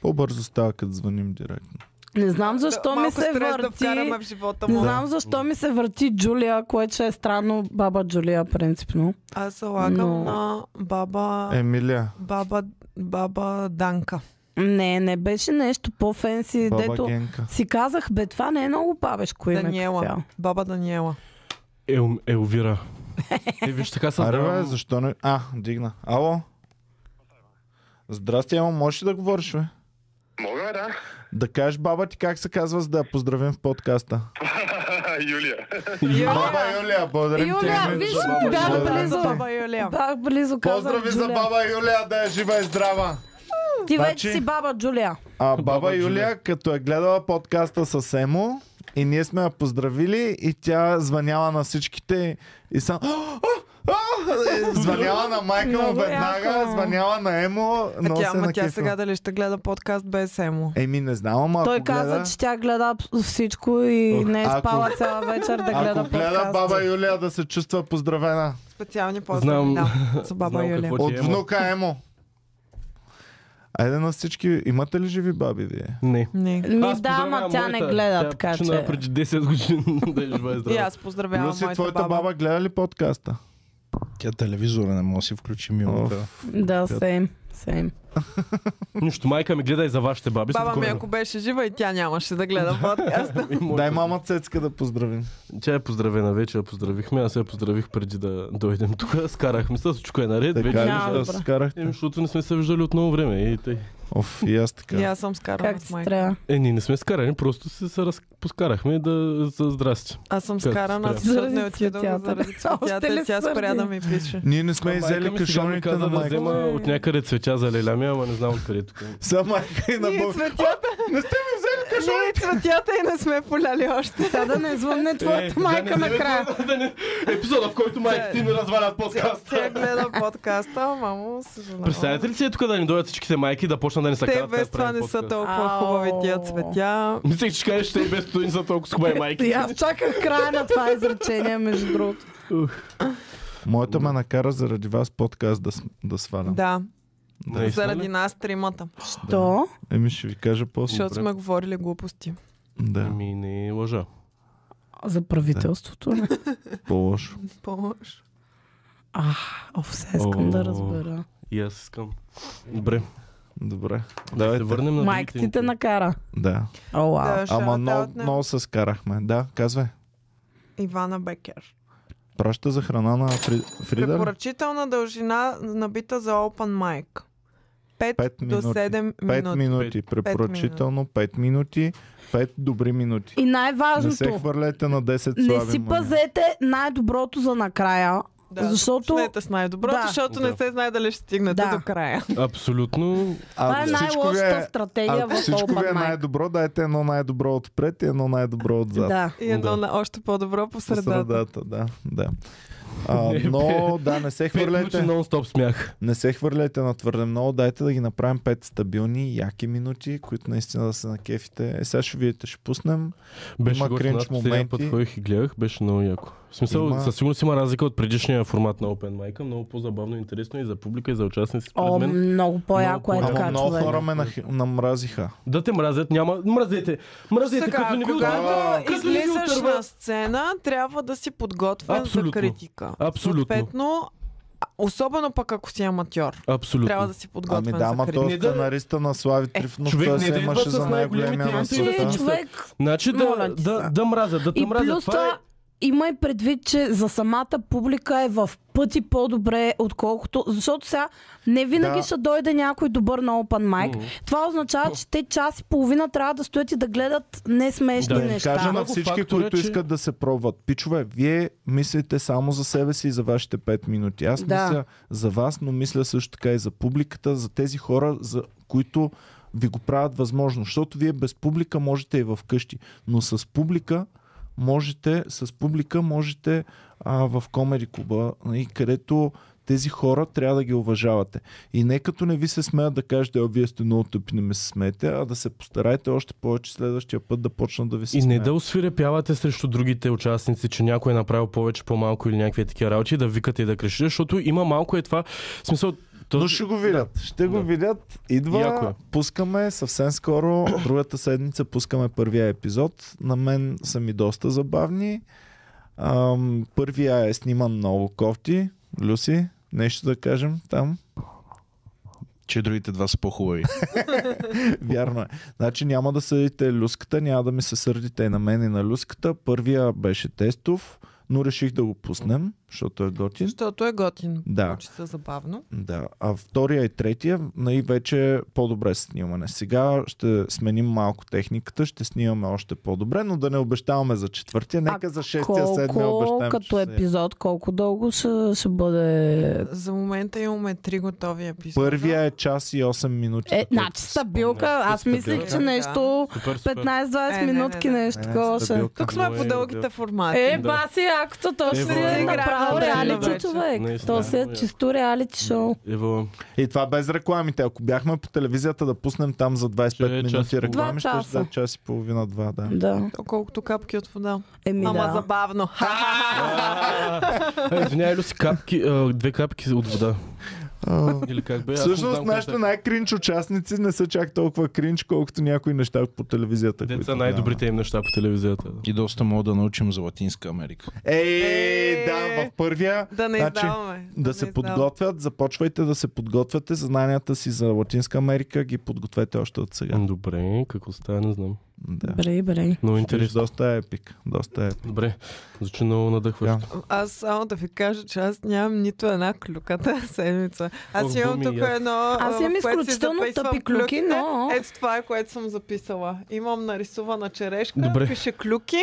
S4: По-бързо става, като звъним директно.
S2: Не знам защо ми
S3: Малко
S2: се
S3: стрес да
S2: върти.
S3: вкараме в живота
S2: Не
S3: му.
S2: знам защо ми се върти Джулия, което ще е странно баба Джулия, принципно.
S3: Аз залагам
S2: Но-
S3: на баба...
S6: Е.
S4: Емилия.
S3: Баба, баба Данка.
S2: Не, не беше нещо по-фенси,
S4: Баба
S2: дето
S4: Генка.
S2: си казах, бе, това не е много бабешко име. като цяло.
S3: Даниела. Баба Даниела.
S6: Ел,
S2: <laughs>
S6: елвира. Е, виж така
S4: Аре, бе,
S6: създавам.
S4: защо не... А, дигна. Ало? Здрасти, ама можеш ли да говориш, бе?
S9: Мога, да.
S4: Да кажеш баба ти как се казва, за да я поздравим в подкаста.
S9: <laughs> Юлия.
S4: Баба Юлия, благодарим
S2: Юлия,
S4: ти.
S2: виж,
S4: Баба
S2: бях
S4: Юлия.
S2: близо.
S3: Баба Юлия.
S2: Бях близо, казах
S4: Поздрави за
S2: Джулия.
S4: баба Юлия, да е жива и здрава.
S2: Ти
S4: Значи-
S2: вече си баба Джулия.
S4: А баба
S6: Баба
S4: Юлия,
S6: Джулия.
S4: като е гледала подкаста с Емо, и ние сме я поздравили и тя звъняла на всичките и <gasps> сам... е, Звъняла на майка му
S2: Много
S4: веднага,
S2: яко. Е,
S4: звъняла на Емо,
S3: А
S4: но
S3: тя,
S4: се
S3: ама тя
S4: накефила.
S3: сега дали ще гледа подкаст без Емо.
S4: Еми не знам, ама
S2: Той
S4: ако
S2: каза,
S4: гледа...
S2: че тя гледа абс- всичко и не е
S4: ако-
S2: спала цяла вечер да гледа
S4: Ако гледа
S2: подкаст.
S4: баба Юлия да се чувства поздравена
S3: Специални
S6: Знам.
S3: поздрави да, за баба
S6: Знам
S3: Юлия.
S6: какво ти
S4: от
S6: е, ама-
S4: внука Емо. Айде на всички, имате ли живи баби вие?
S6: Не.
S3: Не.
S2: Ми
S6: Аз
S2: да, ама
S6: поздравявам
S2: тя не
S6: моята.
S2: гледа,
S6: Тя
S2: така
S6: почина
S2: че...
S6: преди 10 години <laughs> да е жива и
S3: И
S6: здрава.
S3: аз поздравявам
S4: Люси,
S3: моята
S4: твоята
S3: баба.
S4: баба гледа ли подкаста?
S5: Тя телевизора не може да си включи милата.
S2: Да, сейм. Сейм.
S6: Нищо, майка ми гледа и за вашите баби.
S3: Баба ми,
S6: спокойно. <laughs> Ами,
S3: ако беше жива и тя нямаше да гледа подкаста.
S6: И моята.
S4: Дай мама Цецка да поздравим.
S6: Тя е поздравена вече, я поздравихме. Аз я поздравих преди да дойдем тук. Скарахме се, всичко е наред.
S4: Така
S6: Вече
S4: ли,
S2: Няма,
S4: да
S2: добре.
S4: скарахте?
S6: Еми, защото не сме се виждали от много време. И тъй.
S4: Оф, и аз така.
S3: И аз съм скарана
S2: Как
S3: с
S2: ти
S3: майка.
S2: трябва?
S6: Е, ние не сме скарани, просто се, се раз... поскарахме да... За здрасти.
S3: Аз съм
S6: Как ти
S3: скарана,
S6: трябва?
S3: защото не
S2: Заради
S3: отидох
S2: цветята.
S3: заради
S2: Още
S3: цветята
S2: ли
S3: и тя спря
S2: сърди?
S3: да ми пише.
S4: Ние не сме
S6: Майка
S4: изели
S6: ми сега ми
S4: кашоните
S6: каза
S4: на
S6: да
S4: майка.
S6: взема от някъде цветя за леля ми, ама не знам откъде
S3: <laughs>
S6: е тук.
S4: Сега майка и на
S3: Ние
S4: Бог.
S3: цветята,
S4: Не сте ми взели
S3: ние цветята и не сме поляли още.
S2: Сега да не
S4: Е,
S2: звънне
S6: Е,
S2: твоята майка
S6: <laughs>
S2: накрая.
S10: Епизода, в който майка ти ми развалят подкаст.
S3: Тя гледа подкаста, мамо, с жена.
S6: Представете ли си е тук да ни дойдат всичките майки и да почнат да ни
S3: Те
S6: съкарат?
S3: без това не са толкова хубави тия
S2: Ау.
S3: цветя.
S6: Мислех, че кажеш, че те и без това не са толкова с хубави майки.
S2: И аз чаках края на това изречение, между другото.
S4: Моята ме накара заради вас подкаст да, с- да свалям.
S3: Да,
S6: Наистина ли?
S3: заради нас тримата,
S2: То?
S4: Еми ще ви кажа после.
S3: защото сме говорили глупости.
S4: Да,
S6: Ами не лъжа.
S2: За правителството. ли?
S4: по-лошо.
S3: Помощ.
S2: А, оф, сега искам
S6: О.
S2: да разбера.
S6: И аз искам. Добре,
S4: Добре.
S6: да се
S4: Давайте.
S6: върнем на
S2: Майка ти
S6: другите
S2: те
S6: ни-
S2: накара.
S4: Да.
S2: О, вау.
S3: Да,
S4: Ама
S3: shout
S4: много,
S3: out на
S4: много се скарахме. Да, казвай.
S3: Ивана Бекер.
S4: Праща за храна на Фри... Фрида. ли?
S3: Препоръчителна дължина набита за Open Mic. 5,
S4: Пет
S3: до
S4: минути.
S3: 7
S4: Пет
S3: минути.
S4: минути. Препоръчително 5 минути. 5 добри минути.
S2: И
S4: Не се
S2: най-важното,
S4: хвърляйте на 10 слаби
S2: не си
S4: мъже.
S2: пазете най-доброто за накрая.
S3: Да,
S2: Защото-
S3: започнете с най-доброто,
S2: Да.
S3: защото
S6: Да.
S3: не се знае дали ще стигнете
S2: Да.
S3: до края.
S6: Абсолютно.
S2: Това е
S4: Ако всичко ви
S2: най-лошата
S4: е-
S2: стратегия в
S4: Ако всичко ви
S2: Open
S4: е
S2: Mic.
S4: най-добро, дайте едно най-добро отпред и едно най-добро отзад.
S2: Да.
S3: И едно
S6: Да.
S3: на още по-добро по
S4: По
S3: средата.
S4: средата, да. да.
S6: <laughs>
S4: А,
S6: Не,
S4: но да, не се
S6: Пет минути
S4: хвърляйте.
S6: нон-стоп смях.
S4: Не се хвърляйте на твърде много, дайте да ги направим 5 стабилни, яки минути, които наистина да се накефите. Е, сега ще видите, ще пуснем.
S6: Беше
S4: Има
S6: готин, аз
S4: кринч
S6: последния път
S4: моменти.
S6: ходих и гледах, беше много яко. В смисъл,
S4: Има-
S6: със сигурност има разлика от предишния формат на Open Mic, много по-забавно и интересно и за публика, и за участници
S2: О,
S6: пред мен.
S2: много по-яко е
S6: Много
S4: Ама
S2: така,
S4: много
S2: човек.
S4: хора ме нах- намразиха.
S6: Да те мразят, няма... Мразете! Мразете, като
S3: Сега,
S6: не ви отърва-
S3: когато
S6: като не ви
S3: излизаш
S6: отърва-
S3: на сцена, трябва да си подготвен
S6: Абсолютно.
S3: за критика.
S6: Абсолютно.
S3: Съответно, а- особено пък ако си аматьор,
S6: Абсолютно.
S3: трябва да си подготвен
S4: Ами да,
S3: за
S4: ама
S3: критика.
S4: то
S6: Не да- Е,
S4: сценариста на Слави Трифнов,
S6: човек,
S4: той
S6: не
S4: се
S6: да
S4: имаше
S6: идват с
S4: за най-големия
S6: най-големите
S4: на
S6: името
S2: Значи,
S6: и
S4: света.
S6: да-
S2: човек,
S6: Значи
S2: Моля
S6: да,
S2: ти
S6: да,
S2: се.
S6: да мразят, да те
S2: И
S6: мразят.
S2: плюс
S6: това е...
S2: това, имай предвид, че за самата публика е в пъти по-добре, отколкото... Защото сега не винаги
S4: Да.
S2: ще дойде някой добър на Open Mic.
S6: Мгм.
S2: Това означава, че те час и половина трябва да стоят и да гледат несмешни
S6: Да, и
S2: неща.
S4: Кажа на
S6: Много
S4: всички,
S6: фактора,
S4: които
S6: че-
S4: искат да се пробват. Пичове, вие мислите само за себе си и за вашите 5 минути. Аз
S2: Да.
S4: мисля за вас, но мисля също така и за публиката, за тези хора, за които ви го правят възможно. Защото вие без публика можете и вкъщи, но с публика можете, с публика можете а, в Комери Куба, и където тези хора трябва да ги уважавате. И не като не ви се смеят да кажете, а вие сте много тъпи, не ме се смеете, а да се постарайте още повече следващия път да почнат да ви се
S6: И не
S4: смеят.
S6: да освирепявате срещу другите участници, че някой е направил повече, по-малко или някакви такива работи, да викате и да крещите, защото има малко е това. В смисъл, то...
S4: Но ще го видят. Да. Ще го
S6: Да.
S4: видят. Идва.
S6: Яко е.
S4: Пускаме
S6: <clears throat>
S4: съвсем скоро. Другата седмица пускаме първия епизод. На мен са ми доста забавни. Ам, първия е сниман много кофти. Люси, нещо да кажем
S6: <laughs>
S4: там.
S5: Че другите два са по-хубави.
S4: Вярно е. Значи няма да съдите люската, няма да ми се сърдите и на мен и на люската. Първия беше тестов, но реших да го пуснем, защото е готин.
S3: Защото е готин.
S4: Да.
S3: Получи се забавно.
S4: Да, а втория и третия най- вече по-добре се снимане. Сега ще сменим малко техниката, ще снимаме още по-добре, но да не обещаваме за четвъртия, нека за шестия, седмия
S2: колко
S4: обещаем.
S2: като
S4: че ще е.
S2: епизод, колко дълго ще, ще бъде...
S3: За момента имаме три готови епизода.
S4: Първия е час и 8 минути.
S2: Е,
S4: такъв.
S2: значи стабилка, аз мислих, че
S3: Да.
S2: нещо
S6: Супер, супер.
S2: 15-20
S3: Е, не, не,
S2: минутки,
S3: не.
S2: нещо
S4: Е,
S2: такова ще...
S4: стабилка.
S3: Тук сме
S6: Много
S3: по
S6: е
S3: дългите формати.
S2: Е,
S6: Да.
S2: баси, акото, то
S6: Е,
S2: си
S6: Валя.
S2: е направо
S6: Да,
S2: реалити
S6: да.
S2: човек.
S6: Наистина,
S2: То си е
S6: много
S2: чисто реалити шоу.
S6: Ева,
S4: И това без рекламите. Ако бяхме по телевизията да пуснем там за 25
S6: Ще е час и
S4: минути
S6: половина.
S4: реклами,
S2: Два
S4: ще ще
S2: часа.
S4: да е час и половина, два, да.
S2: Да.
S3: То Колкото капки от вода.
S2: Еми
S3: Ама
S2: да.
S3: забавно.
S6: Е, Извинявай, Люси, капки, а, две капки от вода.
S4: А,
S6: Или как бе? Аз не
S4: Всъщност
S6: знам как
S4: нашите
S6: е.
S4: най-кринч участници не са чак толкова кринч, колкото някои неща по телевизията. които
S6: Деца
S4: гледаме.
S6: най-добрите им неща по телевизията.
S5: И доста мога да научим за Латинска Америка.
S4: Ей, да, в първия
S3: Да не
S4: Значи,
S3: издаваме.
S4: да
S3: не
S4: се
S3: издаваме.
S4: подготвят, започвайте да се подготвяте. Знанията си за Латинска Америка ги подгответе още от сега.
S6: Добре, какво става, не знам.
S4: Да.
S2: Бре, бре.
S6: Много
S4: Интересно.
S6: интересно.
S4: Доста е епик. Доста е епик.
S6: Добре, звучи много надъхващо.
S3: Аз само да ви кажа, че аз нямам нито една клюка тази седмица. Аз
S6: Ох,
S3: имам
S6: думи,
S3: тук
S6: аз.
S3: едно.
S2: Аз
S3: а,
S2: имам
S3: в което си
S2: изключително
S3: записвам
S2: тъпи клюки,
S3: клюките.
S2: но-
S3: Ето това е, което съм записала. Имам нарисувана черешка,
S6: Добре.
S3: пише клюки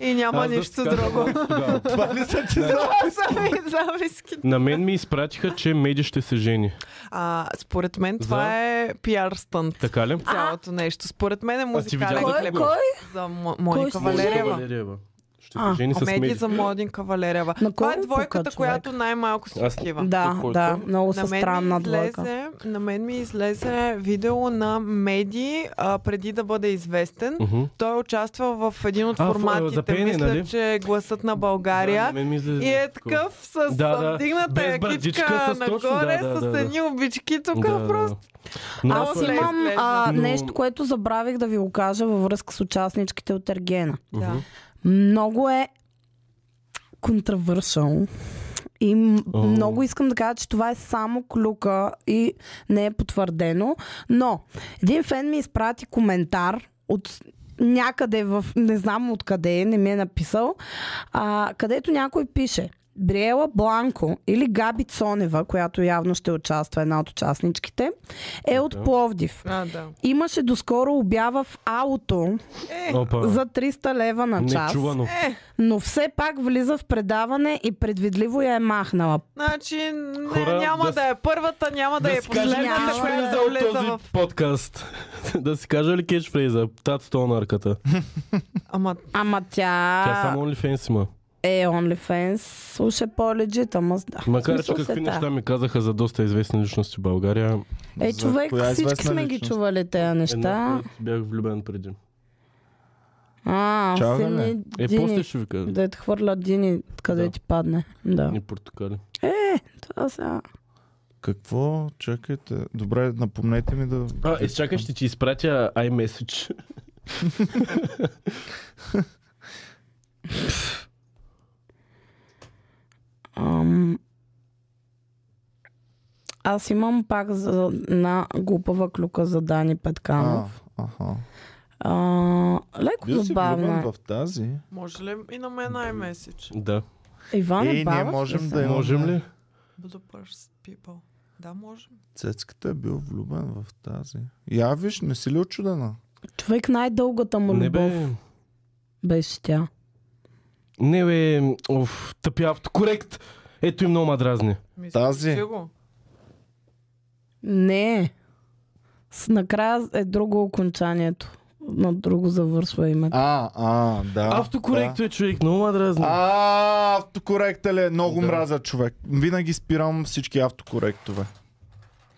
S3: и няма
S6: Аз да
S3: нищо
S6: ти кажа,
S3: друго.
S6: Да.
S4: Това ли са ти
S3: Това са ми записките.
S6: На мен ми изпратиха, че Меди ще се жени.
S3: А, според мен
S6: За?
S3: това е пиар стънт.
S6: Така ли?
S3: Цялото нещо. Според мен е
S6: видя ли
S3: музикален
S6: Кой-
S2: Кой,
S6: клипа?
S3: клип
S2: кой?
S3: за Мо- Моника
S2: ще
S3: Валериева.
S6: Валериева. Ще
S2: А,
S6: се жени с
S3: Меди
S6: Меди.
S3: за Моника Валериева.
S2: На
S3: Това
S2: кой
S3: е
S2: му пука,
S3: двойката,
S2: човек?
S3: която най-малко се
S6: Аз-
S3: такива.
S2: Да,
S6: Кой
S2: да,
S6: той?
S2: много
S3: На
S2: са
S3: мен,
S2: странна
S3: ми
S2: двойка.
S3: излезе, на мен ми излезе видео на Меди а, преди да бъде известен.
S6: Мгм.
S3: Той участва в един от
S6: А, в- а,
S3: форматите.
S6: за пеене,
S3: Мисля,
S6: нали?
S3: че е гласът на
S6: Да, на
S3: България.
S6: мен ми излезе
S3: И е
S6: такова.
S3: такъв с
S6: Да, да,
S3: да, вдигната
S6: без
S3: якичка
S6: брадичка, с точно,
S3: нагоре,
S6: да, да,
S3: с
S6: да,
S3: едни обички тук просто.
S6: Но
S3: Много
S2: Аз
S6: аз
S3: добре
S2: имам
S3: изглежда.
S2: а,
S6: Но-
S2: нещо, което забравих да ви го кажа във връзка с участничките от Ергена.
S3: Да.
S2: Много е контравършал. И м-
S6: О.
S2: много искам да кажа, че това е само клюка и не е потвърдено. Но един фен ми изпрати коментар от някъде в... Не знам откъде е, не ми е написал. А, където някой пише Бриела Бланко или Габи Цонева, която явно ще участва, една от участничките, е от Пловдив.
S3: А, да.
S2: Имаше доскоро обява в ауто
S6: Опа.
S2: за 300 лева на час.
S6: Нечувано.
S2: Но все пак влиза в предаване и предвидливо я е махнала.
S3: Значи не,
S6: Хора,
S3: няма да,
S6: да
S3: е първата, няма да, е
S6: си кажа ли
S3: последната,
S2: няма.
S3: която
S6: кешфрейза
S3: да
S6: от
S3: влезе в...
S6: този подкаст? <laughs> да си кажа ли кешфрейза? Тацто на арката.
S3: Ама
S2: Ама тя,
S6: Тя само OnlyFans има.
S2: е OnlyFans, слуша по-легит, ама да.
S6: Макар, че
S2: Смисъл се
S6: какви
S2: та.
S6: неща ми казаха за доста известни личности в България.
S2: Е,
S4: За
S2: човек,
S4: коя
S2: всички
S4: известна
S2: сме ги
S4: личност?
S2: чували тези
S6: Една,
S2: неща.
S6: която бях влюбен преди.
S2: А,
S4: Чао,
S2: сини
S4: бе.
S6: Е, после
S2: дини.
S6: ще ви кажа.
S2: Да те хвърля дини, къде
S6: Да. Е.
S2: ти падне. Да.
S6: И портокали.
S2: Това сега.
S4: Какво? Чакайте. Добре, напомнете ми да...
S6: А, изчакай, ще ти изпратя iMessage.
S2: Ам... Аз имам пак за една глупава клюка за Дани
S4: А,
S2: Петканов.
S4: аха.
S2: А, леко
S4: Бил си влюбен
S2: забавна.
S4: в тази?
S3: може ли и на мен iMessage?
S6: Да.
S2: Иван
S4: Ей,
S2: е
S4: ние
S2: бабък ли
S4: можем
S2: си?
S4: да имаме-
S6: Можем ли?
S3: Budapest people. Да, може.
S4: Цецката е бил влюбен в тази. Я виж, не си ли очудена?
S2: Човек най-дългата му
S6: Не
S2: любов
S6: бе.
S2: беше тя.
S6: Не бе. Оф, тъпи автокорект. Ето и много ма дразни.
S3: Мисля,
S4: Тази.
S3: че го.
S2: Не. С накрая е друго окончанието. На друго завършва името.
S4: А, а, да.
S6: Автокоректо е човек, много ма дразни.
S4: А, автокоректа ли? е? Много
S6: Да.
S4: мраза човек. Винаги спирам всички автокоректове.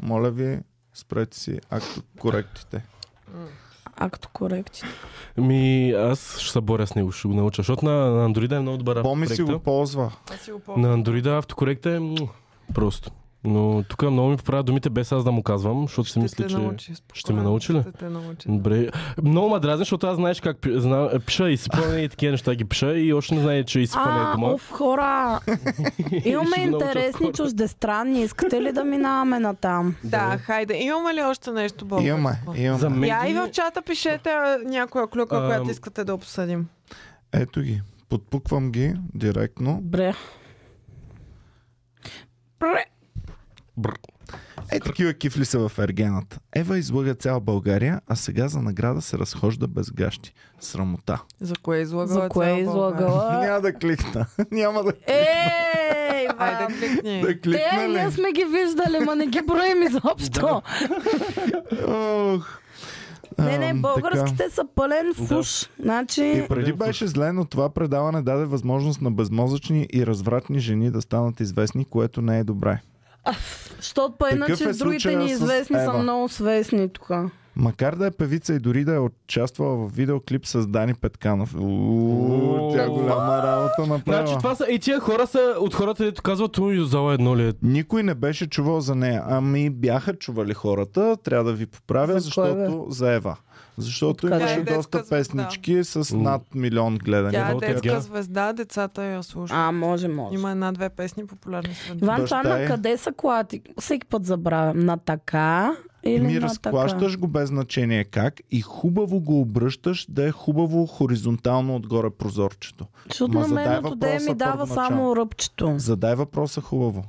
S4: Моля ви, спрете си автокоректите.
S2: Акто коректи.
S6: Ми, аз ще се боря с него, ще го науча, защото на, на Android е много добър
S4: Поми
S6: автокоректа.
S4: си го ползва.
S3: Аз си го помня.
S6: На Android автокоректа е м, просто. Но тук много ми поправя думите, без аз да му казвам, защото си мисля, че...
S3: научи,
S6: ще ме
S3: спокойно,
S6: научи ли?
S3: Ще те научи.
S6: Добре. Много ма дразни, защото аз знаеш как пи- зна... пиша изсипване и такива неща ги пиша и още не знае, че е изсипване е
S2: А,
S6: дома. <laughs>
S2: оф,
S4: <laughs>
S2: хора! Имаме
S6: Ще го науча
S2: интересни
S6: скоро.
S2: чуждестранни. Искате ли да минаваме на там?
S3: Да, хайде. Имаме ли още нещо българско?
S4: Имаме,
S6: За
S4: имаме.
S6: мен
S3: Я и в чата пишете а, някоя клюка,
S6: Ами, Ам.
S3: която искате да обсъдим.
S4: Ето ги. Подпуквам ги директно.
S2: Бре. Бре.
S4: Е, такива кифли са в Ергената. Ева излъга цяла България, а сега за награда се разхожда без гащи. Срамота.
S3: За кое е излагала
S2: За кое е
S3: цяла България?
S4: <laughs>
S2: излагала?
S4: Няма да кликна. Няма да,
S2: Ей, Иван!
S3: Хайде, кликни.
S4: да
S2: Те,
S4: кликна ли?
S2: ние сме ги виждали, ма не ги броим изобщо.
S4: Ох.
S2: Не, не,
S4: Ам, така.
S2: българските са пълен фуш. Значи,
S6: Е,
S4: И преди беше зле, но това предаване даде възможност на безмозъчни и развратни жени да станат известни, което не е добре.
S2: защото па
S4: Такъв
S2: иначе
S4: е
S2: другите
S4: случая
S2: ни
S4: с
S2: известни са
S4: Ева.
S2: много свестни тук.
S4: Макар да е певица и дори да е участвала в видеоклип с Дани Петканов. Уу, Тя голяма работа
S6: Значи
S4: направила.
S6: това са, и тия хора са от хората, дето казват, у юзала едно ли е.
S4: Никой не беше чувал за нея. Ами бяха чували хората, трябва да ви поправя,
S2: За кой, бе?
S4: защото за Ева. Защото
S2: Откъде?
S4: имаше
S3: Тя е
S4: доста
S3: детска звезда.
S4: песнички с над милион гледания.
S3: Тя е
S6: Работа е
S3: детска
S6: гена.
S3: звезда, децата я слушат.
S2: А, може, може.
S3: Има една-две песни популярни сред
S2: Иван,
S4: Баща
S2: това на
S4: е.
S2: къде са колати? Всеки път забравям. На така, Или
S4: Ми
S2: на
S4: разклащаш го без значение как и хубаво го обръщаш да е хубаво хоризонтално отгоре прозорчето.
S2: Така. Защото
S4: Ма
S2: на
S4: задай
S2: мен отдея ми
S4: въпроса
S2: дава
S4: първоначално.
S2: само ръбчето.
S4: Задай въпроса хубаво.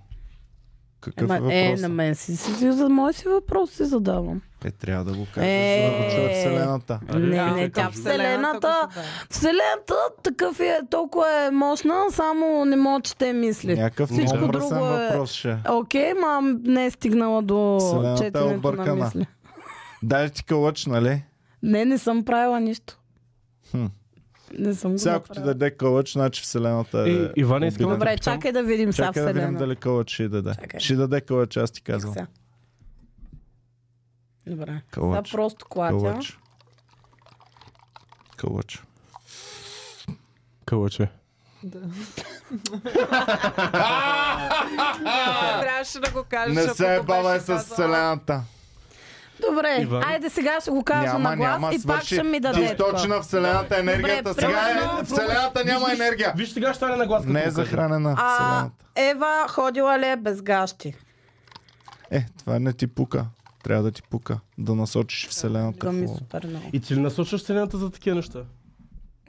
S4: Какъв е
S2: Ема, е,
S4: въпросът?
S2: на мен си, си, си за мои си въпрос си задавам.
S4: Е, трябва да го кажеш,
S2: Е.
S4: за да го чуе Вселената.
S2: Не,
S6: да,
S2: не,
S6: да,
S2: тя
S6: да.
S2: вселената,
S3: го създаде.
S2: вселената такъв е, толкова е мощна, само не мога, че те мисли.
S4: Някакъв
S2: Всичко
S4: много мръсен
S2: друго е-
S4: въпрос ще е.
S2: Окей, мам, не е стигнала до
S4: Вселената е
S2: четенето на
S4: объркана.
S2: мисли.
S4: Дай ти кълъч, нали?
S2: Не, не съм правила нищо.
S4: Хм.
S2: Не съм го
S4: Сега ако ти
S2: направила.
S4: даде кълъч, значи Вселената е...
S6: И, Иване, искам да
S2: Добре, чакай да видим сега
S4: Чакай да видим
S2: вселената.
S4: дали е кълъч ще й даде.
S2: Чакай.
S4: Ще й даде кълъч, аз ти казвам.
S2: Сега. Добре. Сега
S4: Кълъч.
S2: просто клатя.
S4: Кълъч. Кълъч.
S6: Кълъче.
S3: Трябваше да го кажеш.
S4: Не
S3: ако
S4: се
S3: го беше
S4: бавай с
S3: казала.
S4: Вселената.
S2: Добре,
S6: Иван.
S2: айде сега ще го кажа
S4: Няма,
S2: на глас
S4: няма,
S2: и пак
S4: свърши.
S2: ще ми даде.
S4: Източи на Вселената енергията. Сега е...
S2: примерно-
S4: Вселената няма енергия.
S11: Виж сега ще стане на глас. като
S4: Не е
S11: го кажа.
S4: захранена
S2: А,
S4: Вселената.
S2: Ева ходила ли е без гащи?
S4: Е, това не ти пука. Трябва да ти пука. Да насочиш Вселената.
S2: Към ми
S4: хубаво.
S2: супер много.
S6: И ти ли насочваш Вселената за такива неща?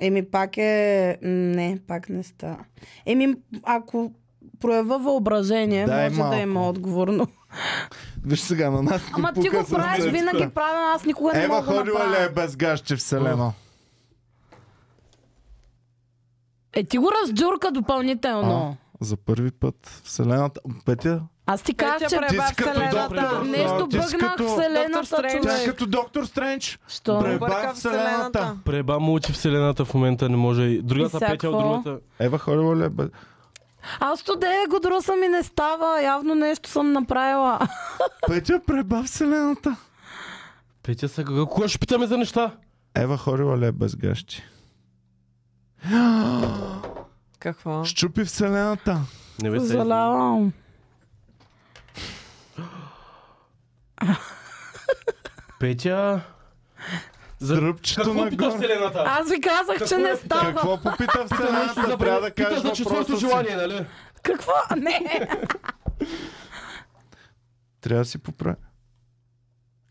S2: Еми пак е... Не, пак не става. Еми, ако проява въображение,
S4: Дай
S2: може
S4: малко.
S2: да има отговорно.
S4: Виж сега на нас. ни
S2: Ама ти
S4: пука
S2: го
S4: с
S2: правиш,
S4: цецката.
S2: винаги правя, аз никога не
S4: Ева
S2: мога да
S4: ходила ли е
S2: направя.
S4: без газче Вселено?
S2: Е, ти го разджурка допълнително.
S4: За първи път Вселената... Петя,
S2: Аз ти
S3: Петя
S2: казах, че
S3: преба
S4: Ти си като
S3: вселената.
S4: доктор.
S2: нещо
S4: Ти си
S2: бъгнах
S4: като
S2: вселената,
S3: Доктор Стрендж.
S4: тя е
S2: човек.
S4: като доктор Стрендж.
S2: Що?
S4: Бре.
S3: Обърка
S4: Преба Вселената.
S3: вселената.
S6: Преба му очи Вселената в момента не може. и Другата
S2: И сега
S6: петя от
S2: какво?
S6: другата.
S4: Ева ходила ли е без...
S2: Аз студея го друсам и не става. Явно нещо съм направила.
S4: Петя, преба Вселената.
S6: Петя са кога? Кога ще питаме за неща?
S4: Ева ходила ли е без гащи?
S3: Какво?
S4: Щупи Вселената.
S6: Не бе се.
S2: Съжалявам.
S6: Петя... За...
S4: Дръпчето
S11: Какво пита
S4: нагоре.
S11: Вселената?
S2: Аз ви казах, че не става.
S4: Какво попита Вселената? Трябва да
S11: Пита
S4: кажеш
S11: за четвърто
S4: въпроса си.
S11: желание, нали?
S2: Какво? Не.
S4: Трябва да си поправи.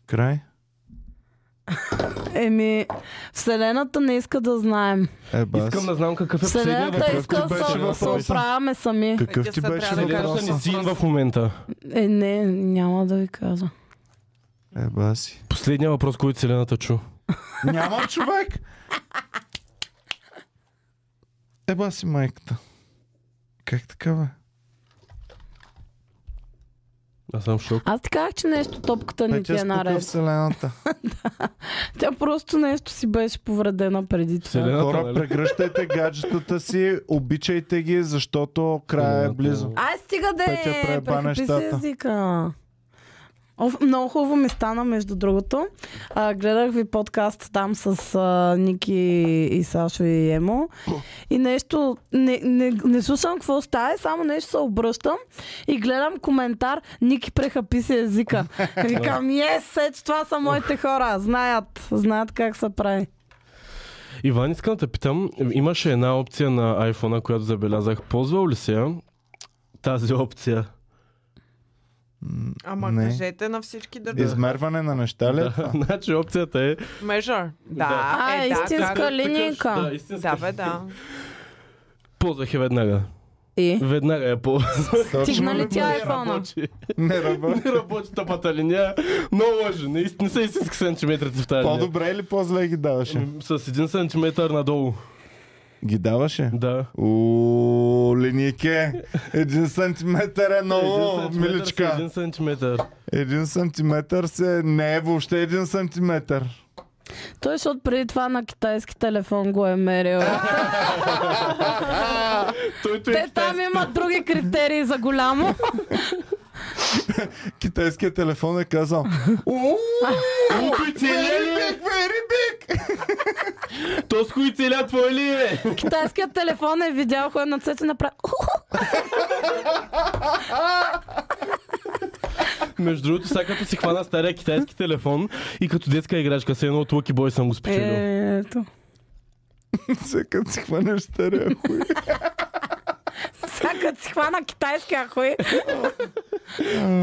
S4: Край.
S2: Еми, Вселената не иска да знаем.
S4: Е, бас.
S6: Искам да знам какъв е последният
S2: Вселената
S6: въпрос.
S2: иска
S4: ти беше
S2: да се
S4: въпросът?
S2: оправяме сами.
S4: Какъв ти
S3: Петя, сега
S4: беше
S3: трябва да кажеш
S6: Вселената ни
S4: въпросът?
S3: въпроса?
S6: син в момента.
S2: Е, не, няма да ви кажа.
S4: Е, баси.
S6: Последният въпрос, който Вселената чу.
S4: Няма човек! Е, баси майката. Как така, бе?
S6: Аз съм в шок.
S2: Аз ти казах, че нещо топката не ти
S4: Петя
S2: е
S4: спука
S2: наред.
S4: Вселената.
S2: Тя просто нещо си беше повредена преди това.
S6: Вселената,
S4: Хора,
S6: нали?
S4: прегръщайте гаджетата си, обичайте ги, защото края е
S6: Вселената.
S4: близо.
S2: Ай, стига да
S4: Петя
S2: е,
S4: преба
S2: прехапи си
S4: нещата.
S2: езика. Оф, много хубаво ми стана, между другото. А, гледах ви подкаст там с а, Ники и Сашо и Емо. И нещо, не, не, не слушам какво става, само нещо се обръщам и гледам коментар Ники прехапи си
S4: <laughs>
S2: езика. Викам, ес, ето това са моите хора. Знаят, знаят как се прави.
S6: Иван, искам да те питам, имаше една опция на iPhone, която забелязах. Ползвал ли си я? Тази опция.
S3: Ама
S4: Не.
S3: кажете на всички да...
S4: Измерване на неща ли? е
S6: Да,
S4: това?
S6: <laughs> значи опцията е...
S3: Measure. Да.
S6: Да.
S2: А,
S3: е, да,
S2: истинска
S3: да,
S2: ли? Линейка.
S6: Да, истинска.
S3: Да, бе, да.
S6: Ползвах я веднага.
S2: И?
S6: Веднага я ползвах. <laughs>
S2: Стигна ли тя айфона?
S6: Работи.
S4: Не работи.
S6: Не работи тъпата линия. Много лъжи. Не, ист- не са истински сантиметрите в тази линия.
S4: По-добре или по-зле ги даваше?
S6: М, С един сантиметър надолу.
S4: Ги даваше?
S6: Да.
S4: О, линейке. Един сантиметър е много,
S6: Един сантиметър с
S4: миличка.
S6: Един сантиметър.
S4: Един сантиметър се не е въобще един сантиметър.
S2: Той, защото преди това на китайски телефон го е <laughs> мерил.
S6: Той той
S2: Те там имат други критерии за голямо.
S4: Китайският телефон е казал. «Уу,
S6: Той целя ли?
S4: Very big, very big!
S6: То с кои целя твой ли е?
S2: Китайският телефон е видял хора на цвете и направи.
S6: Между другото, сега като си хвана стария китайски телефон и като детска играчка, се едно от Lucky Boy съм го спечелил.
S2: Е, Ето.
S4: Сега като си хванеш стария хуй.
S2: Сега като си хвана китайския хуй.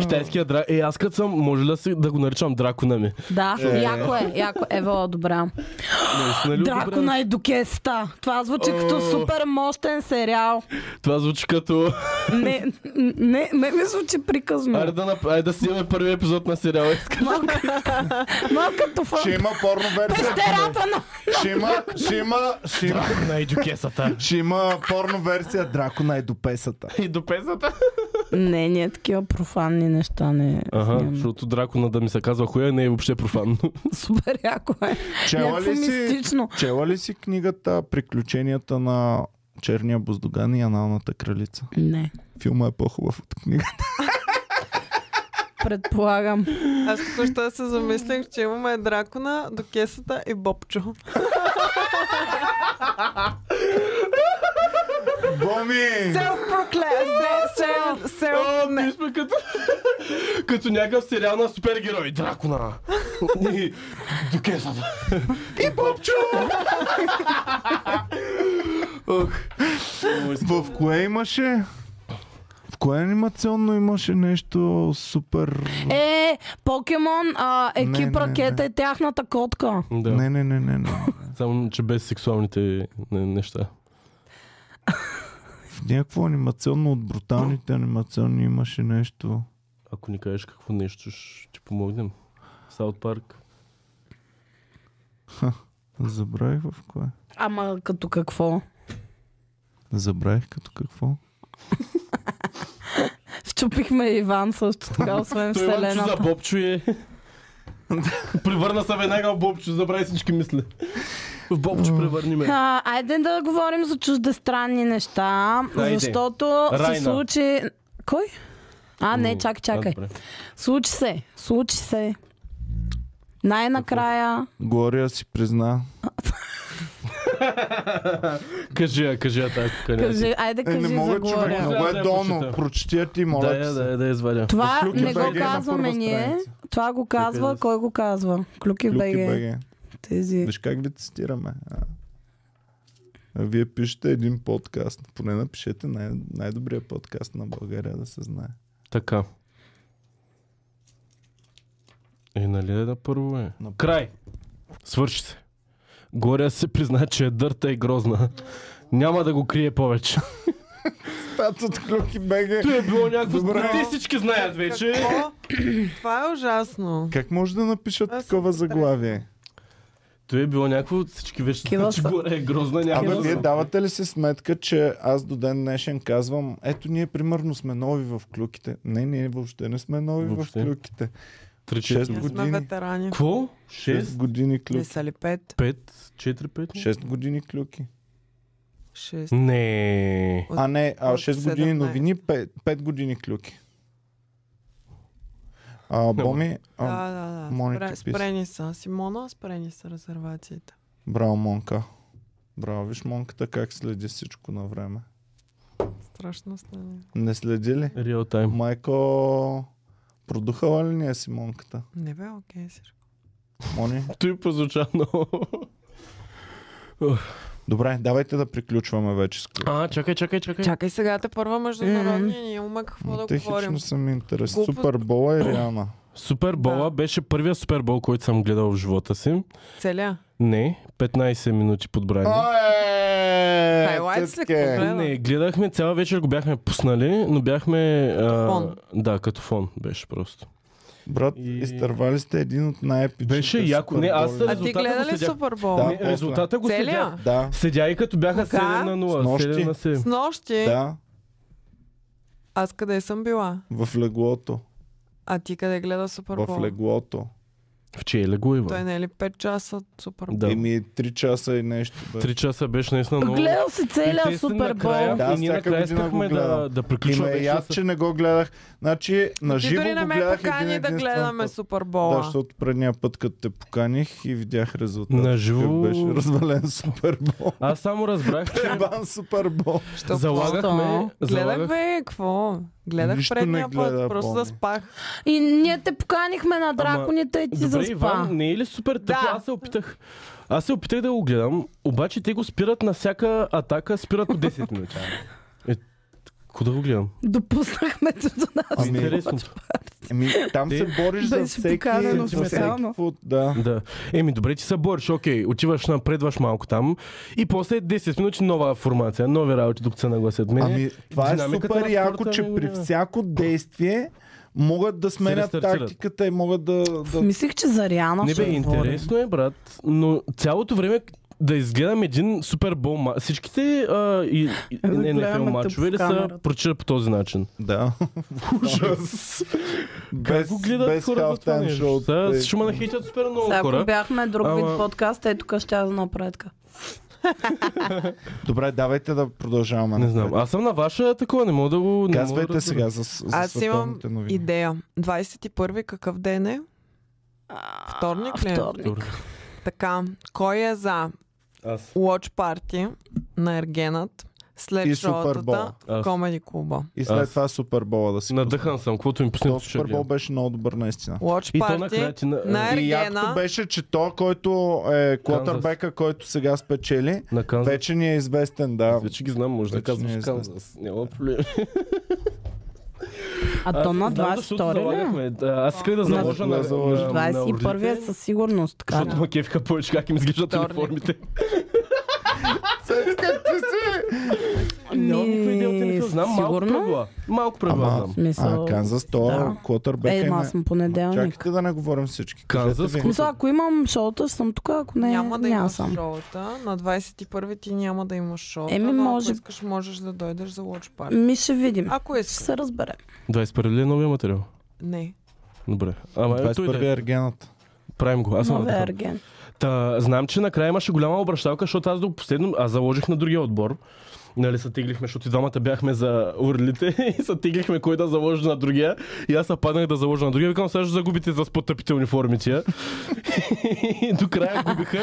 S6: Китайския драк. Е, аз като съм, може ли да, си, да го наричам дракона ми?
S2: Да, яко е, яко е, Евела, добра.
S6: Наистина ли одобряваш?
S2: Дракона и Дукеста. Това звучи като супер мощен сериал.
S6: Това звучи като...
S2: Не, не, не ми звучи
S6: Айде
S2: приказно.
S6: да, нап... Айде да снимаме първи епизод на сериала. искам.
S2: Малко като фа...
S4: Ще има порно версия.
S2: Пещерата на...
S4: Ще има, ще има, ще има,
S6: на едюкесата.
S4: ще има порно версия Дракона и допесата.
S6: <laughs> И до песата.
S2: Не, ние такива профанни неща
S4: <laughs>
S2: не
S6: Ага,
S2: снимаме.
S6: защото дракона да ми се казва хуя не е въобще профанно.
S2: Супер яко е.
S4: Чела
S2: Някакво
S4: ли си,
S2: мистично.
S4: чела ли си книгата Приключенията на Черния буздоган и Аналната кралица?
S2: Не,
S4: Филма е по-хубав от книгата.
S2: предполагам.
S3: Аз току-що се замислих, че имаме дракона, докесата и бобчо.
S4: Боми!
S3: Self-proclaimed!
S6: А,
S3: Self...
S6: <laughs> ние
S3: не.
S6: сме като... <laughs> като някакъв сериал на супергерой. Дракона. <laughs> И Дукесата. И Бобчо! Ох. Много искам.
S4: В кое имаше? В кое анимационно имаше нещо супер...
S2: Е, Покемон, а,
S4: Не,
S2: екип
S4: не,
S2: Ракета е тяхната котка.
S6: Да,
S4: Не, не, не, не, не.
S6: само че без сексуалните не- неща.
S4: В някакво анимационно от бруталните анимационни имаше нещо.
S6: Ако ни кажеш какво нещо, ще ти помогнем. Саут Парк.
S4: Забравих в кое.
S2: Ама като какво?
S4: Забравих като какво.
S2: Щупихме Иван също така,
S4: <laughs>
S2: освен
S6: Той Иванчо за
S2: Вселената.
S6: Бобчо е. <laughs> Превърна се веднага в Бобчо, забрави всички мисли. В Бобчо превърни ме.
S2: А, айде да говорим за чуждестранни неща,
S6: Айде.
S2: защото се
S6: Райна.
S2: случи... Кой? А, не,
S6: М,
S2: чакай, чакай.
S6: А, добре.
S2: Случи се, случи се. Най-накрая
S4: Глория си призна.
S6: Кажи я, кажи я така.
S2: Кажи, айде
S4: Е,
S2: кажи
S4: не
S2: за
S4: мога, човек,
S2: Глория.
S4: много
S6: Да,
S4: е
S6: да,
S4: долно.
S6: прочета.
S4: Прочети я ти, моля
S6: Да,
S4: ти
S6: я,
S4: се.
S6: да, я, да я извадя.
S2: Това
S4: Клюки
S2: не го
S4: БГ на
S2: казваме
S4: първа
S2: ние.
S4: страница.
S2: Това го казва,
S6: да.
S2: кой го казва? Клюки
S4: Клюки
S2: БГ.
S4: БГ.
S2: Тези.
S4: Виж как ви цитираме. А. А вие пишете един подкаст. Поне напишете най- най-добрия подкаст на България да се знае.
S6: Така. Е, нали е да първо е? Край! Свърши се. Горя се призна, че е дърта и грозна. Няма да го крие повече.
S4: Пят от Клюки БГ.
S6: Той е било някакво...
S4: Добре.
S6: Те всички знаят вече.
S3: О, Това е ужасно.
S4: Как може да напишат
S3: Аз съм
S4: такова заглавие?
S6: Той е било някакво... Всички вече
S2: Такива
S6: знаят, че
S2: са.
S6: Горя е грозна. Няма
S4: Абе,
S6: да
S4: вие
S6: се-
S4: давате ли си сметка, че аз до ден днешен казвам, ето ние примерно сме нови в клюките. Не, ние въобще не сме нови
S6: Въобще.
S4: в клюките.
S6: Три,
S4: Шест
S6: четири.
S3: Ние сме
S4: години.
S3: ветерани.
S6: Какво?
S4: 6
S6: Шест?
S4: години
S3: Не
S4: клюки.
S3: са ли пет?
S6: Пет? Четири, пет?
S4: 6 години клюки.
S3: Шест.
S6: Не.
S4: А не, а
S3: от
S4: 6 години
S3: 17.
S4: новини, 5, 5 години клюки. А, Боми, а,
S3: Да, да, да.
S4: Моника
S3: Спре-
S4: писа.
S3: Спрени са. Симона, спрени са резервациите.
S4: браво Монка. Браво, виж Монката как следи всичко на време.
S3: Страшно стане.
S4: Не следи ли?
S6: Реал тайм.
S4: Майко, продухала ли ние си Монката?
S3: Не бе, окей, си.
S4: Мони?
S6: Той позвуча много.
S4: Добре, давайте да приключваме вече с клюки.
S6: А, чакай, чакай, чакай.
S3: Чакай сега те първа международния, ние имаме какво да
S4: Те
S3: говорим.
S4: хищно са ми интересни.
S3: Глупост.
S4: Супербола и Риана.
S6: Супербола
S3: Да.
S6: беше първия супербол, който съм гледал в живота си.
S3: Целя.
S6: Не, 15 минути подбрани.
S4: Ое!
S3: Е, Хайлайтс ли,
S4: Цецке!
S3: какво гледаш?
S6: Не, гледахме цяла вечер, го бяхме пуснали, но бяхме... а,
S3: фон.
S6: Да, като фон беше просто.
S4: Брат,
S6: И-
S4: изтървали сте един от най-епичните
S6: Беше яко. Не, аз
S4: суперболи.
S3: А ти
S6: Резултата
S3: гледа
S6: го
S3: ли
S6: следях.
S3: Супербол?
S4: Да.
S6: Не,
S4: после.
S6: Ами, резултата го
S3: Целя?
S6: седя.
S4: Да,
S6: Седя и като бяха
S3: Кога?
S6: 7 на 0.
S4: Снощи?
S6: 7 на 7.
S3: С нощи
S4: да,
S3: аз къде съм била?
S4: в леглото.
S3: А ти къде гледа Супербол?
S4: В леглото.
S6: В чие лего,
S3: Той
S6: Иван?
S3: не е ли 5 часа от Супербол?
S6: Да.
S4: Еми 3 часа и нещо. Бе.
S6: 3 часа беше наистина много...
S2: Гледал си
S6: И те
S2: целия
S6: са
S2: супербол.
S6: накрая-
S4: Да,
S6: и ние
S4: всяка
S6: накрая
S4: година го
S6: искахме да,
S4: гледам.
S6: да
S4: И
S6: приключваме.
S4: ме яд, че не го гледах. Значи, на
S3: Ти
S4: живо
S3: дори не
S4: го
S3: ме
S4: гледах един
S3: покани да
S4: единствен
S3: гледаме
S4: път.
S3: Супербола.
S4: Да, защото предния път, като те поканих и видях резултат.
S6: На живо-
S4: Беше развален супербол.
S6: Аз само разбрах, че
S4: <laughs> Ебан супербол.
S3: Що
S6: залагахме...
S3: Гледах
S6: залагах-
S3: бе, какво? Гледах
S4: Нищо не
S3: предния
S4: гледа,
S3: път, просто
S4: помни.
S3: да спах.
S2: И ние те поканихме на драконите и ти
S6: Добре,
S2: заспа.
S6: Иван, не е ли супер тъпо?
S3: Да.
S6: Аз се опитах. Аз се опитах да го
S4: <laughs>
S6: гледам, обаче те го спират на всяка атака, спират по 10 минути. Е, Хубаво да го гледам.
S2: Допуснахме те до нас.
S4: Ами,
S6: Интересно.
S4: Еми, Ами, там се бориш за
S2: Да си
S4: всеки...
S2: поканено
S4: за
S2: специално.
S4: всеки- Да.
S6: Да. Еми, добре, че се бориш. Окей, отиваш, напредваш малко там. И после 10 минути нова формация, нови работи, докато се нагласят мен.
S4: Ами, това е
S6: динамиката на спорта
S4: супер
S6: е-
S4: яко, че
S6: ми,
S4: при
S6: да.
S4: всяко действие могат да сменят
S6: рестартират.
S4: тактиката и могат да...
S6: <laughs>
S4: да...
S2: Мислих, че за Риана
S6: Не бе,
S2: ще говорим.
S6: интересно е, брат, но цялото време да изгледам един Супер Бол ма... Всичките а, и, и
S2: Да
S6: NFL
S2: гледаме
S6: матчове
S2: тъп
S6: ли
S2: в
S6: са
S2: камерата.
S6: прочитат по този начин?
S4: Да. Ужас.
S6: Как го гледат
S4: без
S6: хората това
S4: halftime
S6: нещо?
S4: show,
S6: Сега
S4: тъй.
S6: Ще ме нахитят супер много
S2: Сега, ако
S6: хора.
S2: бяхме друг вид
S6: Ама-
S2: подкаст, е тук ще я да направя така.
S4: Добре, давайте да продължаваме.
S6: Не знам, аз съм на ваша такова, не мога да го... не мога да
S4: Казвайте
S6: разбера.
S4: сега за, с- за
S3: Аз имам
S4: световните новини.
S3: идея. 21 какъв ден е? Вторник ли? е?
S2: Вторник.
S3: Така, кой е за
S6: Аз.
S3: Watch Party на Ергенът след
S4: И Супербола.
S3: шоутата в
S6: Аз.
S3: Комеди клуба?
S4: И след
S6: Аз.
S4: това Супербола да си
S6: Надъхан съм, каквото им
S4: То
S6: пуснат ще
S4: Супербол
S6: гледам.
S4: беше много добър наистина.
S3: Watch
S6: И то накрая
S3: Party
S6: ти на,
S3: на
S4: И якото
S3: Ергена.
S4: беше, че то, който е Клотърбека, който сега спечели,
S6: на Канзас.
S4: вече ни е известен, да.
S6: Вече ги знам, може да
S4: Вече не е
S6: казваш
S4: известно.
S6: Канзас. Няма проблем.
S2: А то на
S6: Аз знам, защото
S2: 22 ли? е?
S6: залагахме. Да, Аз исках да
S4: На-
S6: заложа
S4: да,
S6: на...
S4: заложа.
S6: на- на
S2: 21
S6: ордите,
S2: със сигурност, така.
S6: Защото ме кефиха повече как им изглеждат
S3: Вторник.
S6: униформите. Нямам никаква идея от
S2: Ми,
S6: NFL. Знам малко
S2: сигурно.
S6: правила. Малко правила
S4: Ама,
S6: знам.
S4: а,
S2: Мисъл-
S4: Канзас, то
S2: да.
S4: Клотърбека
S2: Е,
S4: е...
S2: ма,
S4: на-
S2: аз съм
S4: Ма,
S2: понеделник.
S4: Чакайте да не говорим всички.
S6: Канзас,
S4: Кажете ви.
S2: Мисля, ако имам шоута, ще съм тук, ако не,
S3: Няма да
S2: няма
S3: имаш
S2: съм.
S3: шоута. На 21 ти няма да имаш шоута,
S2: Еми,
S3: но
S2: може.
S3: ако искаш, можеш да дойдеш за Watch Party.
S2: Ми Ами ще видим.
S3: Ако
S2: Ще
S3: искаш.
S2: се разбере.
S6: 21 ли е новия материал?
S3: Не.
S6: Добре. Ама ето
S4: 21 е Ергенът.
S6: Правим го. Аз съм
S2: Новия
S6: на
S2: ерген.
S6: Та, знам, че накрая имаше голяма обращалка, защото аз до последно аз заложих на другия отбор. Нали, се теглихме, защото и двамата бяхме за урлите <laughs> и се теглихме кой да заложи на другия. И аз се паднах да заложа на другия. Викам, сега ще загубите за потъпите униформи тия. <laughs> и до края губиха.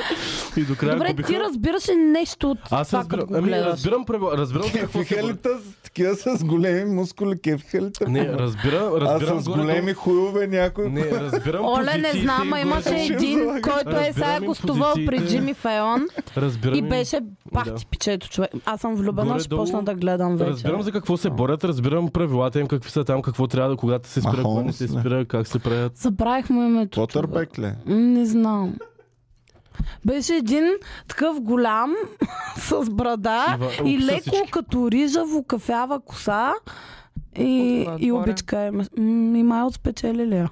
S6: И до края
S2: Добре,
S6: губиха.
S2: ти разбираш ли нещо от
S6: Аз
S2: това, като
S6: разбирам,
S2: го
S6: ами,
S2: гледаш?
S6: разбирам, правила- разбирам за какво се
S4: Кефиха ли
S6: говори.
S4: те с- такива с големи мускули? Кефиха ли те?
S6: Не, разбира,
S4: А
S6: разбирам.
S4: с
S6: горе-долу.
S4: големи хуйове някой?
S6: Не, разбирам
S2: Оле, не
S6: позициите
S2: знам,
S6: и
S2: а имаше
S6: горе-долу.
S2: един,
S4: залагаш.
S2: който е сега
S6: Разбирам и
S2: гостувал при
S6: позициите.
S2: Джимми Фейлон
S6: Разбирам
S2: и
S6: им.
S2: беше пах
S6: Да.
S2: ти пичето човек. Аз съм влюбена, ще
S6: Горе-долу
S2: почна да гледам вече.
S6: Разбирам за какво се борят, разбирам правилата им, какви са там, какво трябва да, когато се спира, кога не
S4: Махомс,
S6: се
S4: не.
S6: спира, как се правят.
S2: Забравих му името. човек.
S4: Клотърбек ли?
S2: М, Не знам. Беше един такъв голям <laughs> с брада
S6: Ива-
S2: и,
S6: описа
S2: леко
S6: всички.
S2: като рижаво кафява коса и,
S3: Отгоре.
S2: и обичка е. М, И май от спечелили я.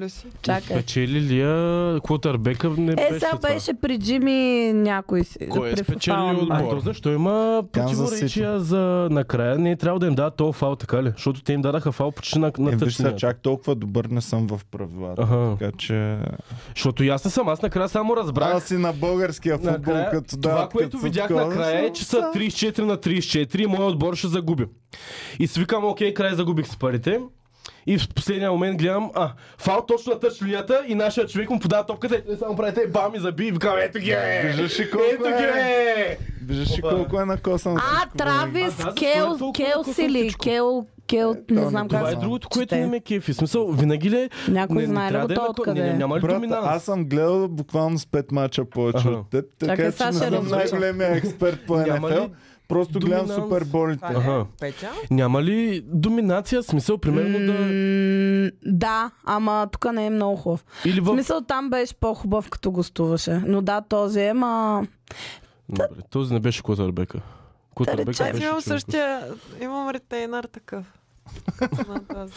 S3: Люси.
S2: Чакай.
S6: Спечели ли я Клотърбека не
S2: Е,
S6: беше
S2: сега
S6: това.
S2: беше при Джими някой си.
S5: Кой е
S2: при
S5: спечелил
S2: Фалан
S5: отбора?
S6: А, то защо има противоречия за накрая? Не е трябва да им дадат то фал, така ли? Защото те им дадаха фал почти на,
S4: Е,
S6: на
S4: виж сега,
S6: тъчния.
S4: чак толкова добър не съм в правилата.
S6: Аха.
S4: Така че...
S6: Защото и аз не съм, аз накрая само разбрах.
S4: Аз си на българския футбол,
S6: Накрая,
S4: като да.
S6: това, което видях накрая е, че са 34 на 34 и моят отбор ще загуби. И свикам, окей, край загубих с парите. И в последния момент гледам, а, фал точно на тъч линията и нашия човек му подава топката и само правите бам и заби и викам, ето ги е!
S4: Виждаш ли
S6: Ето
S4: колко
S6: ги
S4: е?
S6: е!
S4: Виждаш ли колко е накосан?
S2: А, Травис,
S6: Аз, аз
S5: е
S2: Кел,
S6: затова толкова
S2: Келси
S6: косвам
S2: ли?
S6: всичко.
S2: Кел, Кел, не
S4: не,
S2: знам
S6: Това е
S2: как.
S4: знам.
S6: другото, което
S2: Чете.
S6: не ме кефи. В смисъл, винаги ли...
S2: Някой
S6: не,
S2: знае
S6: не
S2: ли
S6: трябва
S2: го
S6: да
S2: то
S6: има-
S2: откъде
S6: не,
S2: е?
S6: не, Няма ли
S4: Брат,
S6: доминанс?
S4: аз съм гледал буквално с 5 мача повече
S6: Аха.
S4: от теб, така
S2: Чакай,
S4: че
S2: сега
S4: не
S2: ще
S4: съм
S2: разбера.
S4: най-големия експерт по
S6: Няма
S4: НФЛ.
S6: ли
S4: Просто гледам
S6: доминанс?
S4: суперболите.
S3: Това
S6: Аха.
S3: е Петя.
S6: Няма ли доминация? Смисъл, примерно да...
S2: М, Да, ама тук не е много хубав.
S6: Или
S2: В
S6: в...
S2: смисъл там беше по-хубав, като гостуваше. Но да, този е, ма...
S6: Добре, този не беше Котърбека. Котърбека
S2: речем,
S6: беше...
S3: Аз имам
S6: човек.
S3: същия, имам ретейнър такъв. На тази.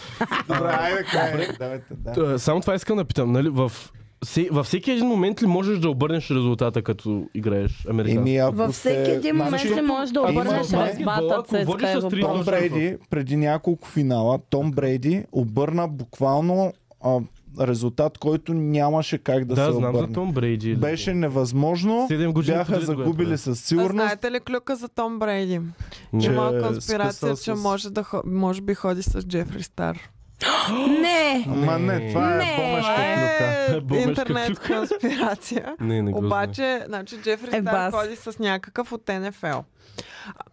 S4: Добре, айде, край. Давайте, да.
S6: Та, Е, Само това искам да питам, нали? В... се- Във всеки един момент ли можеш да обърнеш резултата, като играеш американски?
S4: Еми, ако
S2: Във всеки
S4: сте-
S2: един момент
S4: Значи,
S2: ли можеш да
S4: ако
S2: обърнеш
S4: има-
S2: резбата,
S6: ако водиш
S2: цецка е
S6: с три
S2: въпрос.
S4: Том
S6: точки.
S4: Брейди преди няколко финала, Том Брейди обърна буквално а, резултат, който нямаше как да,
S6: да,
S4: се
S6: знам
S4: обърне.
S6: за Том Брейди.
S4: Беше невъзможно.
S6: Седем години
S4: Бяха
S6: подред го е
S4: загубили
S6: правил.
S4: със
S3: А
S4: сигурност.
S3: знаете ли клюка за Том Брейди?
S6: Не.
S4: Че
S3: Има
S4: е
S3: конспирация, че
S4: скъсал с-
S3: може, да, хо- може би ходи с Джефри Стар.
S2: Не!
S4: Ма не, това е
S2: Не.
S4: бомешка.
S3: Това
S6: клюка.
S3: е
S6: Бомешка
S3: интернет
S6: клюка.
S3: конспирация.
S6: Не, не го знам.
S3: Обаче, значи Джефри
S2: Е,
S3: Стар
S2: бас.
S3: ходи с някакъв от НФЛ,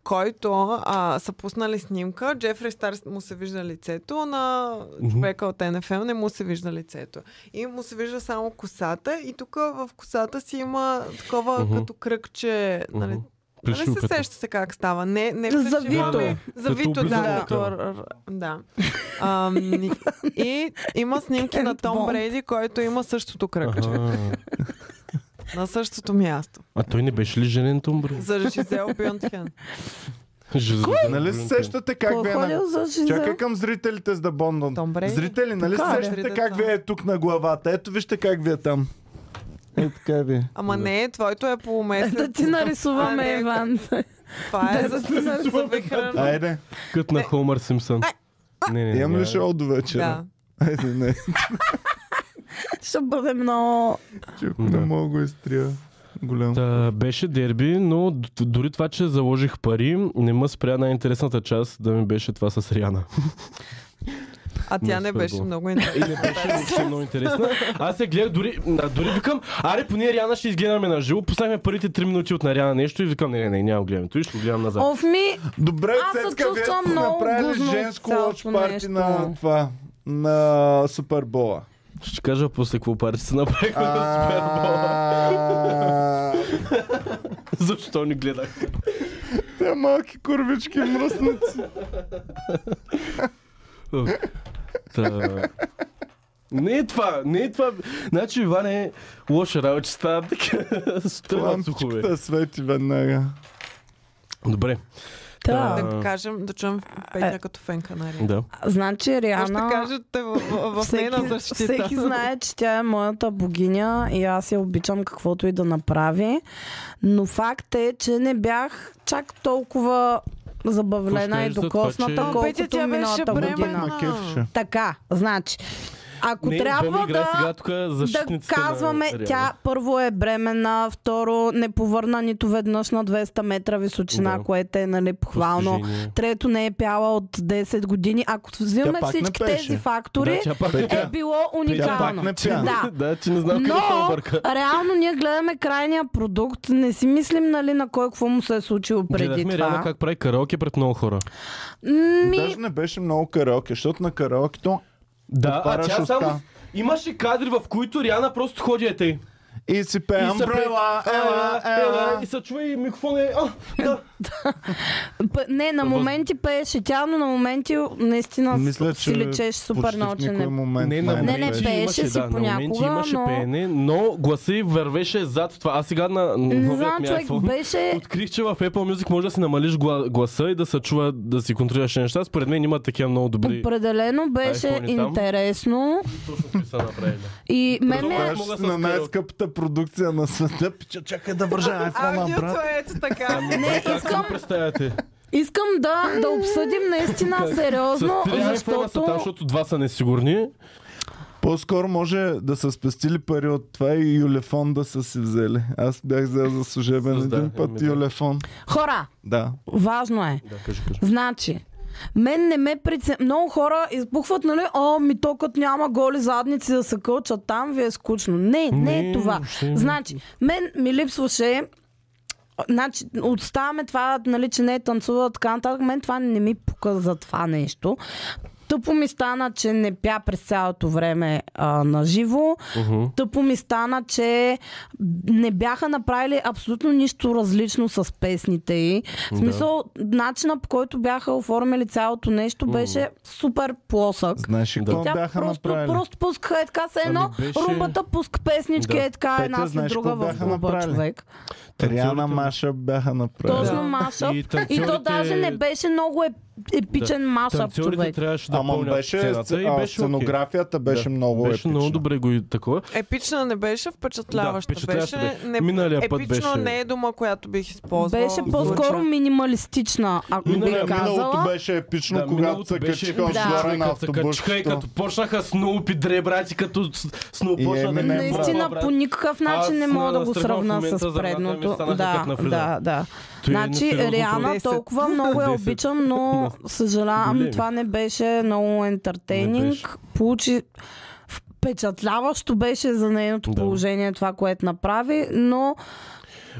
S3: който а, са пуснали снимка. Джефри Стар му се вижда лицето, на
S6: Мгм.
S3: човека от НФЛ не му се вижда лицето. И му се вижда само косата и тук в косата си има такова
S6: Мгм.
S3: като кръгче, нали,
S6: Мгм.
S3: Нали се
S6: Пешилката.
S3: сещате как става? Не, не
S2: За
S3: пешилка,
S2: Вито.
S3: ами За
S6: Като
S3: Вито, да.
S6: облизала
S3: като
S6: ръка.
S3: р- р- да. Ам, и- и има снимки на
S2: Кенет
S3: Том
S2: Е, Бонд.
S3: Брейди, който има същото кръгче.
S6: Аха.
S3: На същото място.
S6: А той не беше ли женен Тумбро?
S3: За Жизел Бюнтхен.
S4: Нали се сещате как
S2: Кой
S4: ви
S2: е
S4: е на...
S2: ходил за Жизел?
S4: Чакай към зрителите с да бондон.
S3: Том Брейди.
S4: Зрители, нали се
S3: Така е.
S4: сещате как ви е тук на главата? Ето вижте как ви е там. Е, така ви е.
S3: Ама не, твоето е полумесец.
S2: Да ти
S3: А,
S2: нарисуваме,
S3: не,
S2: Иван.
S3: Това е за за вихрен.
S4: Айде,
S6: Кът
S3: Е.
S6: на Хомър Симпсън. Не, не, не.
S4: имам
S6: няма.
S4: ли шоу до вечера?
S3: Да.
S4: Айде, не,
S2: Ще бъде много...
S4: че ако не
S6: Да.
S4: мога го изтрия. Голям.
S6: Та, беше дерби, но д- дори това, че заложих пари, не ме спря най-интересната част да ми беше това с Риана.
S3: А тя не
S6: Мастер
S3: беше
S6: Бог. <laughs>
S3: много
S6: И
S3: интересна.
S6: не беше въобще много интересна. Аз се гледах дори, а, дори викам, аре поне Риана ще изгледаме на живо, поставяме първите 3 минути от на Риана нещо и викам, не, не, не, няма го гледаме. Той ще го гледам назад.
S2: Оф ми,
S4: Добре,
S2: Аз се
S4: Цецка, вие
S2: чувствам
S4: сте
S2: много
S4: направили
S2: гузно от
S4: женско
S2: цялото
S4: лоч парти
S2: нещо.
S4: на това, на <laughs> Супербола.
S6: Ще кажа после какво парти се направихме на Супербола.
S4: А,
S6: Защо ни гледах?
S4: Те малки курвички мръснаци.
S6: Та... Не е това, не е това. Значи Иван е лоша работа, че става така. <laughs>
S4: е
S6: Струва сухове.
S4: Лампичката свети веднага.
S6: Добре,
S2: да.
S3: Да кажем, да чуем
S2: Е.
S3: Петя като фенка на Рия.
S6: да.
S2: Значи
S3: Какво ще
S2: Риана...
S3: кажете в, в, в
S2: Всеки,
S3: нейна защита?
S2: всеки знае, че тя е моята богиня и аз я обичам каквото и да направи. Но факт е, че не бях чак толкова забавлена
S6: Какво
S2: и
S6: ще кажеш за това,
S2: докосната,
S6: че-
S3: <laughs>
S6: О,
S3: Петя,
S2: колкото
S3: тя беше
S2: миналата година.
S3: бременна.
S4: Ма кефише.
S2: Така, значи, ако
S6: Не, Боми
S2: трябва
S6: играе
S2: да...
S6: сега тук
S2: да
S6: защитниците
S2: казваме,
S6: на... Реала.
S2: тя първо е бремена, второ не повърна нито веднъж на 200 метра височина,
S6: Да.
S2: което е нали, похвално.
S6: Постижение.
S2: Трето не е пяла от 10 години. Ако взимаме
S4: Тя пак не
S2: всички
S4: пееше.
S2: тези фактори,
S6: Да, тя пак не
S4: Петя,
S2: е било
S4: Тя пак
S2: уникално.
S4: не пя.
S2: Да.
S6: <laughs> да, че не знам къде се
S2: Но,
S6: е обърка.
S2: реално ние гледаме крайния продукт, не си мислим нали, на кой какво му се е случило преди
S6: Гледахме Риана
S2: това.
S6: как прави караоке пред много хора.
S2: Ми,
S4: Даже не беше много караоке, защото на караокето
S6: Да, а
S4: отваряш
S6: тя
S4: уста
S6: само... Имаше кадри, в които Риана просто ходи е тъй.
S4: и си пее
S6: И се пре-
S4: Umbrella, ела, ела.
S6: И се чува и микрофон е... А, да.
S2: п- не, на моменти пееше тя, но на моменти наистина
S4: Мисля,
S2: си
S4: че
S2: лечеше супер
S4: почти в
S2: много, че
S4: никой
S2: не
S4: момент
S6: Не, на
S4: май
S2: не,
S6: моменти
S4: беше.
S2: пееше
S6: имаше,
S2: си
S6: да, на моменти
S2: понякога,
S6: имаше
S2: но-
S6: пеене, но гласа й вървеше зад това. Аз сега на
S2: Не
S6: новият
S2: знам,
S6: ми
S2: човек
S6: iPhone
S2: беше...
S6: Открих, че в Apple Music може да си намалиш гла- гласа и да се чува, да си контролираш неща. Според мен има такива много добри...
S2: Определено беше
S6: айфони там.
S2: интересно
S6: Точно какви са направили.
S2: и мен ме...
S4: Слагаш
S6: мога
S4: си
S6: с
S4: на
S6: караоке.
S4: най-скъпата продукция на света. Пича, чакай да вържа айфона,
S3: Аудиото
S4: брат.
S3: е ето така.
S2: Не,
S6: Как си го
S2: искам,
S6: представяте?
S2: искам да, да обсъдим наистина сериозно,
S6: С три iPhone са там,
S2: защото...
S6: защото два са несигурни.
S4: По-скоро може да са спестили пари от това и юлефон да са си взели. Аз бях взел за служебен
S6: С- да,
S4: един път
S6: еми да.
S4: юлефон.
S2: Хора,
S4: Да.
S2: важно е.
S6: Да, кажи, кажи.
S2: Значи, мен не ме притеснява. Много хора избухват, нали, о, ми токът няма голи задници да се кълчат там, ви е скучно. Не, не,
S6: Не,
S2: е това.
S6: въобще не.
S2: Значи, мен ми липсваше Значи, отставаме това, нали, че не е танцувала така нататък. Мен това не ми пука за това нещо. Тъпо ми стана, че не пя през цялото време а, на живо.
S6: Мгм.
S2: Тъпо ми стана, че не бяха направили абсолютно нищо различно с песните й. В смисъл, начина по който бяха оформили цялото нещо беше супер плосък.
S4: Знаеш ли
S6: Да.
S4: какво
S2: Тя
S4: бяха
S2: просто,
S4: направили?
S2: просто пускаха е така, се едно
S6: Ами беше-
S2: румбата пуска песнички
S6: Да.
S2: е така,
S4: Петя,
S2: една след
S4: знаеш
S2: друга
S4: какво
S2: в
S4: бяха
S2: клуба
S4: направили?
S2: човек.
S4: Риана
S6: Танцорите-
S4: Маша бяха направили.
S2: Точно машъп.
S6: И
S2: И,
S6: танцорите-
S2: то даже не беше много еп... епичен машъп,
S6: Танцорите
S2: човек.
S6: трябваше да
S4: Ама
S6: помнят
S4: беше,
S6: сцената и
S4: а,
S6: беше окей.
S4: сценографията беше
S6: Да.
S4: много
S6: Беше
S4: епична.
S6: много добре го и такова.
S3: Епична не беше, впечатляваща,
S6: Да, впечатляваща беше.
S3: Не,
S6: Миналия път
S3: епично
S6: беше-
S3: не е дума, която бих използвала.
S2: Беше
S3: в
S2: по-скоро
S3: случая.
S2: минималистична, ако
S6: Миналия-
S2: бих
S4: Миналото
S2: казала.
S4: беше епично,
S6: Да,
S4: когато
S6: миналото
S4: се
S6: беше
S4: качиха
S6: епично,
S2: Да.
S4: отгоре на
S6: като се качиха и
S4: автобусчето.
S6: като почнаха Сноуп и Дре, брати, като с- Сноуп
S4: И
S6: почна да
S4: Eminem,
S6: ги
S4: брат.
S6: бутва,
S2: Наистина
S6: брат.
S2: по никакъв начин не
S6: Аз
S2: мога да го
S6: настръхвам в
S2: сравна
S6: момента,
S2: с
S6: зърната ми
S2: предното.
S6: станаха
S2: Да,
S6: как на Фриза.
S2: да, да.
S6: Той е
S2: значи,
S6: несериозно
S2: Риана
S6: просто.
S3: Десет.
S2: толкова много я
S6: Десет.
S2: обичам, но съжалявам,
S6: Големи.
S2: това не беше много
S6: Не беше.
S2: ентертейнинг. Получи впечатляващо беше за нейното
S6: Да.
S2: положение това, което направи, но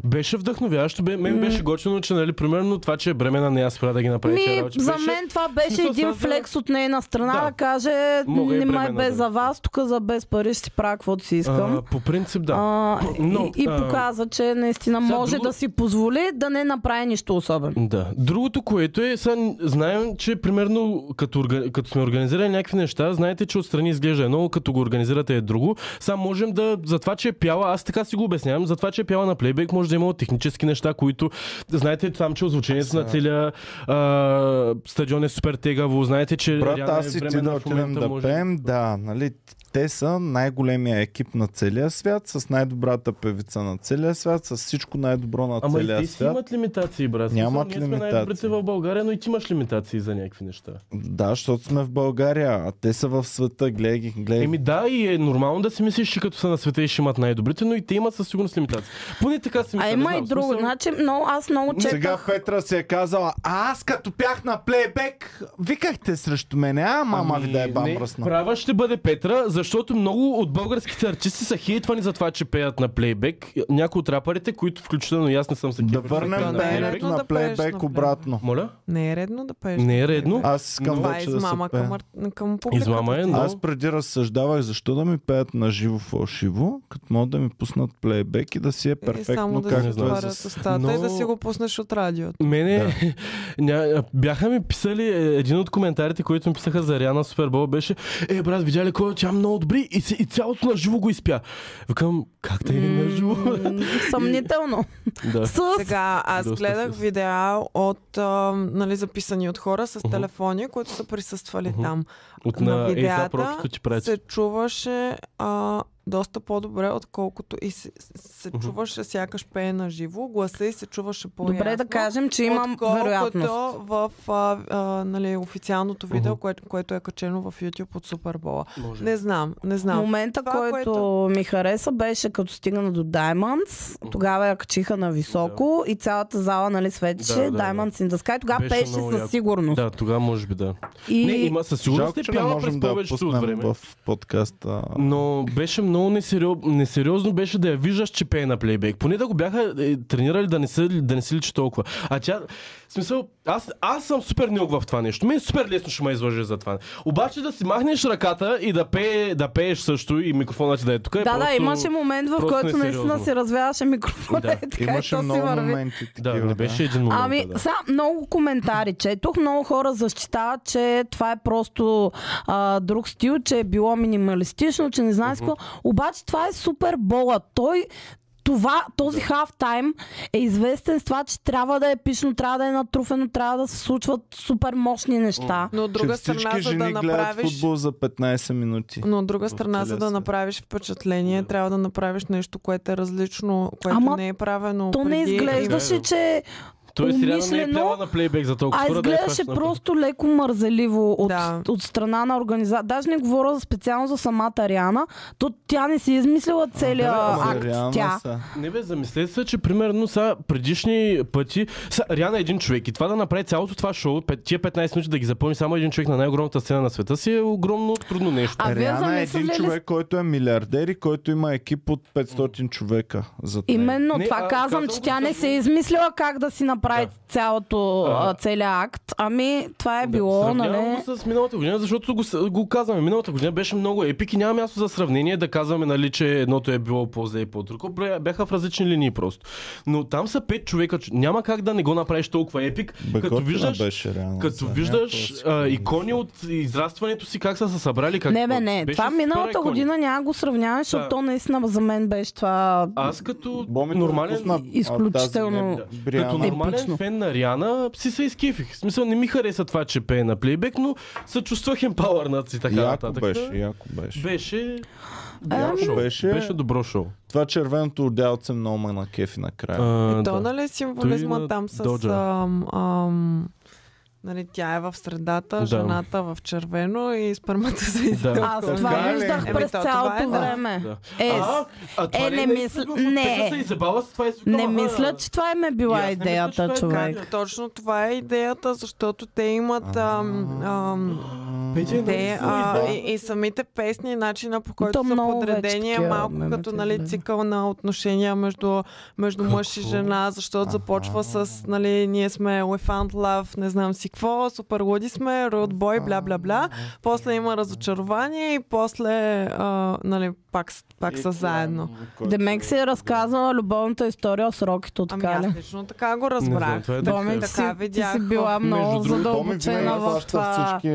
S6: Беше вдъхновяващо. Бе, мен беше готино, че, нали, примерно това, че е бремена, не аз спря да ги направи. тия
S2: Ми,
S6: работи.
S2: за
S6: Беше-
S2: мен това
S6: в
S2: беше
S6: смисъл,
S2: един
S6: сега за-
S2: флекс от нейна страна
S6: Да.
S2: да, каже,
S6: Мога и
S2: не май
S6: бремена
S2: без
S6: да
S2: за
S6: бъда».
S2: вас, тук за без пари ще си правя каквото си искам.
S6: А, по принцип, да.
S2: А,
S6: Но,
S2: и, и
S6: а,
S2: показа, че наистина
S6: сега
S2: може
S6: друго-
S2: да си позволи да не направи нищо особено.
S6: Да. Другото, което е, сега н- знаем, че примерно като, орга- като сме организирали някакви неща, знаете, че отстрани изглежда едно, като го организирате е друго. Само можем да, за това, че е пяла, аз така си го обяснявам, за това, че е пяла на плейбек, може да е имало технически неща, които, знаете, там, че озвучението на целия а, стадион е супер тегаво, знаете, че
S1: Брат,
S6: реално е
S1: аз и ти
S6: времена
S1: да
S6: в
S1: отидем
S6: момента
S1: да
S6: може-
S1: пеем, да, нали, те са най-големия екип на целия свят, с най-добрата певица на целия свят, с всичко най-добро на
S6: Ама и
S1: целия
S6: те си
S1: свят.
S6: имат лимитации, брат.
S1: Нямат
S6: Ние сме
S1: лимитации.
S6: най-добрите в България, но и ти имаш лимитации за някакви неща.
S1: Да, защото сме в България, а те са в света, гледай ги, гледай
S6: Еми
S1: ги.
S6: да, и е нормално да си мислиш, че като са на света и ще имат най-добрите, но и те имат със сигурност лимитации. Поне така си мисля.
S2: А
S6: не
S2: има
S6: знам,
S2: и
S6: в смисъл-
S2: друго. Значи, но аз много четах.
S1: Сега Петра си е казала, а аз като бях на плейбек, викахте срещу мене, а мама ви да е бам
S6: Ами, не,
S1: бръсна.
S6: права ще бъде Петра, защото много от българските артисти са хейтвани за това, че пеят на плейбек. Някои от рапарите, които включително и аз не съм се
S1: Да
S6: хейтвал, че пеят
S1: върнем
S6: на плейбек.
S1: пеенето
S3: редно
S1: на
S3: да пееш на
S1: плейбек
S3: плейбек.
S1: обратно.
S6: Моля?
S3: Не е редно да пееш.
S6: Не е
S3: на
S6: редно.
S3: плейбек.
S1: Аз искам
S3: Това е
S1: вече да се
S3: измама към,
S1: пея.
S3: ар- към публиката.
S6: Измама е, но-
S1: Аз преди разсъждавах защо да ми пеят на живо фалшиво, като могат да ми пуснат плейбек и да си е
S3: И само
S1: перфектно
S3: да си
S1: както е
S3: отварят
S1: с...
S3: устата и да
S6: Но-
S3: си го пуснеш от радиото.
S6: Мене <laughs> ня, бяха ми писали е, един от коментарите, които ми писаха за Риана в Супербол беше Е, брат, видя ли кой тя е много добри и, си- и цялото на живо го изпя. Викам, как те е на живо? <laughs>
S2: М, Съмнително.
S6: да.
S2: С
S3: Сега аз
S6: Доста
S3: гледах
S6: с-
S3: видеа от, а, нали, записани от хора с телефони, които са присъствали
S6: Мгм.
S3: там.
S6: От
S3: на
S6: на Ейза
S3: видеята
S6: Прокито ти прати.
S3: се чуваше а, доста по-добре, отколкото и се, се
S6: Мгм.
S3: чуваше сякаш пее на живо, гласа и се чуваше по
S2: добре да кажем, че имам вероятност.
S3: Отколкото в а, а, нали, официалното видео, което, което е качено в YouTube от Супербола.
S6: Може.
S3: Не знам, не знам.
S2: Момента,
S3: Това,
S2: който ми хареса, беше като стигна до Diamonds. Тогава я качиха на високо и цялата зала нали, светеше
S6: Да, да, да.
S2: Diamonds in the Sky. Тогава
S6: Беше
S2: пееше
S6: много
S2: със
S6: яко.
S2: сигурност.
S6: Да, тогава може би да.
S2: И
S6: Не, има със сигурност
S1: Жалко,
S6: е
S1: че не
S6: пяла през
S1: можем да я
S6: повечето от
S1: пуснем
S6: време.
S1: в подкаста.
S6: Но беше много несериоз... несериозно беше да я виждаш, че пее на плейбек. Поне да го бяха е, тренирали да не, се, да не се личи толкова. А тя... В смисъл, аз, аз съм супер нюк в това нещо. Мен супер лесно ще ме излъже за това. Обаче да си махнеш ръката и да, пее, да пееш също и микрофонът ти да е тук. е
S2: Да,
S6: просто...
S2: да, имаше момент, в
S6: просто
S2: който
S6: несериозно.
S2: наистина се развяваше микрофона
S6: Да.
S2: и така и
S1: Имаше
S2: Е, то си
S1: много
S2: върви.
S1: моменти.
S6: Да,
S1: такива,
S6: не беше един момент.
S2: Ами,
S6: да.
S2: са, много коментари четох, много хора защитават, че това е просто а, друг стил, че е било минималистично, че не знае с какво. Обаче това е супер бола. Той това, този да. half time е известен с това, че трябва да е пишно, трябва да е натруфено, трябва да се случват супер мощни неща.
S3: Но от
S1: Че
S3: друга страна,
S1: всички
S3: за да
S1: жени гледат
S3: направиш...
S1: футбол за 15 минути.
S3: Но от друга страна, за да
S1: телеса.
S3: направиш впечатление, трябва да направиш нещо, което е различно, което
S2: Ама
S3: не е правено
S2: То не
S3: преди.
S6: Е,
S2: изглеждаше, че
S6: Той си реално не е
S2: умишлено-
S6: пяла на плейбек за толкова
S2: А
S6: скоро да е я
S2: изглеждаше
S6: хваща на
S2: просто леко мързеливо от,
S3: Да.
S2: от страна на организация. Даже не говоря специално за самата Риана. То тя не си е измислила целият
S6: ама
S2: акт.
S1: Реално
S2: Тя.
S1: са.
S6: Не бе, замислете се, че примерно са предишни пъти, са Риана е един човек и това да направи цялото това шоу, пет- тия 15 минути да ги запълни само един човек на най-огромната сцена на света си е огромно трудно нещо.
S2: А вие
S1: Реана е един
S2: замисляли ли
S1: човек, който е милиардер и който има екип от 500 човека. За
S2: Именно
S6: Не,
S2: това
S6: а,
S2: казвам,
S6: казвам
S2: че
S6: го
S2: тя не
S6: защото-
S2: се е измислила как да си направи
S6: Да.
S2: цялото,
S6: А.
S2: а, целият акт. Ами, това е
S6: Да,
S2: било,
S6: сравнявам
S2: нали?
S6: го с миналата година, защото го, с- го казваме. Миналата година беше много епик и няма място за сравнение да казваме, нали, че едното е било по-зле и по-друго. Бе- Бяха в различни линии просто. Но там са пет човека. ч- Няма как да не го направиш толкова епик,
S1: Бе,
S6: като
S1: готина
S6: виждаш,
S1: беше реално.
S6: като
S1: за
S6: виждаш
S1: някаква
S6: а,
S1: си-
S6: икони от израстването си, как са се събрали. Как,
S2: не, бе, не.
S6: Беше
S2: това
S6: супер
S2: миналата
S6: икони.
S2: година няма го сравняваш, защото
S6: Да.
S2: то наистина за мен беше това.
S6: Аз като
S1: Бомито
S6: нормален...
S1: пусна, а, тази
S2: изключително-
S1: не- Бриана.
S6: Като нормален
S2: Епично.
S6: фен на Риана си се изкифих. В смисъл не ми хареса това, че пее на плейбек, но се чувствах емпауърнат си така
S1: Яко
S6: нататък.
S1: беше, Е. яко беше.
S6: Беше...
S2: Ами-
S6: шоу.
S1: Беше-
S6: беше добро шоу.
S1: Това червеното отделце много ме на кефи накрая.
S6: А,
S2: Е,
S3: И то,
S6: да.
S3: нали, символизма
S6: Той на
S3: там с...
S6: Доджа.
S3: Ам, ам, нали, тя е в средата,
S6: Да.
S3: жената в червено и спермата за
S6: Да.
S2: Аз
S1: Така
S2: това
S1: ли?
S2: виждах
S3: Еми,
S2: през
S3: то това
S2: цялото
S3: е, да.
S2: време.
S6: е? Да.
S2: Е,
S6: а, а това
S2: е,
S6: ли
S2: не мисля-
S6: наистина
S2: не.
S6: Петя се изебала с това и си викала,
S2: Не
S6: а,
S2: мисля, че това им е
S6: И аз
S2: била
S6: не мисля, че това
S2: идеята,
S6: е
S2: човек.
S6: гадно.
S3: Точно това е идеята, защото те имат ам, ам,
S6: пете едно.
S3: Те, а, и, и самите песни, и начина по който
S2: То
S3: са
S2: много вече
S3: подредени е
S2: такива
S3: малко
S2: мемета
S3: като
S2: излезе.
S3: нали, цикъл на отношения между, между мъж и жена, защото започва с нали, ние сме Elephant Love, не знам си какво, супер луди сме, Road Boy, бла бла бла. После има разочарование и после а, нали, пак, с-
S6: Е,
S3: пак са заедно.
S2: Демек си е разказала любовната история с Рокито,
S3: Ами
S2: така ли?
S3: аз лично така го
S6: знам,
S3: разбрах.
S6: това е
S3: Так-
S6: Боми,
S2: Ти си, ти
S3: така
S2: си
S3: видях.
S2: била много
S6: другото,
S4: Боми
S2: задълбочена
S4: винаги
S2: в
S4: хваща
S2: това.
S4: всички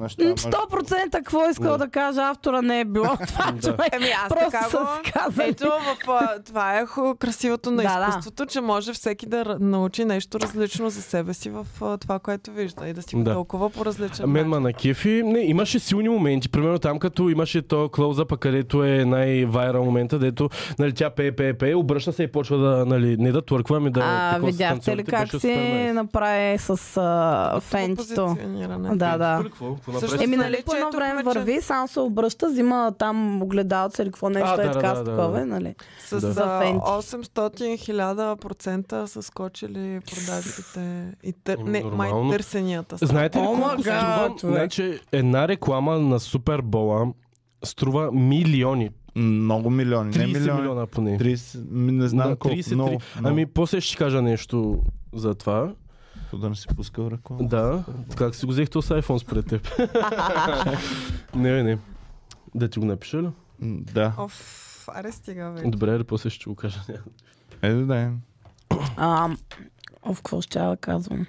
S4: неща. между-
S2: 100% какво искал да кажа, автора не е било това човек.
S3: Еми аз
S2: Просто
S3: така
S2: са
S3: го...
S2: си казали.
S3: Ето, в, а, това е ху, красивото на
S2: Да, да.
S3: изкуството, че може всеки да р- научи нещо различно за себе си в а, това, което вижда и да си го
S6: Да.
S3: толкова по различен
S6: Мен ма
S3: начин.
S6: на кефи. Не, имаше силни моменти. Примерно там, като имаше то клоузъпа, където е най-вайрал момента, дето нали, тя пее, пее, пее, обръща се и почва да, нали, не да твърква, ами да...
S2: А,
S6: такова с
S2: видяхте ли
S6: танцорите,
S2: как
S6: беше супер
S2: се
S6: найс.
S2: направи с а, фенчето?
S3: Позициониране.
S2: Да, да.
S6: Какво? Какво
S3: Всъщност,
S6: направи?
S2: Еми,
S3: нали,
S2: нали, по едно
S3: четохме,
S2: време
S3: че-
S2: върви, само се обръща, взима там огледалце или какво нещо
S6: да,
S2: е
S6: да,
S2: така
S6: да,
S2: с
S6: да,
S2: такова,
S6: да.
S2: нали?
S3: С
S6: Да.
S2: За
S3: а,
S2: фенти.
S3: 800-1000% са скочили продажбите и тър...
S6: Еми,
S3: не, май
S6: Ами, нормално.
S3: търсенията. са.
S6: Знаете ли
S2: О,
S6: колко
S2: ма,
S6: струва?
S2: гад, човек.
S6: Значи, една реклама на Супербола струва милиони.
S4: Много милиони. Не
S6: 30
S4: милиони.
S6: милиона поне.
S4: 30, ми не знам
S6: Да,
S4: колко.
S6: 33.
S4: Много,
S6: Ами, после ще кажа нещо за това.
S4: много. да не си пускал реклама.
S6: Да, как си го взехте с iPhone
S2: <laughs>
S6: според теб? не, бе, не. Да ти го напиша ли?
S4: М, Да.
S3: Оф, аре стига
S2: Значи.
S3: вече.
S6: Добре, или после ще го кажа.
S4: Е, да, да. е.
S2: А, о, какво ще я да казвам?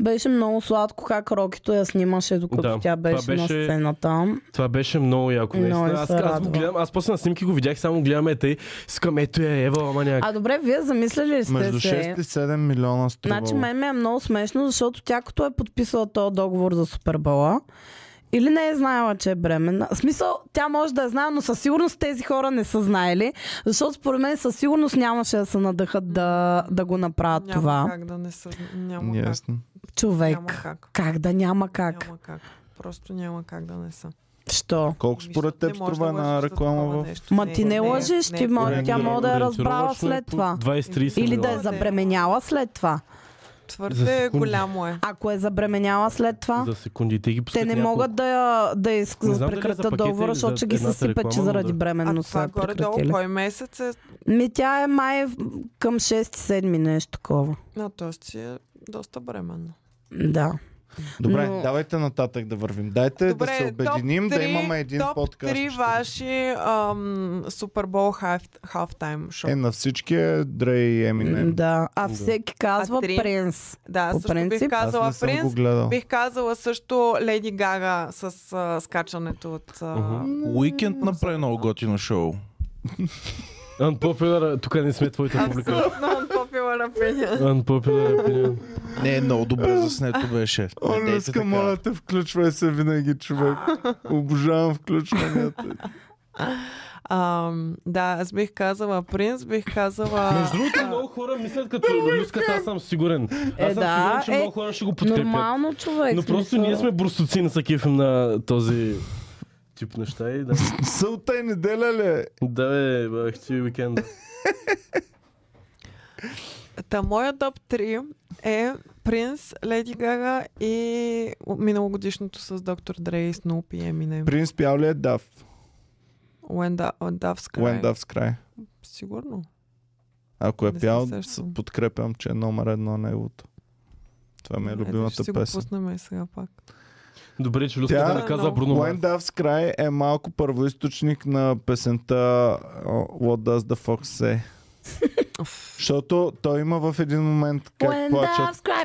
S2: Беше много сладко как Рокито я снимаше, докато
S6: Да,
S2: тя
S6: това
S2: беше, на
S6: беше-
S2: сцената.
S6: Това беше много яко.
S2: Много
S6: наистина.
S2: се
S6: аз, аз, го
S2: радвам.
S6: гледам, аз после на снимки го видях, само гледаме тъй. Искам, ето я, Ева, ама някак.
S2: А добре, вие замислили ли сте
S4: Между
S2: се?
S4: 6 и 7 милиона струва.
S2: Значи мен ми е много смешно, защото тя като е подписала този договор за Супербола, или не е знаела, че е бременна. В смисъл, тя може да е знае, но със сигурност тези хора не са знаели, защото според мен със сигурност нямаше да се надъхат да, да го направят
S3: Няма
S2: това.
S3: как да не са... Няма как.
S4: Ами, Ясно.
S2: Човек.
S3: Няма как.
S2: Как да няма как?
S3: Няма как. Просто няма как да не са.
S2: Що?
S4: Колко според теб струва една реклама в...
S2: Ма ти не лъжеш, ти може, тя
S6: Ориентировъчно
S2: може да я разбрала
S6: е
S2: след
S6: по
S2: това.
S6: 20-30
S2: Или да
S6: милиона.
S2: е забременяла след това.
S6: За
S3: Твърде
S6: секунди.
S3: голямо е.
S2: Ако е забременяла след това,
S6: За секунди. Те ги пускат
S2: те не
S6: няколко.
S2: могат да, я- да я
S6: Не знам дали е за
S2: прекратят
S6: пакета
S2: договора,
S6: или за
S2: защото ще ги
S6: едната
S2: съсипят, че
S6: реклама,
S2: заради
S6: да.
S3: А
S2: бременност
S3: това
S2: са
S3: горе-долу
S2: прекратили.
S3: кой месец е...
S2: Ми тя е май в- към 6-7 нещо такова.
S3: А, т.е. си е доста бременна.
S2: Да.
S4: Добре,
S2: Но-
S4: давайте нататък да вървим. Дайте да се обединим,
S3: топ
S4: да имаме един
S3: топ
S4: подкаст.
S3: Три
S4: ще-
S3: ваши ам, Супербол хафтайм шоу.
S4: Е, на всички е Дре и Еминем.
S2: Да. А всеки казва
S3: А три?
S2: принц.
S3: да,
S2: по
S3: също
S2: принцип-
S3: бих
S4: Аз
S3: казала
S4: не съм го
S3: Принц.
S4: гледал.
S3: Бих казала също Леди Гага с а, скачането от... А, <laughs>
S5: Уикенд направи много готино шоу.
S6: Unpopular, е, тук не сме твоята публика.
S3: Абсолютно unpopular opinion.
S6: Unpopular opinion.
S5: Не, много
S4: Е.
S5: добре заснето беше.
S4: О,
S5: Не дейте
S4: Леска,
S5: така.
S4: моля те, включвай се винаги,
S3: <laughs>
S4: човек. Обожавам включванията.
S3: Ам, да, аз бих казала Принц, бих казала...
S6: Между другото, много хора мислят като люската, аз съм сигурен. Аз
S2: Ами, Е,
S6: съм
S2: да,
S6: сигурен, че
S2: е,
S6: много хора ще го подкрепят.
S2: Нормално човек.
S6: Но просто
S2: смисъл.
S6: ние сме бурсуци на сакифим на този тип неща и да.
S4: Сълта и неделя ли? е?
S6: да, бе, бах ти уикенд.
S3: Та моя топ 3 е Принц, Леди Гага и миналогодишното с доктор Дре и Сноуп и Еминем.
S4: Принц пял ли е Дав?
S3: Уенда, Давска.
S4: When Dove's Cry.
S3: Сигурно.
S4: Ако е
S3: Не се
S4: пял,
S3: сещам.
S4: с- подкрепям, че е номер едно неговото. Това ми е
S3: ще си
S4: любимата
S3: го
S4: песен.
S3: пуснем и сега пак.
S6: Добре, че
S4: Тя- е
S6: люската не каза Бруно Марс.
S4: When Dove's Cry е малко първоисточник на песента а, What Does the Fox Say. Защото той има в един момент как
S2: When
S4: плачат.
S2: doves cry,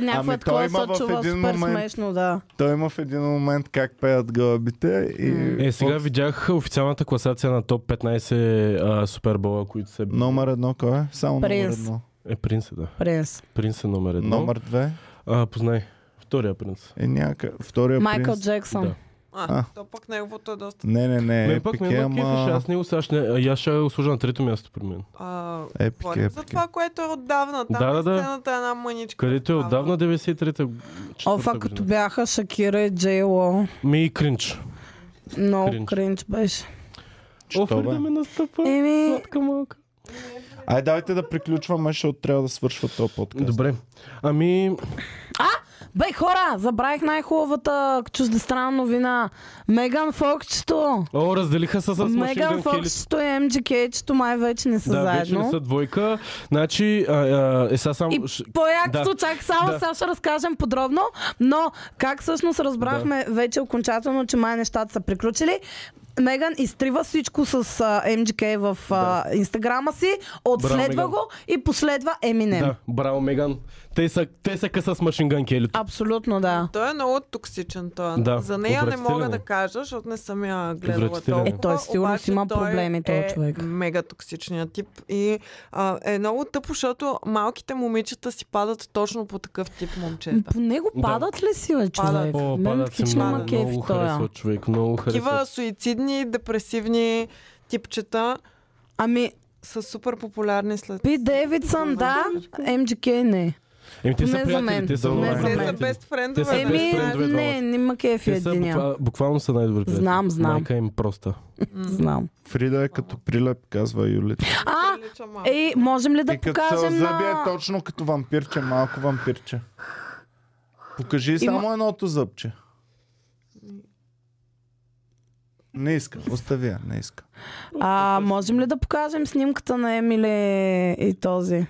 S2: някаква
S4: Ами, той
S2: такова
S4: има в
S2: се чува
S4: един
S2: супер
S4: момент-
S2: смешно, да.
S4: Той има в един момент как пеят гълъбите и...
S6: Е, сега видях официалната класация на топ 15 а, супербола, които са...
S4: Номер едно кой е? Само
S2: Принц.
S4: номер едно.
S6: Е, принц е, да.
S2: Принц.
S6: Принц е номер едно.
S4: Номер две
S6: А, познай. Втория принц.
S4: е някак... Втория
S2: Майкъл
S4: принц...
S2: Джексън.
S6: Да.
S3: А,
S4: А.
S3: то пък неговото е доста...
S4: Не, не, не,
S6: Мен пък
S4: Епик
S6: не
S4: е,
S6: ме кефеше,
S4: ама...
S6: аз не го сега ще... а, и Аз ще го сложа на трето място при мен.
S3: А,
S4: Епик е,
S3: говорим за
S4: епик е.
S3: това, което е отдавна. Там
S6: Да, да, да.
S3: е сцената е една мъничка.
S6: Където е
S3: такава.
S6: отдавна 93-та
S2: Офа,
S6: четвърта
S2: като
S6: година.
S2: бяха Шакира и Джей Ло.
S6: Ми и кринч.
S2: Много
S6: Кринч.
S2: кринч беше.
S4: Що,
S6: Оф, ли
S4: бе?
S6: да ме настъпа.
S2: Еми,
S6: Сладка малка.
S4: Ай, давайте да приключваме, защото трябва да свършва този подкаст.
S6: Добре. Ами,
S2: Бе, хора, забравих най-хубавата чуждестранна новина. Меган Фокчето.
S6: О, разделиха се с Machine
S2: Меган
S6: Gun Kelly.
S2: Фокчето и МДК-чето май вече не са
S6: Да, вече
S2: заедно.
S6: не са двойка. Значи, а, а, е сега само... ш-
S2: И по-якото,
S6: Да.
S2: чак само
S6: Да.
S2: сега ще разкажем подробно, но как всъщност разбрахме вече окончателно, че май нещата са приключили. Меган изтрива всичко с а, MGK в а, инстаграма си, отследва
S6: Меган.
S2: го и последва Eminem.
S6: Да, браво, Меган. Те са, те са къса с Machine Gun Kelly.
S2: Абсолютно да.
S3: Той е много токсичен, той.
S6: Да,
S3: За нея не мога
S6: отвратителен
S3: да
S6: е.
S3: кажа, защото не съм я гледала
S6: Отвратителен е.
S3: толкова.
S6: Е,
S2: той сигурно
S3: обаче
S2: си има проблеми, този
S3: е
S2: човек.
S3: мега токсичният тип. И а, е много тъпо, защото малките момичета си падат точно по такъв тип момчета.
S2: Ами, По него
S6: Да.
S2: падат ли си, бе, човек?
S6: О,
S2: е, Мен
S6: падат си
S2: хич
S6: много,
S2: няма кеф
S6: много
S2: тоя.
S6: харесва човек, много харесва.
S3: Такива суицидни, депресивни типчета
S2: Ами,
S3: са супер популярни след...
S2: Пи Девидсън, да, MGK не.
S6: Еми, те са
S2: Не за мен.
S6: приятели, те са
S2: Не
S6: добри
S2: за
S3: Те
S2: мен.
S3: са
S6: приятели.
S3: бест
S6: Те са
S3: френдове.
S6: best
S2: Еми,
S3: нали?
S6: friend. friendове,
S2: не,
S6: двамата.
S2: нема кеф и
S6: Те са
S2: единия.
S6: буква- буквално са най-добри приятели.
S2: Знам, знам.
S6: Майка им проста.
S2: Знам.
S4: Фрида е като прилеп, казва Юли.
S2: А, е,
S3: Прилича малко.
S2: Ей, можем ли да
S4: и като се
S2: покажем
S4: зъби е
S2: на...
S4: точно като вампирче, малко вампирче. Покажи само едното зъбче. Не иска, остави я, не иска.
S2: А, можем ли да покажем снимката на Емиле и този?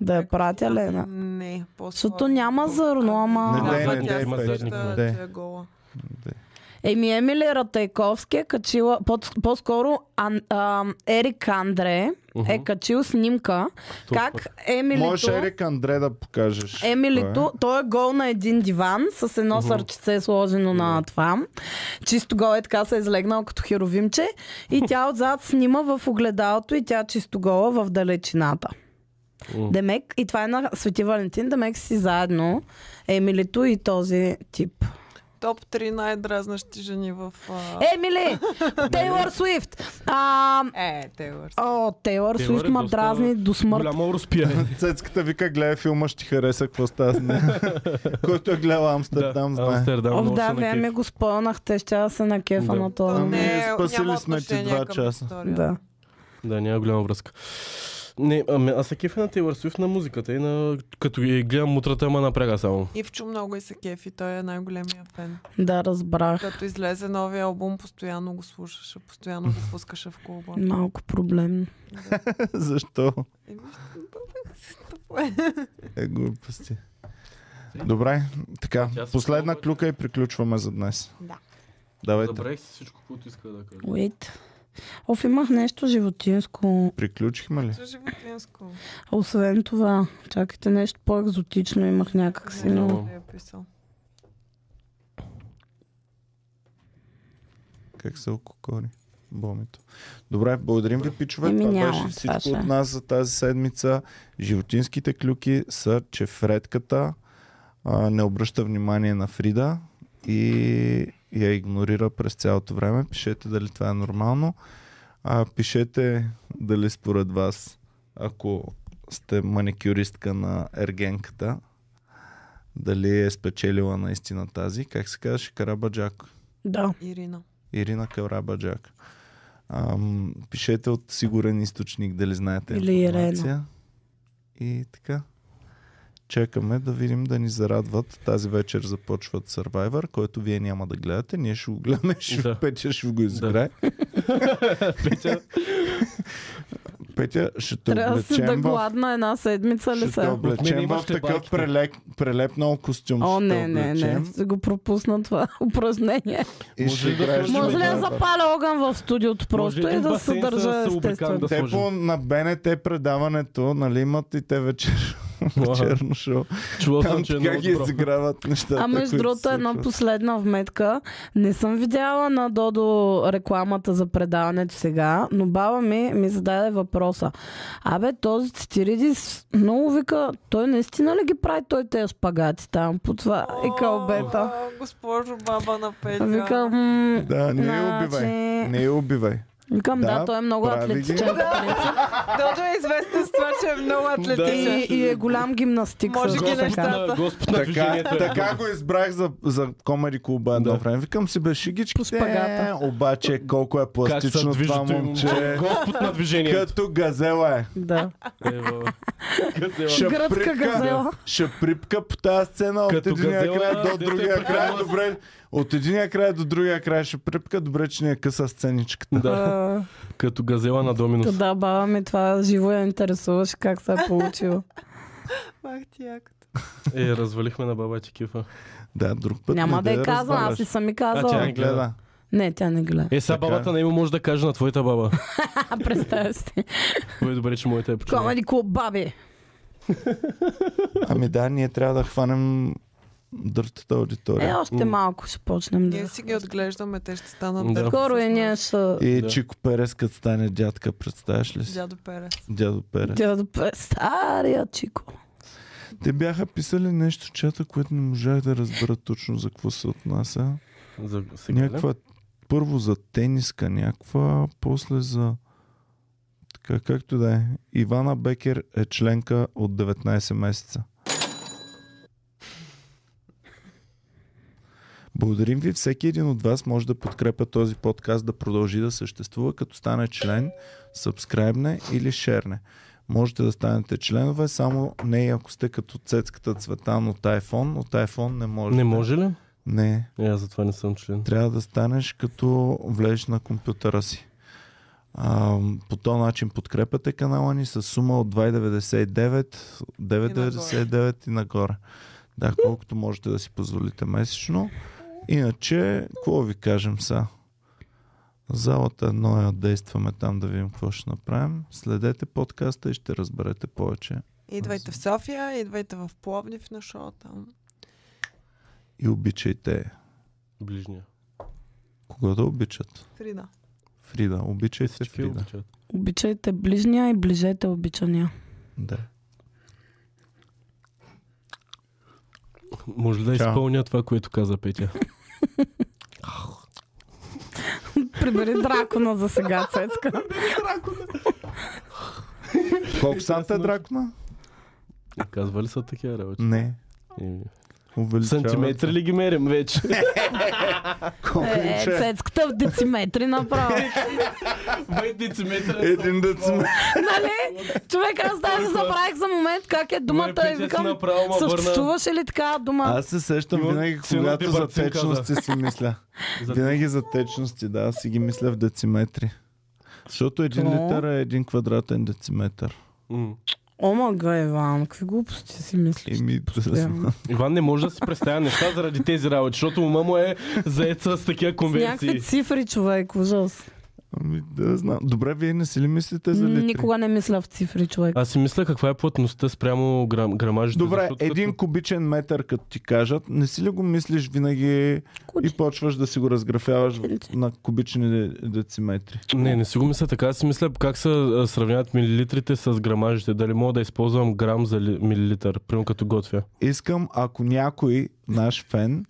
S2: Да я пратя ли една?
S3: Не, по-скоро.
S2: Защото няма зърно, ама-
S4: Не, не,
S3: Ама
S4: не,
S3: тя
S4: не,
S3: се
S4: не,
S3: вижда,
S4: не, не.
S3: че е гола.
S2: Еми, Емиле Ратайковски е качила, под, по-скоро Ан, а, Ерик Андре е качил снимка, как
S4: Можеш
S2: Емилито...
S4: Ерик Андре да покажеш.
S2: Емилито, той е гол на един диван с едно сърчице сложено на това. Чисто гол е така се е излегнал като херовимче и тя отзад снима в огледалото и тя чисто гола в далечината.
S6: М.
S2: Демек, и това е на Свети Валентин, Демек си заедно Емилито и този тип.
S3: Топ 3 най-дразнащи жени в... а,
S2: Е!
S6: <laughs>
S2: Емили! Тейлор Суифт! А,
S3: Е, Тейлор.
S2: О, Тейлор
S6: Тейлор
S2: Суифт
S6: е
S2: ма
S6: доста
S2: дразни до смърт.
S6: Голямо разпия.
S4: Цецката вика, гледай филма, ще ти хареса, какво става с нея. Който е гледал Амстердам, знае.
S6: Амстердам,
S2: О,
S6: много
S2: да,
S6: се
S2: вие
S6: накефи.
S2: ми го спълнахте, ще да се накефа
S6: Да.
S2: на този.
S4: Ами,
S3: Не, е.
S4: спасили
S3: няма
S4: сме ти
S3: отношение
S4: два
S3: към
S4: часа.
S3: историята.
S2: Да.
S6: Да, няма голяма връзка. Не, ами аз се кефя на Тейлор Суифт на музиката и на... като ги гледам мутрата, ма напряга само.
S3: Ивчо много и се кефи, той е най-големия фен.
S2: да, разбрах.
S3: Като излезе новия албум, постоянно го слушаше, постоянно го пускаше в клуба.
S2: Малко проблемно.
S4: <laughs> Защо?
S3: Еми,
S4: Е, глупости. Добре, така.
S6: Час и
S4: Последна
S6: половина.
S4: клюка и приключваме за днес. Да. Давайте.
S6: Забравих си всичко, което исках да кажа.
S2: Wait. Оф, имах нещо животинско.
S4: Приключихме ли?
S3: за Животинско.
S2: Освен това, чакайте нещо по-екзотично имах някакси, но...
S3: Не, не е писал.
S4: Как се окукори? Бомито. Добре, благодарим ви, пичове.
S2: Еми,
S4: Това
S2: няма,
S4: беше
S2: това
S4: всичко
S2: ще е.
S4: от нас за тази седмица. Животинските клюки са, че Фредката а, не обръща внимание на Фрида и я игнорира през цялото време. Пишете дали това е нормално. А, пишете дали според вас, ако сте маникюристка на ергенката, дали е спечелила наистина тази, как се казваше, Карабаджако.
S2: Да.
S3: Ирина.
S4: Ирина Карабаджак. Ам, пишете от сигурен източник, дали знаете
S2: Или
S4: информация. И така. Чакаме да видим да ни зарадват. Тази вечер започват Survivor, който вие няма да гледате. Ние ще го гледаме, ще
S6: Да.
S4: да. Петя ще го изиграе.
S6: Петя.
S4: Петя, ще те
S2: Трябва да си да
S4: облечем в...
S2: гладна една седмица ли
S4: Ще те
S2: са?
S6: Отмени
S4: облечем в
S6: Ами, имаш ли
S4: такъв
S6: байките?
S4: прелеп, прелепнал костюм.
S2: О,
S4: ще те
S2: не, не, не.
S4: облечем
S2: Ще го пропусна това <laughs> упражнение.
S4: И
S6: Може
S4: ще
S6: ли да
S4: играеш
S6: сложим
S2: Може ли да
S4: Survivor?
S2: запаля огън в студиото просто
S6: един
S2: и да се
S6: басейн с-
S2: държа
S6: с обикан
S2: естествено?
S6: да
S4: Те
S6: сложим.
S4: по на БНТ предаването, нали имат и те вечер, вечерно шоу.
S6: Чувал
S4: Там
S6: съм, че е
S4: така
S6: много
S4: ги
S6: добро.
S4: изиграват нещата.
S2: А между
S4: които
S2: другото,
S4: се
S2: една
S4: случват.
S2: последна вметка. Не съм видяла на Додо рекламата за предаването сега, но баба ми ми зададе въпроса. Абе, този цитиридис много вика, той наистина ли ги прави той тези шпагати там по това и Ами, кълбета?
S3: О, Госпожо баба на Петя.
S2: Вика, м-
S4: Да, не я
S2: Значи-
S4: убивай. Не я убивай.
S2: Викам, да,
S4: Да,
S2: той е много
S4: прави ги.
S2: атлетичен. по принцип.
S3: Додо е известен с това, че е много атлетичен.
S2: И, и е голям гимнастик.
S3: Може
S2: също
S3: ги
S2: така.
S3: нещата.
S6: на, Господ на
S4: Така,
S6: движението. е.
S4: така го избрах за, за комери клуба едно
S6: Да.
S4: време. Викам си бе
S2: По
S4: шигичките,
S2: шпагата.
S4: обаче колко е
S6: Как се
S4: пластично
S6: движи
S4: това
S6: той момче.
S4: момче.
S6: Господ на движението.
S4: Като газела е.
S2: Да.
S6: Ева. е
S4: Ще
S2: Гръцка газела.
S4: ще припка по тази сцена от
S6: Като
S4: единия
S6: газела,
S4: край до
S6: дето е
S4: другия край.
S6: припкала.
S4: Добре, от единия край до другия край ще припка. Добре, че ни е къса сценичката.
S6: Да, като газела на Доминус.
S2: Та Да, баба ми това живо я интересуваше как се е получило.
S3: Мах ти якото.
S6: Е, развалихме на баба ти кифа.
S4: Да, друг път.
S2: Няма
S4: не
S2: да
S4: я
S2: я казвам, аз
S4: разваляш.
S2: и съм ми
S6: А,
S4: Тя
S2: казала.
S4: не гледа.
S2: Не, тя не гледа.
S6: <laughs> Е, сега
S4: Така е.
S6: бабата на Имо може да каже на твоята <laughs> баба.
S2: А, представя си.
S6: Кой е добре, че моята е починала.
S2: Комеди клуб, баби.
S4: Ами да, ние трябва да хванем дъртата
S2: Е,
S4: аудитория.
S2: още малко ще почнем да.
S3: Ние си ги отглеждаме, те ще
S6: Да.
S3: станат да.
S2: Скоро е, и ние ще...
S4: И
S6: Да.
S4: Чико Перес, като стане дядка, представяш ли си?
S3: Дядо Пере.
S4: Дядо Перес.
S2: Дядо Пе- Стария чико.
S4: Те бяха писали нещо в чата, което не можах да разбера точно за какво се отнася.
S6: За сега, ли?
S4: Някаква, първо за тениска някаква, после за... Така, както да е. Ивана Бекер е членка от 19 месеца. Благодарим ви. Всеки един от вас може да подкрепя този подкаст да продължи да съществува, като стане член, сабскрайбне или шерне. Можете да станете членове, само не и ако сте като цецката Цветан от iPhone. От iPhone не може.
S6: Не може ли?
S4: Не.
S6: Е, аз затова не съм член.
S4: Трябва да станеш като влезеш на компютъра си. А, по този начин подкрепяте канала ни с сума от 2,99, 9,99 и нагоре. Да, колкото можете да си позволите месечно. Иначе, какво ви кажем сега? Залата едно я действаме там да видим какво ще направим. Следете подкаста и ще разберете повече.
S3: Идвайте в София, идвайте в Пловдив на шоу там.
S4: И обичайте.
S6: Ближния.
S4: Кого да обичат?
S3: Фрида.
S4: Фрида. Обичайте
S6: Всички
S4: Фрида.
S6: обичат.
S2: Обичайте ближния и ближете обичания.
S4: Да.
S6: Може ли да
S4: Чао.
S6: изпълня това, което каза Петя?
S2: Прибери дракона за сега, Цецка.
S4: Колко санта е дракона?
S6: Казва ли Е, са такива работи?
S4: Не.
S6: Еми,
S4: Увеличават
S6: Сантиметри ли ги мерим вече?
S4: Колко
S2: Е,
S4: инче?
S2: Цецката в дециметри направо.
S6: Бай дециметри.
S4: Един дециметр.
S2: нали? Човек, аз даже забравих за момент как е думата и викам... Съществуваше ли така дума?
S4: Аз се сещам
S6: Имам
S4: винаги,
S6: силна
S4: когато за
S6: дебарцинка,
S4: течности
S6: <laughs>
S4: си мисля. Винаги за течности, да, си ги мисля в дециметри. Защото един
S2: То?
S4: литър е един квадратен дециметър.
S2: Омага, Иван, какви глупости си мислиш?
S4: Еми,
S2: Постоянно.
S6: Иван не може да си представя неща заради тези работи, защото ума му е заед с такива
S2: С някакви
S6: конвенции.
S2: цифри, човек, ужас.
S4: ами, да знам. Добре, вие не си ли мислите за литри?
S2: Никога не мисля в цифри, човек.
S6: Аз си мисля каква е плътността спрямо грам, грамажите.
S4: Добре,
S6: защото
S4: един кубичен метър, като ти кажат, не си ли го мислиш винаги и
S2: Куче.
S4: почваш да си го разграфяваш на кубични де- дециметри?
S6: Като... Не, не си го мисля така. Аз си мисля как се а, сравняват милилитрите с грамажите. Дали мога да използвам грам за ли, милилитър, примерно като готвя.
S4: Искам, ако някой наш фен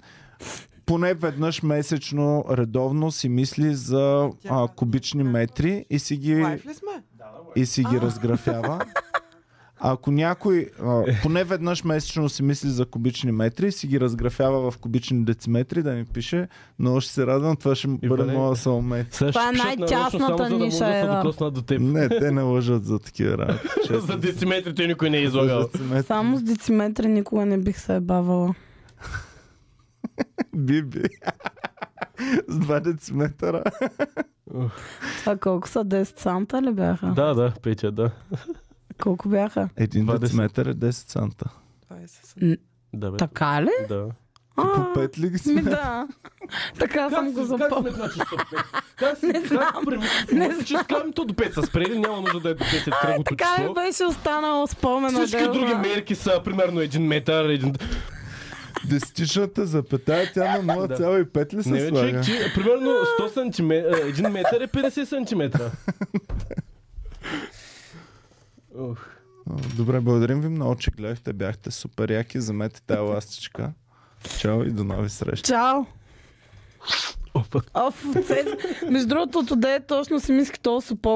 S4: поне веднъж месечно редовно си мисли за а, кубични метри и си ги,
S3: Лайф ли сме?
S4: и си ги разграфява. Ако някой а, поне веднъж месечно си мисли за кубични метри и си ги разграфява в кубични дециметри, да ми пише, но ще се радвам, това ще бъде
S6: Иване.
S4: моя салмет.
S6: Сега
S2: Това
S6: ще
S2: е
S6: пишат нарочно,
S2: най-тясната
S6: само за да
S2: ниша,
S6: могат да се
S2: Ева.
S6: докоснат до теб.
S4: Не, те не лъжат за такива работи. честно.
S6: за дециметрите никой не е
S4: За
S6: излагал.
S4: дециметри.
S2: Само с дециметри никога не бих се е бавала.
S4: Биби. <laughs> С два дециметъра.
S2: А колко са 10 санта ли бяха?
S6: Да, да, Петя, да.
S2: Колко бяха?
S4: Един
S6: 20.
S4: дециметър е 10 цента.
S3: 20 са.
S6: Да, бе.
S2: Така ли?
S6: Да.
S4: Ти
S2: А,
S4: по пет ли ги
S2: Ми
S4: сме?
S2: да. Така съм го запомнил.
S6: Как си, не
S2: знам. Не
S6: Че с камето до 5 са спрели, няма нужда да е до 5
S2: Ай,
S6: кръгото
S2: така ми
S6: число.
S2: беше останало спомена.
S6: Всички
S2: да, е
S6: други
S2: да.
S6: мерки са примерно 1 метър, 1...
S4: <laughs> Десетичната запетая, тя на 0,5 ли се
S6: Не, бе,
S4: слага?
S6: човек, ти, примерно 100 сантиме... 1 метър е 50 сантиметра. Ох.
S4: Добре, благодарим ви много, че гледахте. Бяхте супер яки. Замете тая ластичка. Чао и до нови срещи.
S2: Чао!
S6: Опа.
S2: А, в цес... Между другото, да е точно си мисли този супок